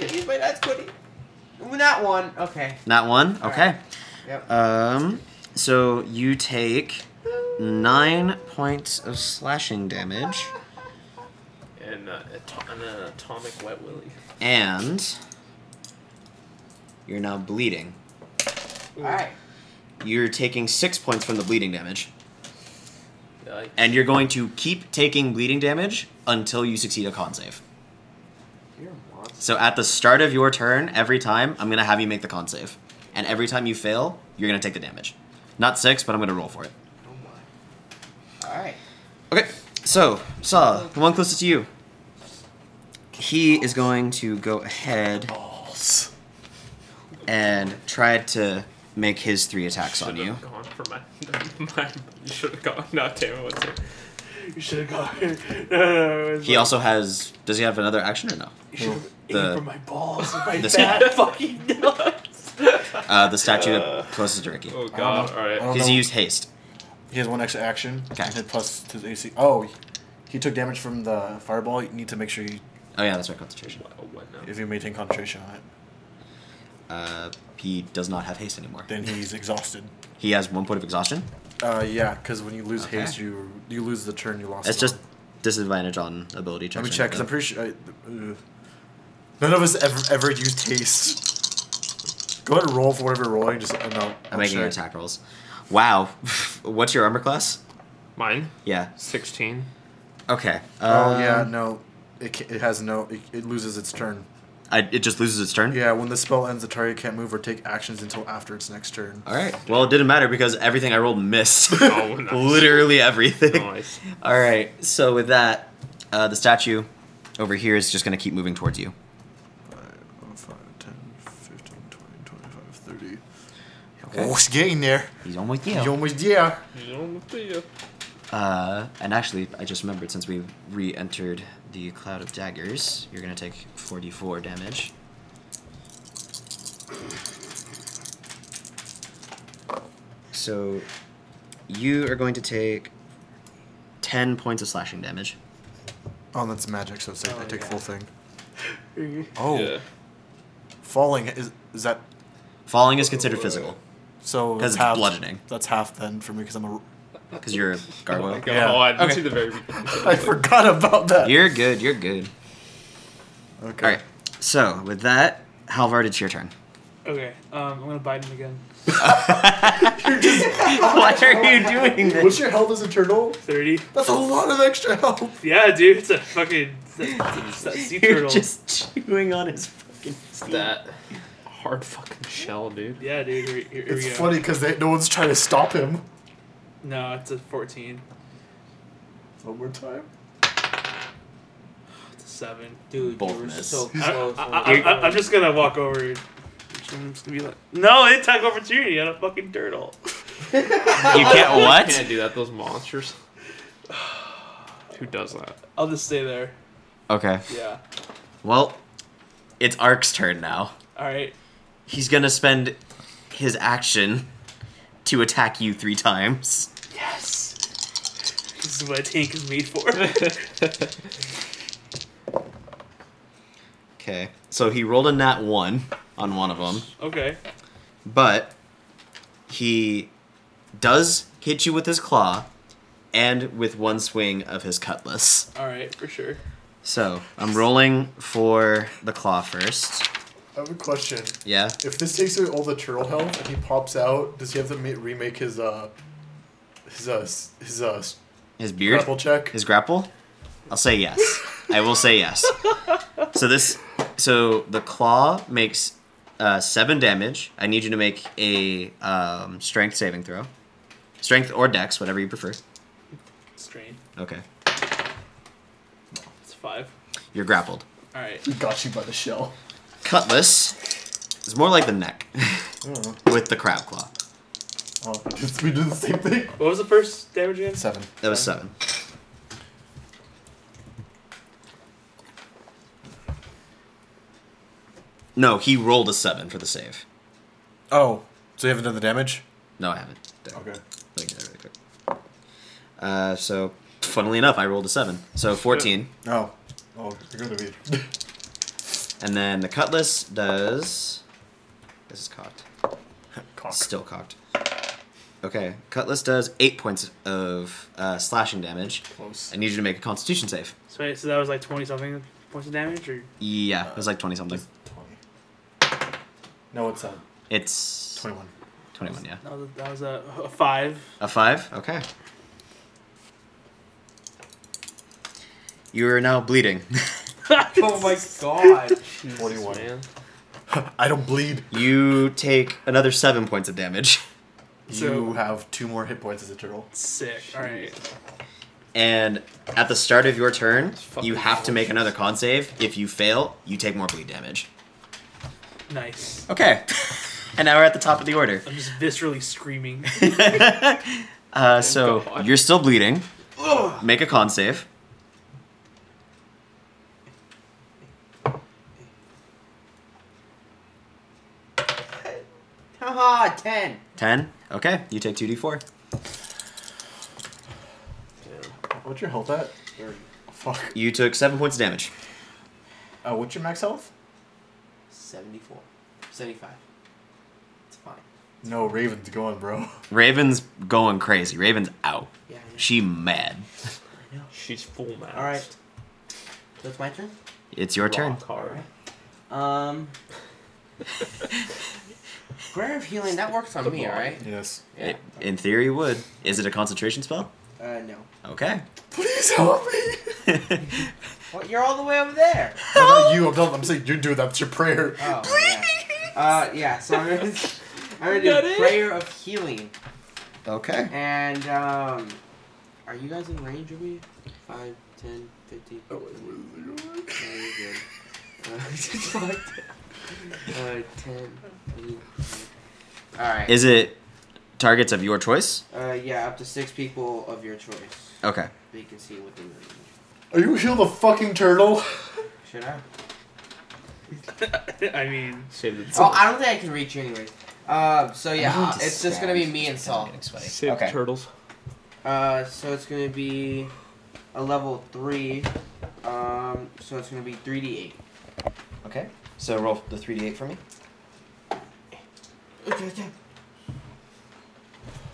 Speaker 5: Use my dad's hoodie. Not one. Okay.
Speaker 1: Not one.
Speaker 5: All
Speaker 1: Okay.
Speaker 5: Yep.
Speaker 1: Um. So you take nine points of slashing damage.
Speaker 2: And uh, ato- and an atomic wet willy.
Speaker 1: and you're now bleeding.
Speaker 5: All right.
Speaker 1: You're taking six points from the bleeding damage,
Speaker 2: Like,
Speaker 1: and you're going to keep taking bleeding damage until you succeed a con save.
Speaker 5: You're a monster.
Speaker 1: So at the start of your turn, every time, I'm going to have you make the con save. And every time you fail, you're going to take the damage. Not six, but I'm going to roll for it.
Speaker 5: Oh my. All right.
Speaker 1: Okay, so, Saw, the one closest to you. He is going to go ahead and try to make his three attacks on
Speaker 2: should've
Speaker 1: you.
Speaker 2: Gone for my, my you should have gone. No, damn it, what's it?
Speaker 4: You should have got it. No, no, no, it's
Speaker 1: He
Speaker 4: like,
Speaker 1: also has. Does he have another action or no?
Speaker 4: You should have
Speaker 1: the-
Speaker 4: aimed for my balls with my
Speaker 1: the-
Speaker 4: fat fucking nuts.
Speaker 1: Uh, the statue
Speaker 2: Uh,
Speaker 1: that closest to Ricky.
Speaker 2: Oh god,
Speaker 3: know.
Speaker 2: alright.
Speaker 3: I don't
Speaker 1: Because he
Speaker 3: know.
Speaker 1: used haste.
Speaker 3: He has one extra action.
Speaker 1: Okay.
Speaker 3: And hit plus to the AC. Oh, he- he took damage from the fireball. You need to make sure you,
Speaker 1: Oh yeah, that's right, concentration.
Speaker 2: What- what now?
Speaker 3: if you maintain concentration on it,
Speaker 1: Uh, he does not have haste anymore.
Speaker 3: then he's exhausted.
Speaker 1: He has one point of exhaustion.
Speaker 3: Uh, yeah, because when you lose
Speaker 1: Okay.
Speaker 3: haste, you you lose the turn you lost.
Speaker 1: That's
Speaker 3: it
Speaker 1: just
Speaker 3: on.
Speaker 1: disadvantage on ability checks.
Speaker 3: Let me
Speaker 1: or
Speaker 3: check. Cause I'm
Speaker 1: anything.
Speaker 3: pretty sure. I, ugh. none of us ever ever used haste. Go ahead and roll for whatever roll. You just uh, no.
Speaker 1: I'm making your attack rolls. Wow, what's your armor class?
Speaker 2: Mine?
Speaker 1: Yeah.
Speaker 2: 16.
Speaker 1: Okay.
Speaker 3: Oh
Speaker 1: um,
Speaker 3: yeah, no. It, ca- it has no. It, it loses its turn.
Speaker 1: I, it just loses its turn.
Speaker 3: Yeah, when the spell ends, the target can't move or take actions until after its next turn.
Speaker 1: All right. Well, it didn't matter because everything I rolled missed.
Speaker 2: Oh, nice.
Speaker 1: Literally everything.
Speaker 2: Nice.
Speaker 1: All right. So with that, uh, the statue over here is just gonna keep moving towards you.
Speaker 3: 5, 10, 15, 20, 25, 30.
Speaker 1: Okay.
Speaker 3: Oh, it's getting there.
Speaker 1: He's almost
Speaker 3: Yeah.
Speaker 1: there.
Speaker 3: You almost there.
Speaker 1: Uh, and actually, I just remembered since we re-entered the cloud of daggers, you're gonna take 44 damage. So, you are going to take 10 points of slashing damage.
Speaker 3: Oh, that's magic, so it's like, I take full thing.
Speaker 4: You're
Speaker 3: Oh,
Speaker 2: Yeah.
Speaker 3: falling is is that
Speaker 1: Falling is considered physical
Speaker 3: so?
Speaker 1: 'Cause it's
Speaker 3: half,
Speaker 1: bludgeoning.
Speaker 3: That's half then for me because I'm a.
Speaker 1: because you're a
Speaker 2: Oh, my
Speaker 1: gargoyle.
Speaker 2: god.
Speaker 3: Yeah.
Speaker 2: Oh, I didn't
Speaker 3: Okay.
Speaker 2: see the very beginning.
Speaker 3: I forgot about that.
Speaker 1: You're good. You're good.
Speaker 3: Okay.
Speaker 1: All right. So with that, Halvard, it's your turn.
Speaker 4: okay, um, I'm gonna bite him again.
Speaker 1: Why are you doing
Speaker 3: What's your health as a turtle?
Speaker 4: Thirty.
Speaker 3: That's a lot of extra health.
Speaker 4: Yeah, dude, it's a fucking it's a- it's a sea
Speaker 1: You're
Speaker 4: turtle.
Speaker 1: just chewing on his fucking.
Speaker 2: that hard fucking shell, dude.
Speaker 4: Yeah, dude. Here, here, here
Speaker 3: It's
Speaker 4: we go.
Speaker 3: funny because no one's trying to stop him.
Speaker 4: No, it's a 14.
Speaker 3: One more time.
Speaker 4: It's a 7.
Speaker 5: Dude,
Speaker 1: Both
Speaker 5: you were
Speaker 1: miss.
Speaker 5: so
Speaker 4: I,
Speaker 5: close.
Speaker 4: am just gonna walk over. and- I'm just gonna be like, no, it's attack of opportunity on a fucking turtle.
Speaker 1: You can't
Speaker 2: You
Speaker 1: what?
Speaker 2: can't do that. Those monsters. Who does that?
Speaker 4: I'll just stay there.
Speaker 1: Okay.
Speaker 4: Yeah.
Speaker 1: Well, it's Ark's turn now.
Speaker 4: All right.
Speaker 1: He's gonna spend his action to attack you three times.
Speaker 4: Yes. This is what a tank is made for.
Speaker 1: Okay. So he rolled a nat one on one of them,
Speaker 4: okay.
Speaker 1: but he does hit you with his claw and with one swing of his cutlass.
Speaker 4: All right. For sure.
Speaker 1: So I'm rolling for the claw first.
Speaker 3: I have a question.
Speaker 1: Yeah.
Speaker 3: If this takes away all the turtle health and he pops out, does he have to ma- remake his uh his uh s- his uh s-
Speaker 1: His beard.
Speaker 3: grapple check?
Speaker 1: His grapple? I'll say yes. I will say yes. So this, so the claw makes uh, seven damage. I need you to make a um, strength saving throw, strength or dex, whatever you prefer.
Speaker 4: Strain.
Speaker 1: Okay,
Speaker 4: It's five.
Speaker 1: you're grappled.
Speaker 4: All right.
Speaker 3: He got you by the shell.
Speaker 1: Cutlass is more like the neck
Speaker 3: Oh,
Speaker 1: with the crab claw.
Speaker 3: oh, just- we do the same thing.
Speaker 4: What was the first damage again?
Speaker 3: Seven.
Speaker 1: That was seven. No, he rolled a seven for the save.
Speaker 3: Oh, so you haven't done the damage?
Speaker 1: No, I haven't.
Speaker 3: Okay.
Speaker 1: Let me get that really quick. Uh, so, funnily enough, I rolled a seven, so fourteen,
Speaker 3: Oh. Oh, you're gonna be.
Speaker 1: and then the cutlass does. This is cocked.
Speaker 3: Cock.
Speaker 1: Still cocked. Okay, cutlass does eight points of uh, slashing damage.
Speaker 3: Close.
Speaker 1: I need you to make a Constitution save.
Speaker 4: So, wait, so that was like twenty something points of damage, or
Speaker 1: Yeah, it was like twenty something.
Speaker 3: 20. No, it's uh, not.
Speaker 1: It's
Speaker 3: 21.
Speaker 1: twenty-one. Yeah,
Speaker 4: that was a, that was a, a five.
Speaker 1: a five. Okay. You are now bleeding.
Speaker 5: oh my god.
Speaker 3: 41.
Speaker 5: Man.
Speaker 3: I don't bleed.
Speaker 1: you take another seven points of damage.
Speaker 4: So-
Speaker 3: you have two more hit points as a turtle.
Speaker 4: Sick. All right.
Speaker 1: and at the start of your turn,
Speaker 2: fucking
Speaker 1: you have to make another con save. If you fail, you take more bleed damage.
Speaker 4: Nice.
Speaker 1: Okay. and now we're at the top of the order.
Speaker 4: I'm just viscerally screaming.
Speaker 1: uh, so
Speaker 2: God.
Speaker 1: you're still bleeding. Make a con save.
Speaker 5: Haha, 10.
Speaker 1: 10. Okay, you take 2d4.
Speaker 3: What's your health at? Fuck.
Speaker 1: You took 7 points of damage.
Speaker 3: Uh, what's your max health?
Speaker 5: 74. 75. It's fine.
Speaker 3: No, Raven's going, bro.
Speaker 1: Raven's going crazy. Raven's out.
Speaker 5: Yeah, I know.
Speaker 1: She mad.
Speaker 5: I know.
Speaker 2: She's full mouth.
Speaker 5: Alright. So it's my turn?
Speaker 1: It's your turn.
Speaker 2: Card.
Speaker 5: Um. Prayer of healing, that works on me, alright?
Speaker 3: Yes.
Speaker 5: Yeah.
Speaker 1: It- in theory, would. Is it a concentration spell?
Speaker 5: Uh, no.
Speaker 1: Okay.
Speaker 3: Please help me.
Speaker 5: Well, you're all the way over there.
Speaker 3: No, not you. I'm not. I'm saying you do. That's your prayer.
Speaker 5: Oh, Please. Yeah. Uh, yeah. So I'm gonna, I'm gonna do prayer of healing,
Speaker 1: okay.
Speaker 5: and um, are you guys in range of me? Five, ten, fifty. Oh, you're good. Uh, just like that. Uh, ten. 20. All right.
Speaker 1: Is it targets of your choice?
Speaker 5: uh, yeah, up to six people of your choice.
Speaker 1: Okay.
Speaker 5: They can see within range.
Speaker 3: Are you heal the fucking turtle?
Speaker 5: Should I?
Speaker 4: I mean,
Speaker 2: Save the,
Speaker 5: Oh, I don't think I can reach you anyways. Um, so yeah,
Speaker 1: need to
Speaker 5: it's just
Speaker 1: stab.
Speaker 5: gonna be me and Saul.
Speaker 2: save the turtles.
Speaker 5: Uh, so it's gonna be a level three. Um, so it's gonna be three d eight.
Speaker 1: Okay. So roll the 3d8 for me.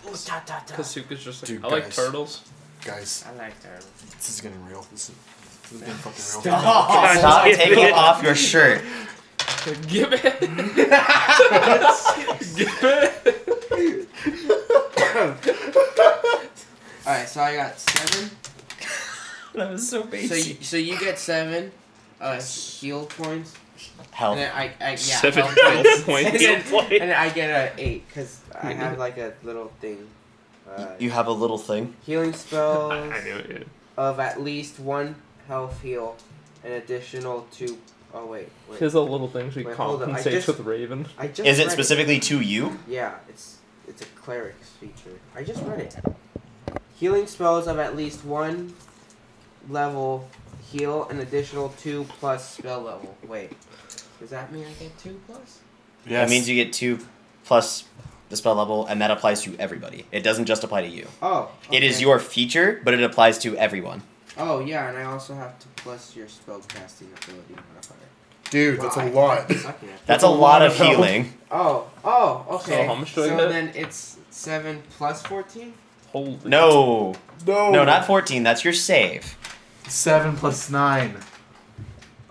Speaker 2: Kasuka's just like,
Speaker 3: Dude,
Speaker 2: I like
Speaker 3: guys.
Speaker 2: turtles.
Speaker 3: Guys,
Speaker 5: I like that.
Speaker 3: this is getting real. This is, this is getting fucking real.
Speaker 1: Stop,
Speaker 4: Stop
Speaker 1: taking
Speaker 4: it.
Speaker 1: off your shirt.
Speaker 2: Give it. Give it.
Speaker 5: All right, so I got seven.
Speaker 1: That was so
Speaker 5: So you, so you get seven. Uh, heal points. And
Speaker 1: Health.
Speaker 5: then I, I yeah.
Speaker 2: Seven
Speaker 5: health
Speaker 2: health
Speaker 5: And
Speaker 2: points.
Speaker 5: then- and then I get a eight because I have like a little thing. Uh,
Speaker 1: You have a little thing.
Speaker 5: healing
Speaker 2: I,
Speaker 5: spells
Speaker 2: I knew it. yeah.
Speaker 5: of at least one health heal, an additional two oh wait, wait.
Speaker 6: His little thing she
Speaker 5: Wait, hold up, I
Speaker 6: compensates
Speaker 5: just-
Speaker 6: with Raven.
Speaker 5: I just
Speaker 1: Is
Speaker 5: read
Speaker 1: it specifically to you?
Speaker 5: Yeah, it's it's a cleric's feature. I just read it. Healing spells of at least one level heal an additional two plus spell level. Wait, does that mean I get two plus?
Speaker 1: That means you get two plus the spell level, and that applies to everybody. It doesn't just apply to you.
Speaker 5: Oh,
Speaker 1: It is
Speaker 5: okay.
Speaker 1: your feature, but it applies to everyone.
Speaker 5: Oh yeah, and I also have to plus your spellcasting ability modifier.
Speaker 3: Dude, that's
Speaker 5: Wow,
Speaker 3: a
Speaker 5: I-
Speaker 3: lot.
Speaker 5: I'm sucking at
Speaker 1: That's a lot of healing.
Speaker 5: Oh, oh, okay.
Speaker 6: So how much do I
Speaker 5: So
Speaker 6: get?
Speaker 5: then it's seven plus fourteen.
Speaker 6: Holy.
Speaker 1: No,
Speaker 3: No.
Speaker 1: no, not fourteen. That's your save.
Speaker 3: Seven plus nine.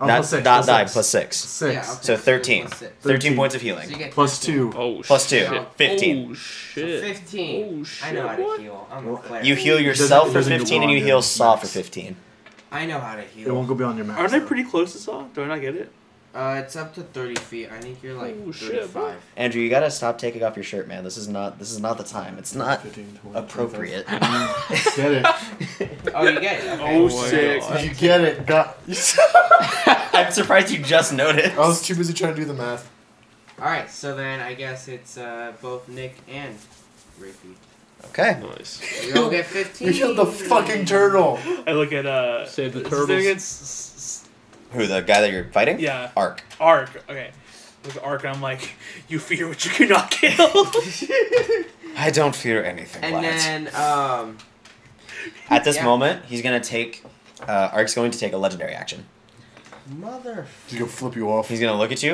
Speaker 3: Oh,
Speaker 1: not
Speaker 3: plus six.
Speaker 1: not
Speaker 3: plus
Speaker 1: die
Speaker 3: six.
Speaker 1: plus six.
Speaker 3: Six.
Speaker 5: Yeah, okay.
Speaker 1: So 13.
Speaker 5: Plus six.
Speaker 1: 13
Speaker 3: 13.
Speaker 1: points of
Speaker 5: So you
Speaker 1: healing.
Speaker 5: get
Speaker 3: Plus
Speaker 5: 15.
Speaker 3: two.
Speaker 2: Oh
Speaker 1: Plus two.
Speaker 2: shit.
Speaker 1: Yeah. 15.
Speaker 2: Oh
Speaker 5: So
Speaker 2: shit.
Speaker 5: Fifteen.
Speaker 2: Oh
Speaker 5: I
Speaker 2: shit.
Speaker 5: know how to
Speaker 2: what?
Speaker 5: heal. I'm a cleric.
Speaker 1: You heal
Speaker 3: It doesn't-
Speaker 1: yourself
Speaker 3: it
Speaker 1: for
Speaker 3: doesn't go
Speaker 1: 15 and
Speaker 3: on,
Speaker 1: you
Speaker 3: yeah.
Speaker 1: heal Saw for
Speaker 3: Max.
Speaker 1: 15.
Speaker 5: I know how to heal.
Speaker 3: It won't go beyond your max.
Speaker 6: Aren't they
Speaker 3: though.
Speaker 6: pretty close to Saw? Do I not get it?
Speaker 5: Uh, it's up to thirty feet. I think you're like
Speaker 2: Oh, shit, bro.
Speaker 5: thirty-five.
Speaker 1: Andrew, you gotta stop taking off your shirt, man. This is not this is not the time. It's not
Speaker 3: 15, 20,
Speaker 1: appropriate.
Speaker 3: 25. Get it.
Speaker 5: oh, you get it. Okay.
Speaker 2: Oh,
Speaker 6: my
Speaker 2: sick.
Speaker 6: God.
Speaker 3: Did you get it? Got.
Speaker 1: I'm surprised you just noticed.
Speaker 3: I was too busy trying to do the math.
Speaker 5: All right. So then I guess it's uh, both Nick and Ricky.
Speaker 1: Okay.
Speaker 2: Nice.
Speaker 5: We all get fifteen.
Speaker 3: You killed the fucking turtle.
Speaker 4: I look at uh.
Speaker 6: Save the
Speaker 4: is
Speaker 6: turtles.
Speaker 4: there against s-
Speaker 1: Who, the guy that you're fighting?
Speaker 4: s- yeah,
Speaker 1: Arc.
Speaker 4: Ark. Okay, look at Ark. and I'm like, you fear what you cannot kill.
Speaker 1: I don't fear anything,
Speaker 5: And
Speaker 1: lads.
Speaker 5: then um,
Speaker 1: At this
Speaker 5: yeah.
Speaker 1: moment, he's gonna take. Uh, Ark's going to take a legendary action.
Speaker 5: mother.
Speaker 3: He's gonna flip you off.
Speaker 1: He's gonna look at you.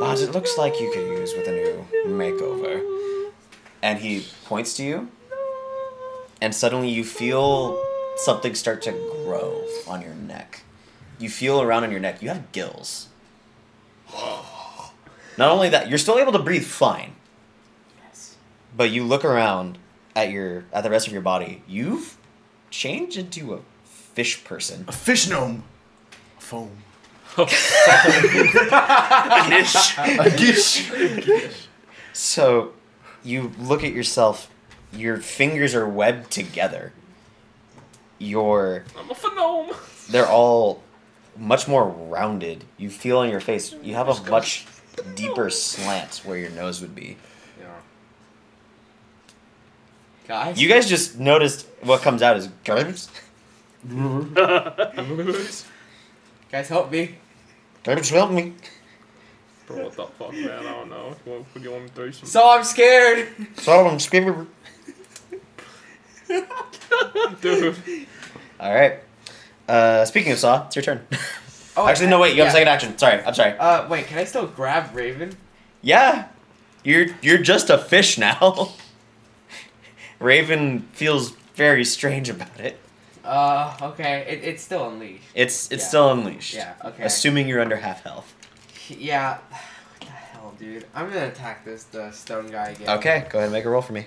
Speaker 1: Lodge, it looks like you could use with a new makeover. And he points to you, and suddenly you feel something start to grow on your neck. You feel around on your neck. You have gills. Not only that, you're still able to breathe fine. But you look around at your at the rest of your body. You've changed into a fish person.
Speaker 3: A fish gnome. Foam. A gish.
Speaker 1: So you look at yourself, your fingers are webbed together. Your
Speaker 2: I'm a phenom.
Speaker 1: they're all much more rounded. You feel on your face. You have a much deeper slant where your nose would be.
Speaker 5: Yeah. Guys.
Speaker 1: You guys just noticed what comes out is garbs.
Speaker 5: guys, help me.
Speaker 1: Garbs help me.
Speaker 2: Bro, what the fuck, man? I don't know. You want, you want me to throw you some?
Speaker 5: So I'm scared.
Speaker 1: So I'm screaming.
Speaker 2: Dude.
Speaker 1: All right. Uh, speaking of saw, it's your turn.
Speaker 5: Oh,
Speaker 1: Actually, no. Wait, you have
Speaker 5: yeah.
Speaker 1: a second action. Sorry, I'm sorry.
Speaker 5: Uh, wait. Can I still grab Raven?
Speaker 1: Yeah. You're you're just a fish now. Raven feels very strange about it.
Speaker 5: Uh, okay. It, it's still unleashed.
Speaker 1: It's it's
Speaker 5: Yeah.
Speaker 1: still unleashed.
Speaker 5: Yeah. Okay.
Speaker 1: Assuming you're under half health.
Speaker 5: Yeah. What the hell, dude? I'm gonna attack this the stone guy again.
Speaker 1: Okay, go ahead and make a roll for me.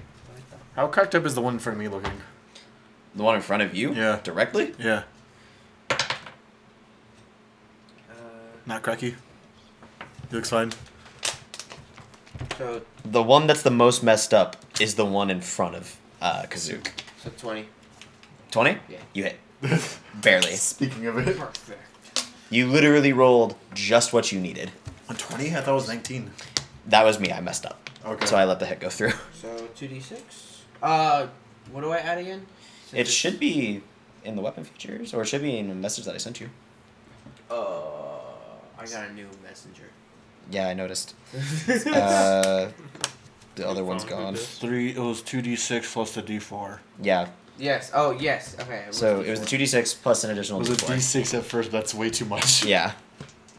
Speaker 3: How cracked up is the one in front of me looking?
Speaker 1: The one in front of you?
Speaker 3: Yeah.
Speaker 1: Directly?
Speaker 3: Yeah.
Speaker 5: Uh,
Speaker 3: Not cracky. He looks fine.
Speaker 5: so
Speaker 1: The one that's the most messed up is the one in front of uh, Kazook.
Speaker 5: so twenty.
Speaker 1: 20?
Speaker 5: Yeah.
Speaker 1: You hit. Barely.
Speaker 3: Speaking of it.
Speaker 5: Perfect.
Speaker 1: You literally rolled just what you needed.
Speaker 3: 20? I thought it was 19.
Speaker 1: That was me. I messed up.
Speaker 3: Okay.
Speaker 1: So I let the hit go through.
Speaker 5: So two d six. Uh, what do I add again? Since
Speaker 1: It
Speaker 5: it's-
Speaker 1: should be in the weapon features, or it should be in a message that I sent you.
Speaker 5: Uh, I got a new messenger.
Speaker 1: Yeah, I noticed. Uh, the other one's
Speaker 2: Phone, who
Speaker 1: gone.
Speaker 2: dis-
Speaker 3: Three. It was 2d6 plus the d4.
Speaker 1: Yeah.
Speaker 5: yes. Oh, yes. Okay. It
Speaker 1: So it was the two d six plus an additional
Speaker 3: was a
Speaker 1: d four.
Speaker 3: d6 at first, but that's way too much.
Speaker 1: Yeah.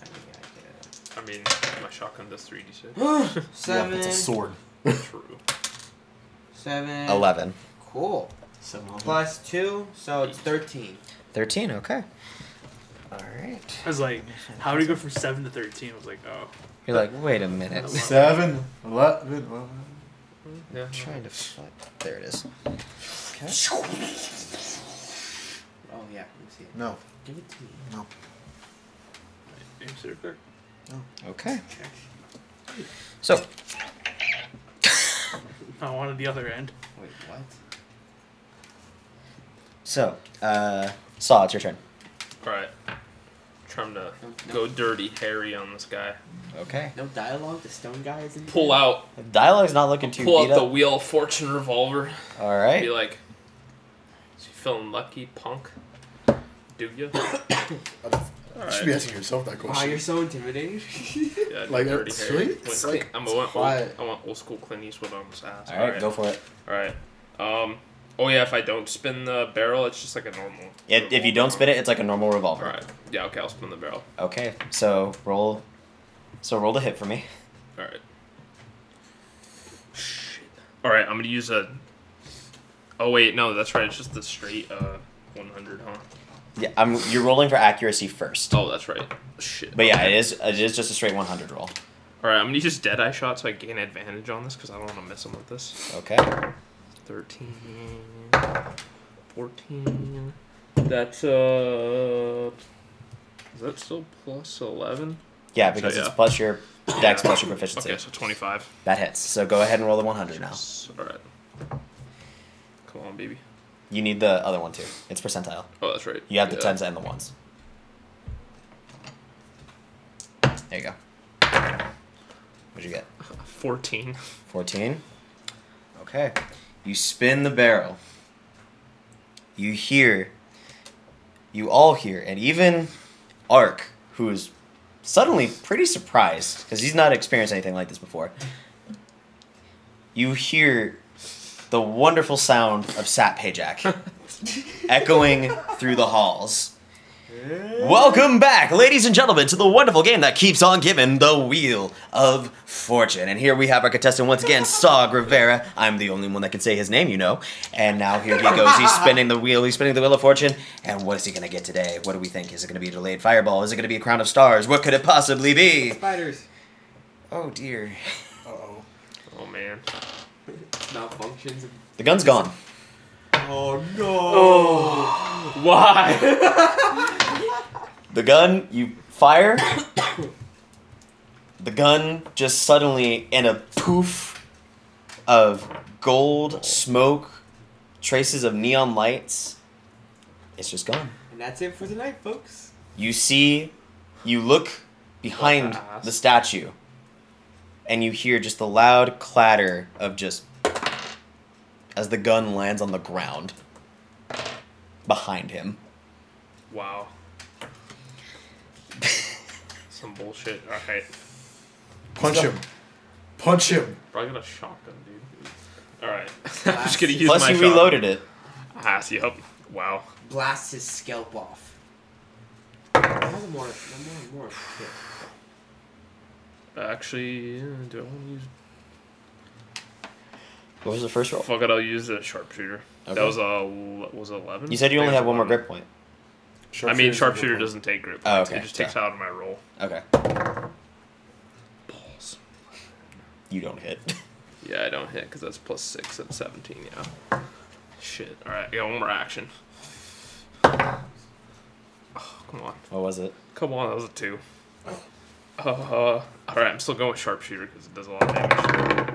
Speaker 5: I think I
Speaker 2: I mean, my shotgun does 3d6.
Speaker 5: did it.
Speaker 3: Yeah,
Speaker 5: seven.
Speaker 3: that's a sword.
Speaker 2: True.
Speaker 5: Seven.
Speaker 1: Eleven.
Speaker 5: Cool.
Speaker 3: Seven
Speaker 5: Plus two, so it's thirteen.
Speaker 1: Thirteen. Okay. All right.
Speaker 4: I was like, how do we go from seven to thirteen? I was like, oh,
Speaker 1: You're like, wait a minute.
Speaker 3: Seven. Eleven. eleven.
Speaker 5: Yeah.
Speaker 1: I'm trying to. Find... There it is.
Speaker 5: Oh yeah. Let me see.
Speaker 3: No.
Speaker 5: Give it to me.
Speaker 2: Aim circle.
Speaker 1: Okay. So.
Speaker 4: I wanted the other end.
Speaker 5: Wait, what?
Speaker 1: So, uh, Saw, it's your turn.
Speaker 2: Alright. Trying to
Speaker 5: No, no,
Speaker 2: go dirty Harry on this guy.
Speaker 1: Okay.
Speaker 5: no dialogue. The stone guy is in.
Speaker 2: Pull out
Speaker 1: Dialogue's not looking too
Speaker 2: pull
Speaker 1: beat
Speaker 2: out the
Speaker 1: up.
Speaker 2: wheel of fortune revolver.
Speaker 1: All
Speaker 2: Be
Speaker 1: right.
Speaker 2: like, is you feeling lucky, punk? Do you?
Speaker 3: You should be asking yourself that
Speaker 5: Wow,
Speaker 3: question.
Speaker 5: you're so intimidating.
Speaker 2: Yeah,
Speaker 3: Like,
Speaker 2: dirty
Speaker 3: it's
Speaker 2: Harry.
Speaker 3: sweet,
Speaker 2: Wait,
Speaker 3: it's
Speaker 2: Clint-
Speaker 3: like-
Speaker 2: I'm
Speaker 3: it's
Speaker 2: I want
Speaker 3: quiet.
Speaker 2: old, I want old school Clint Eastwood on his ass.
Speaker 1: All right, go for it.
Speaker 2: All right. Um. Oh yeah, if I don't spin the barrel, it's just like a normal.
Speaker 1: If if you don't spin it, it's like a normal
Speaker 2: All
Speaker 1: revolver.
Speaker 2: right. Yeah. Okay, I'll spin the barrel.
Speaker 1: Okay. So roll. So roll to hit for me.
Speaker 2: All right. Shit. All right. I'm gonna use a. Oh wait, no, that's right. It's just the straight uh 100, huh?
Speaker 1: Yeah, I'm. You're rolling for accuracy first.
Speaker 2: Oh, that's right. Shit.
Speaker 1: But yeah, it is. It is just a straight 100 roll.
Speaker 2: All right, I'm gonna use Deadeye shot so I gain advantage on this because I don't want to miss him with this.
Speaker 1: Okay.
Speaker 2: 13, 14. That's uh. Is that still plus 11?
Speaker 1: Yeah, because it's
Speaker 2: yeah.
Speaker 1: plus your dex plus your proficiency.
Speaker 2: Okay, so 25.
Speaker 1: That hits. So go ahead and roll the 100 now.
Speaker 2: All right. Come on, baby.
Speaker 1: You need the other one too. It's percentile.
Speaker 2: Oh, that's right.
Speaker 1: You have the
Speaker 2: Yeah.
Speaker 1: tens and the ones. There you go. What'd you get?
Speaker 2: 14.
Speaker 1: 14. Okay. You spin the barrel. You hear, you all hear, and even Ark, who is suddenly pretty surprised because he's not experienced anything like this before, you hear the wonderful sound of Sap Hayjack echoing through the halls. Welcome back, ladies and gentlemen, to the wonderful game that keeps on giving the Wheel of Fortune. And here we have our contestant once again, Sog Rivera. I'm the only one that can say his name, you know. And now here he goes. He's spinning the wheel. He's spinning the Wheel of Fortune. And what is he going to get today? What do we think? Is it going to be a delayed fireball? Is it going to be a crown of stars? What could it possibly be?
Speaker 5: Spiders.
Speaker 1: Oh, dear.
Speaker 3: Uh-oh.
Speaker 2: Oh, man.
Speaker 5: Malfunctions. of-
Speaker 1: The gun's gone.
Speaker 5: Oh no. Oh.
Speaker 2: Why?
Speaker 1: The gun, you fire. the gun just suddenly, in a poof of gold smoke, traces of neon lights, it's just gone.
Speaker 5: And that's it for tonight, folks.
Speaker 1: You see, you look behind
Speaker 2: Glass.
Speaker 1: the statue, and you hear just the loud clatter of just as the gun lands on the ground behind him.
Speaker 2: wow. Some bullshit. Alright.
Speaker 3: Punch him. Punch him.
Speaker 2: Probably got a shotgun, dude. Alright. I'm just gonna use
Speaker 1: Plus,
Speaker 2: my
Speaker 1: you
Speaker 2: shotgun.
Speaker 1: reloaded it.
Speaker 2: Ah, yep. Wow.
Speaker 5: Blast his scalp off. One more. One more. One more. Yeah.
Speaker 2: Actually, yeah, do I want to use. oh,
Speaker 1: What was the first roll?
Speaker 2: Fuck it, I'll use the sharpshooter.
Speaker 1: Okay.
Speaker 2: That was a. Was it 11?
Speaker 1: You said you
Speaker 2: I think
Speaker 1: only
Speaker 2: it
Speaker 1: have
Speaker 2: was
Speaker 1: one more
Speaker 2: 11.
Speaker 1: grip point.
Speaker 2: I mean,
Speaker 3: Sharpshooter's
Speaker 2: sharpshooter
Speaker 3: a good
Speaker 2: doesn't take grip.
Speaker 1: Oh,
Speaker 2: points.
Speaker 1: okay,
Speaker 2: It just takes
Speaker 1: so-
Speaker 2: out of my roll.
Speaker 1: Okay. You don't hit.
Speaker 2: Yeah, I don't hit because that's plus six. That's 17, yeah. Shit. Alright, I got one more action. Oh, come on.
Speaker 1: What was it?
Speaker 2: Come on, that was a two. Uh, Alright, I'm still going with sharpshooter because it does a lot of damage.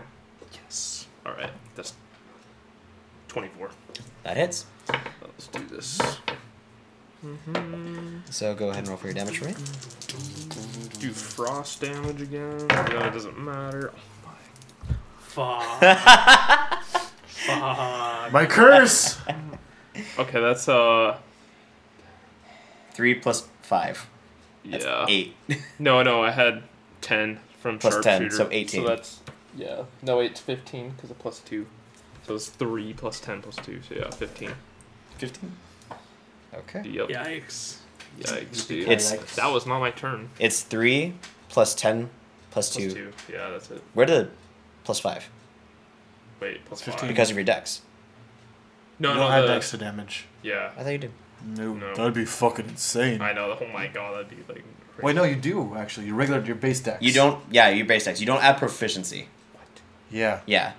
Speaker 2: Yes. Alright, that's 24.
Speaker 1: That hits.
Speaker 2: Let's do this.
Speaker 1: So go ahead and roll for your damage for me.
Speaker 2: Do frost damage again. No, it doesn't matter. Oh my.
Speaker 4: Fuck. Fuck.
Speaker 3: one. My curse!
Speaker 2: Okay, that's uh.
Speaker 1: Three plus five.
Speaker 2: Yeah.
Speaker 1: That's eight.
Speaker 2: No, no, I had 10 from
Speaker 1: Plus 10,
Speaker 2: sharpshooter.
Speaker 1: so 18.
Speaker 2: So that's, yeah. No, wait, it's 15 because of plus 2. So it's 3 plus 10 plus 2. So yeah, 15.
Speaker 1: Fifteen. Okay.
Speaker 2: Yep.
Speaker 4: Yikes.
Speaker 2: Yikes, dude.
Speaker 1: It's-
Speaker 2: That was not my turn.
Speaker 1: It's three plus ten plus
Speaker 2: Plus
Speaker 1: two.
Speaker 2: 2. Yeah, that's it.
Speaker 1: Where did the plus five?
Speaker 2: Wait, plus
Speaker 3: 15.
Speaker 2: 5.
Speaker 1: Because of your dex.
Speaker 2: no,
Speaker 3: you
Speaker 2: no,
Speaker 3: don't add
Speaker 2: the-
Speaker 3: extra damage.
Speaker 2: Yeah.
Speaker 1: I thought you did.
Speaker 3: No,
Speaker 2: No.
Speaker 3: that'd be fucking insane.
Speaker 2: I know. Oh my god, that'd be like. Crazy.
Speaker 3: Wait, no, you do actually. Your regular, your base dex.
Speaker 1: You don't. Yeah, your base dex. You don't add proficiency.
Speaker 3: Yeah,
Speaker 1: Yeah.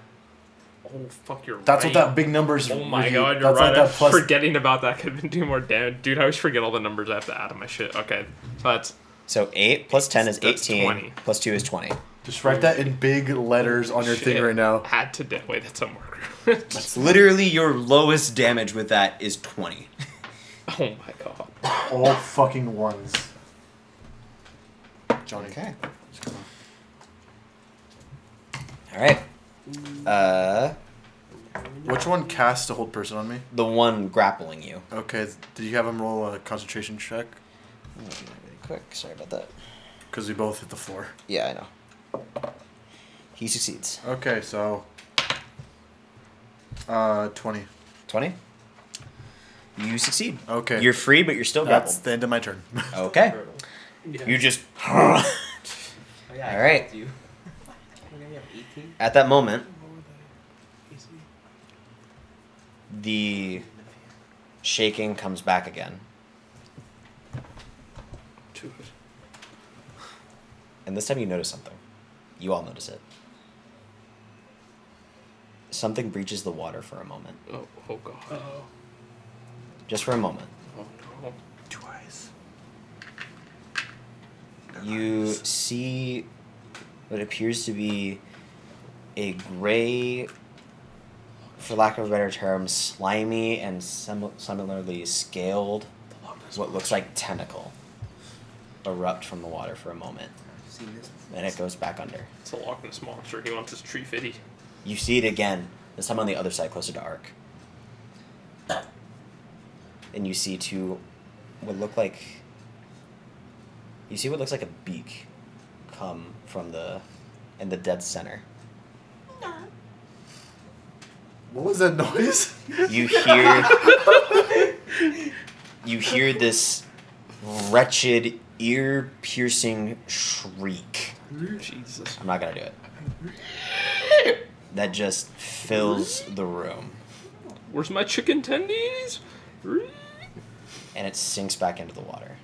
Speaker 2: Oh, fuck, you're
Speaker 3: that's
Speaker 2: right.
Speaker 3: what that big number's.
Speaker 2: Oh my
Speaker 3: really-
Speaker 2: god, you're
Speaker 3: that's
Speaker 2: right.
Speaker 3: What
Speaker 2: I'm
Speaker 3: that plus,
Speaker 2: forgetting about that. Could have been doing more damage. Dude, I always forget all the numbers I have to add on my shit. Okay, so that's
Speaker 1: So eight plus ten is
Speaker 2: That's
Speaker 1: eighteen.
Speaker 2: 20.
Speaker 1: Plus two is twenty.
Speaker 3: Just write that in big letters on your thing
Speaker 2: Shit.
Speaker 3: right now.
Speaker 2: Add to death. Wait, that's a marker.
Speaker 1: Literally, your lowest damage with that is 20.
Speaker 2: oh my god.
Speaker 3: All fucking ones. Johnny.
Speaker 1: All right. Uh,
Speaker 3: Which one cast a hold person on me?
Speaker 1: the one grappling you.
Speaker 3: Okay, did you have him roll a concentration check?
Speaker 1: I'm looking at it Really quick. Sorry about that.
Speaker 3: Because we both hit the floor.
Speaker 1: Yeah, I know. He succeeds.
Speaker 3: Okay, so. Uh, 20.
Speaker 1: 20. You succeed.
Speaker 3: Okay.
Speaker 1: You're free, but you're still
Speaker 3: That's
Speaker 1: grappled.
Speaker 3: the end of my turn.
Speaker 1: Okay.
Speaker 4: Yeah.
Speaker 1: You just.
Speaker 5: Oh, yeah, I
Speaker 1: All right.
Speaker 5: helped You. Okay, you have 18?
Speaker 1: At that moment, the shaking comes back again. And this time you notice something. You all notice it. Something breaches the water for a moment.
Speaker 2: Oh, oh god.
Speaker 4: Uh-oh.
Speaker 1: Just for a moment.
Speaker 2: Oh no.
Speaker 3: Two eyes.
Speaker 1: You see what appears to be a gray, for lack of a better term, slimy and sim- similarly scaled, what looks like tentacle erupt from the water for a moment.
Speaker 5: I've seen this before.
Speaker 1: Then it goes back under.
Speaker 2: It's a Loch Ness monster. He wants his tree fitty.
Speaker 1: You see it again, this time on the other side, closer to Ark. And you see two, what look like. You see what looks like a beak come from the. in the dead center.
Speaker 3: What was that noise?
Speaker 1: You hear. you hear this wretched, ear piercing shriek.
Speaker 2: Jesus.
Speaker 1: I'm not gonna do it. That just fills the room.
Speaker 2: Where's my chicken tendies?
Speaker 1: And it sinks back into the water.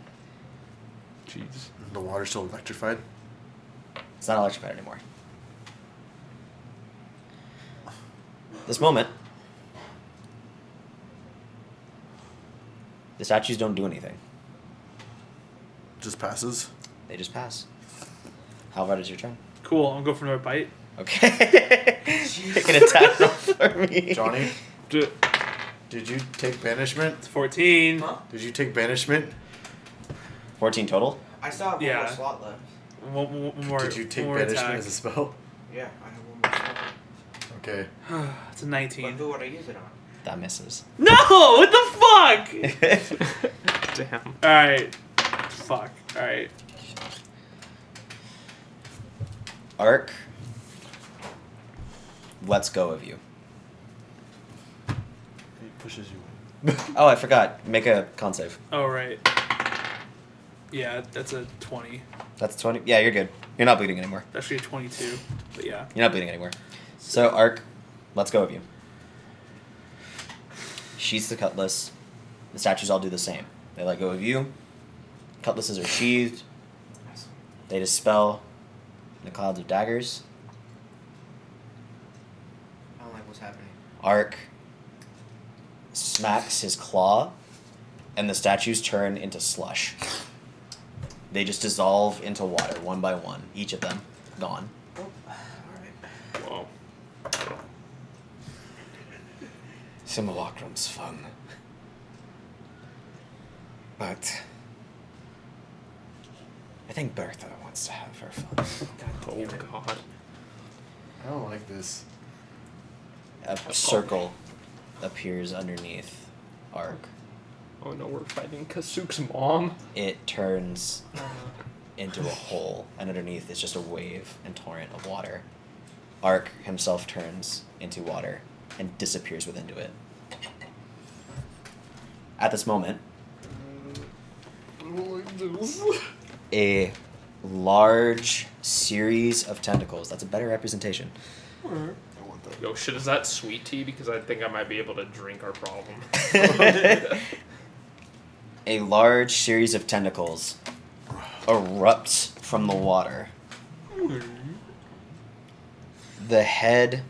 Speaker 2: Jeez.
Speaker 3: the water's still electrified.
Speaker 1: It's not electrified anymore. This moment, the statues don't do anything.
Speaker 3: Just passes.
Speaker 1: They just pass. How about it's your turn?
Speaker 4: Cool. I'll go for another bite.
Speaker 1: Okay. Take an attack roll for me.
Speaker 3: Johnny,
Speaker 2: D-
Speaker 3: did you take banishment?
Speaker 4: It's 14.
Speaker 5: Huh?
Speaker 3: Did you take banishment?
Speaker 1: 14 total?
Speaker 5: I still have one
Speaker 4: Yeah.
Speaker 5: more slot left.
Speaker 4: One, one- one more,
Speaker 3: Did you take
Speaker 4: one more
Speaker 3: banishment
Speaker 4: attack.
Speaker 3: as a spell?
Speaker 5: Yeah, I have one more slot left.
Speaker 3: Okay.
Speaker 4: It's a 19.
Speaker 5: But who would I use it on?
Speaker 1: That misses.
Speaker 4: No! What the fuck?
Speaker 2: Damn.
Speaker 4: Alright. Fuck. Alright.
Speaker 1: Arc lets go of you.
Speaker 3: He pushes you.
Speaker 1: Oh, I forgot. Make a con save.
Speaker 4: Oh, right. Yeah, that's a 20.
Speaker 1: That's 20. Yeah, you're good. You're not bleeding anymore.
Speaker 4: It's actually a 22. But yeah.
Speaker 1: You're not bleeding anywhere. So, Ark, let's go of you. Sheaths the cutlass. The statues all do the same. They let go of you. Cutlasses are sheathed. They dispel the clouds of daggers.
Speaker 5: I don't like what's happening.
Speaker 1: Ark smacks his claw, and the statues turn into slush. They just dissolve into water, one by one. Each of them gone.
Speaker 5: Oh, alright.
Speaker 2: Wow.
Speaker 7: Simulacrum's fun. But I think Bertha wants to have her fun.
Speaker 2: Oh god.
Speaker 3: I don't like this.
Speaker 1: A circle appears underneath Ark.
Speaker 2: Oh no, we're fighting Kasuk's mom.
Speaker 1: It turns into a hole, and underneath is just a wave and torrent of water. Ark himself turns into water and disappears within to it. At this moment,
Speaker 2: I don't like this.
Speaker 1: a large series of tentacles. That's a better representation.
Speaker 3: I want that.
Speaker 2: Yo, shit, is that sweet tea? Because I think I might be able to drink our problem.
Speaker 1: a large series of tentacles erupts from the water. The head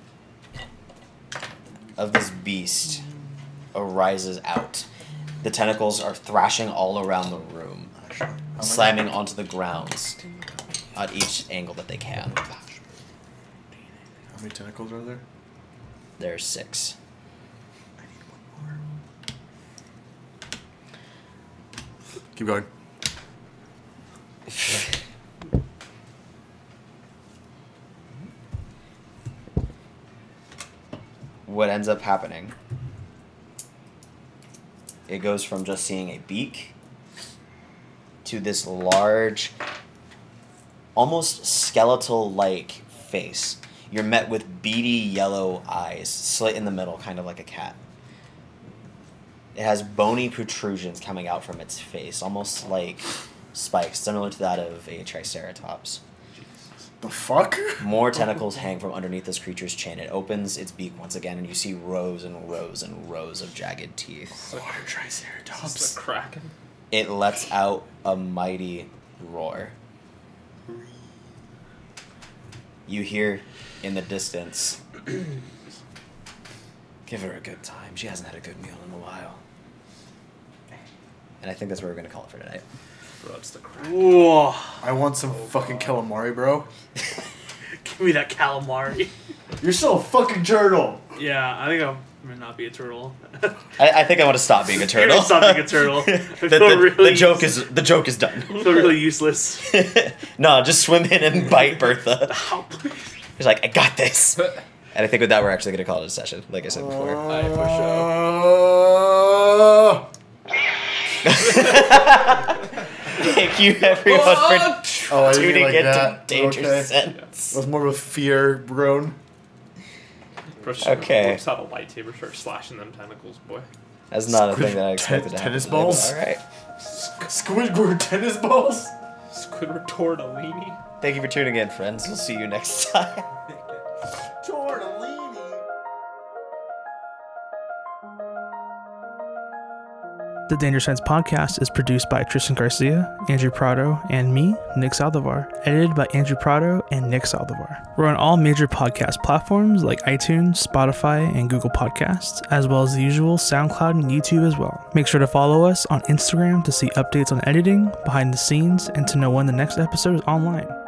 Speaker 1: of this beast arises out. The tentacles are thrashing all around the room, slamming onto the grounds at each angle that they can.
Speaker 3: many tentacles are there?
Speaker 1: There are six.
Speaker 3: Keep going.
Speaker 1: what ends up happening it goes from just seeing a beak to this large almost skeletal like face you're met with beady yellow eyes slit in the middle kind of like a cat it has bony protrusions coming out from its face almost like spikes similar to that of a triceratops
Speaker 3: The fuck?
Speaker 1: more tentacles hang from underneath this creature's chin. It opens its beak once again, and you see rows and rows and rows of jagged teeth.
Speaker 3: Water
Speaker 2: Is this
Speaker 3: triceratops.
Speaker 2: a kraken?
Speaker 1: It lets out a mighty roar. You hear in the distance. Give her a good time. She hasn't had a good meal in a while. And I think that's what we're going to call it for tonight.
Speaker 2: Bro, it's the kraken.
Speaker 4: Whoa.
Speaker 3: I want some fucking calamari, bro.
Speaker 4: Give me that calamari.
Speaker 3: You're still a fucking turtle.
Speaker 4: yeah, I think I might not be a turtle.
Speaker 1: I, I think I want to stop being a
Speaker 4: You're
Speaker 1: turtle.
Speaker 4: gonna stop being a turtle.
Speaker 1: the,
Speaker 4: I
Speaker 1: the-
Speaker 4: feel really
Speaker 1: the joke is the joke is done.
Speaker 4: I feel really useless.
Speaker 1: no, just swim in and bite Bertha.
Speaker 4: Ow.
Speaker 1: He's like, I got this. And I think with that, we're actually going to call it a session, like I said before.
Speaker 2: Alright, for sure.
Speaker 3: Uh,
Speaker 1: Thank you, everyone,
Speaker 3: oh, I
Speaker 1: for
Speaker 3: didn't
Speaker 1: tuning
Speaker 3: mean like
Speaker 1: in to
Speaker 3: that.
Speaker 1: Danger
Speaker 3: okay.
Speaker 1: Sense.
Speaker 3: That was more of a fear groan.
Speaker 2: Bro, just-
Speaker 1: Okay.
Speaker 2: Whips out a lightsaber, start slashing them tentacles, boy.
Speaker 1: That's not a
Speaker 3: Squid
Speaker 1: thing that I expected
Speaker 3: ten-
Speaker 1: to happen.
Speaker 3: tennis
Speaker 1: today, but
Speaker 3: balls?
Speaker 1: All right.
Speaker 3: Squidward tennis balls.
Speaker 2: Squidward tortellini.
Speaker 1: Thank you for tuning in, friends. We'll see you next time.
Speaker 3: Tortellini.
Speaker 8: The Danger Sense podcast is produced by Tristan Garcia, Andrew Prado, and me, Nick Saldivar. Edited by Andrew Prado and Nick Saldivar. We're on all major podcast platforms like iTunes, Spotify, and Google Podcasts, as well as the usual SoundCloud and YouTube as well. Make sure to follow us on Instagram to see updates on editing, behind the scenes, and to know when the next episode is online.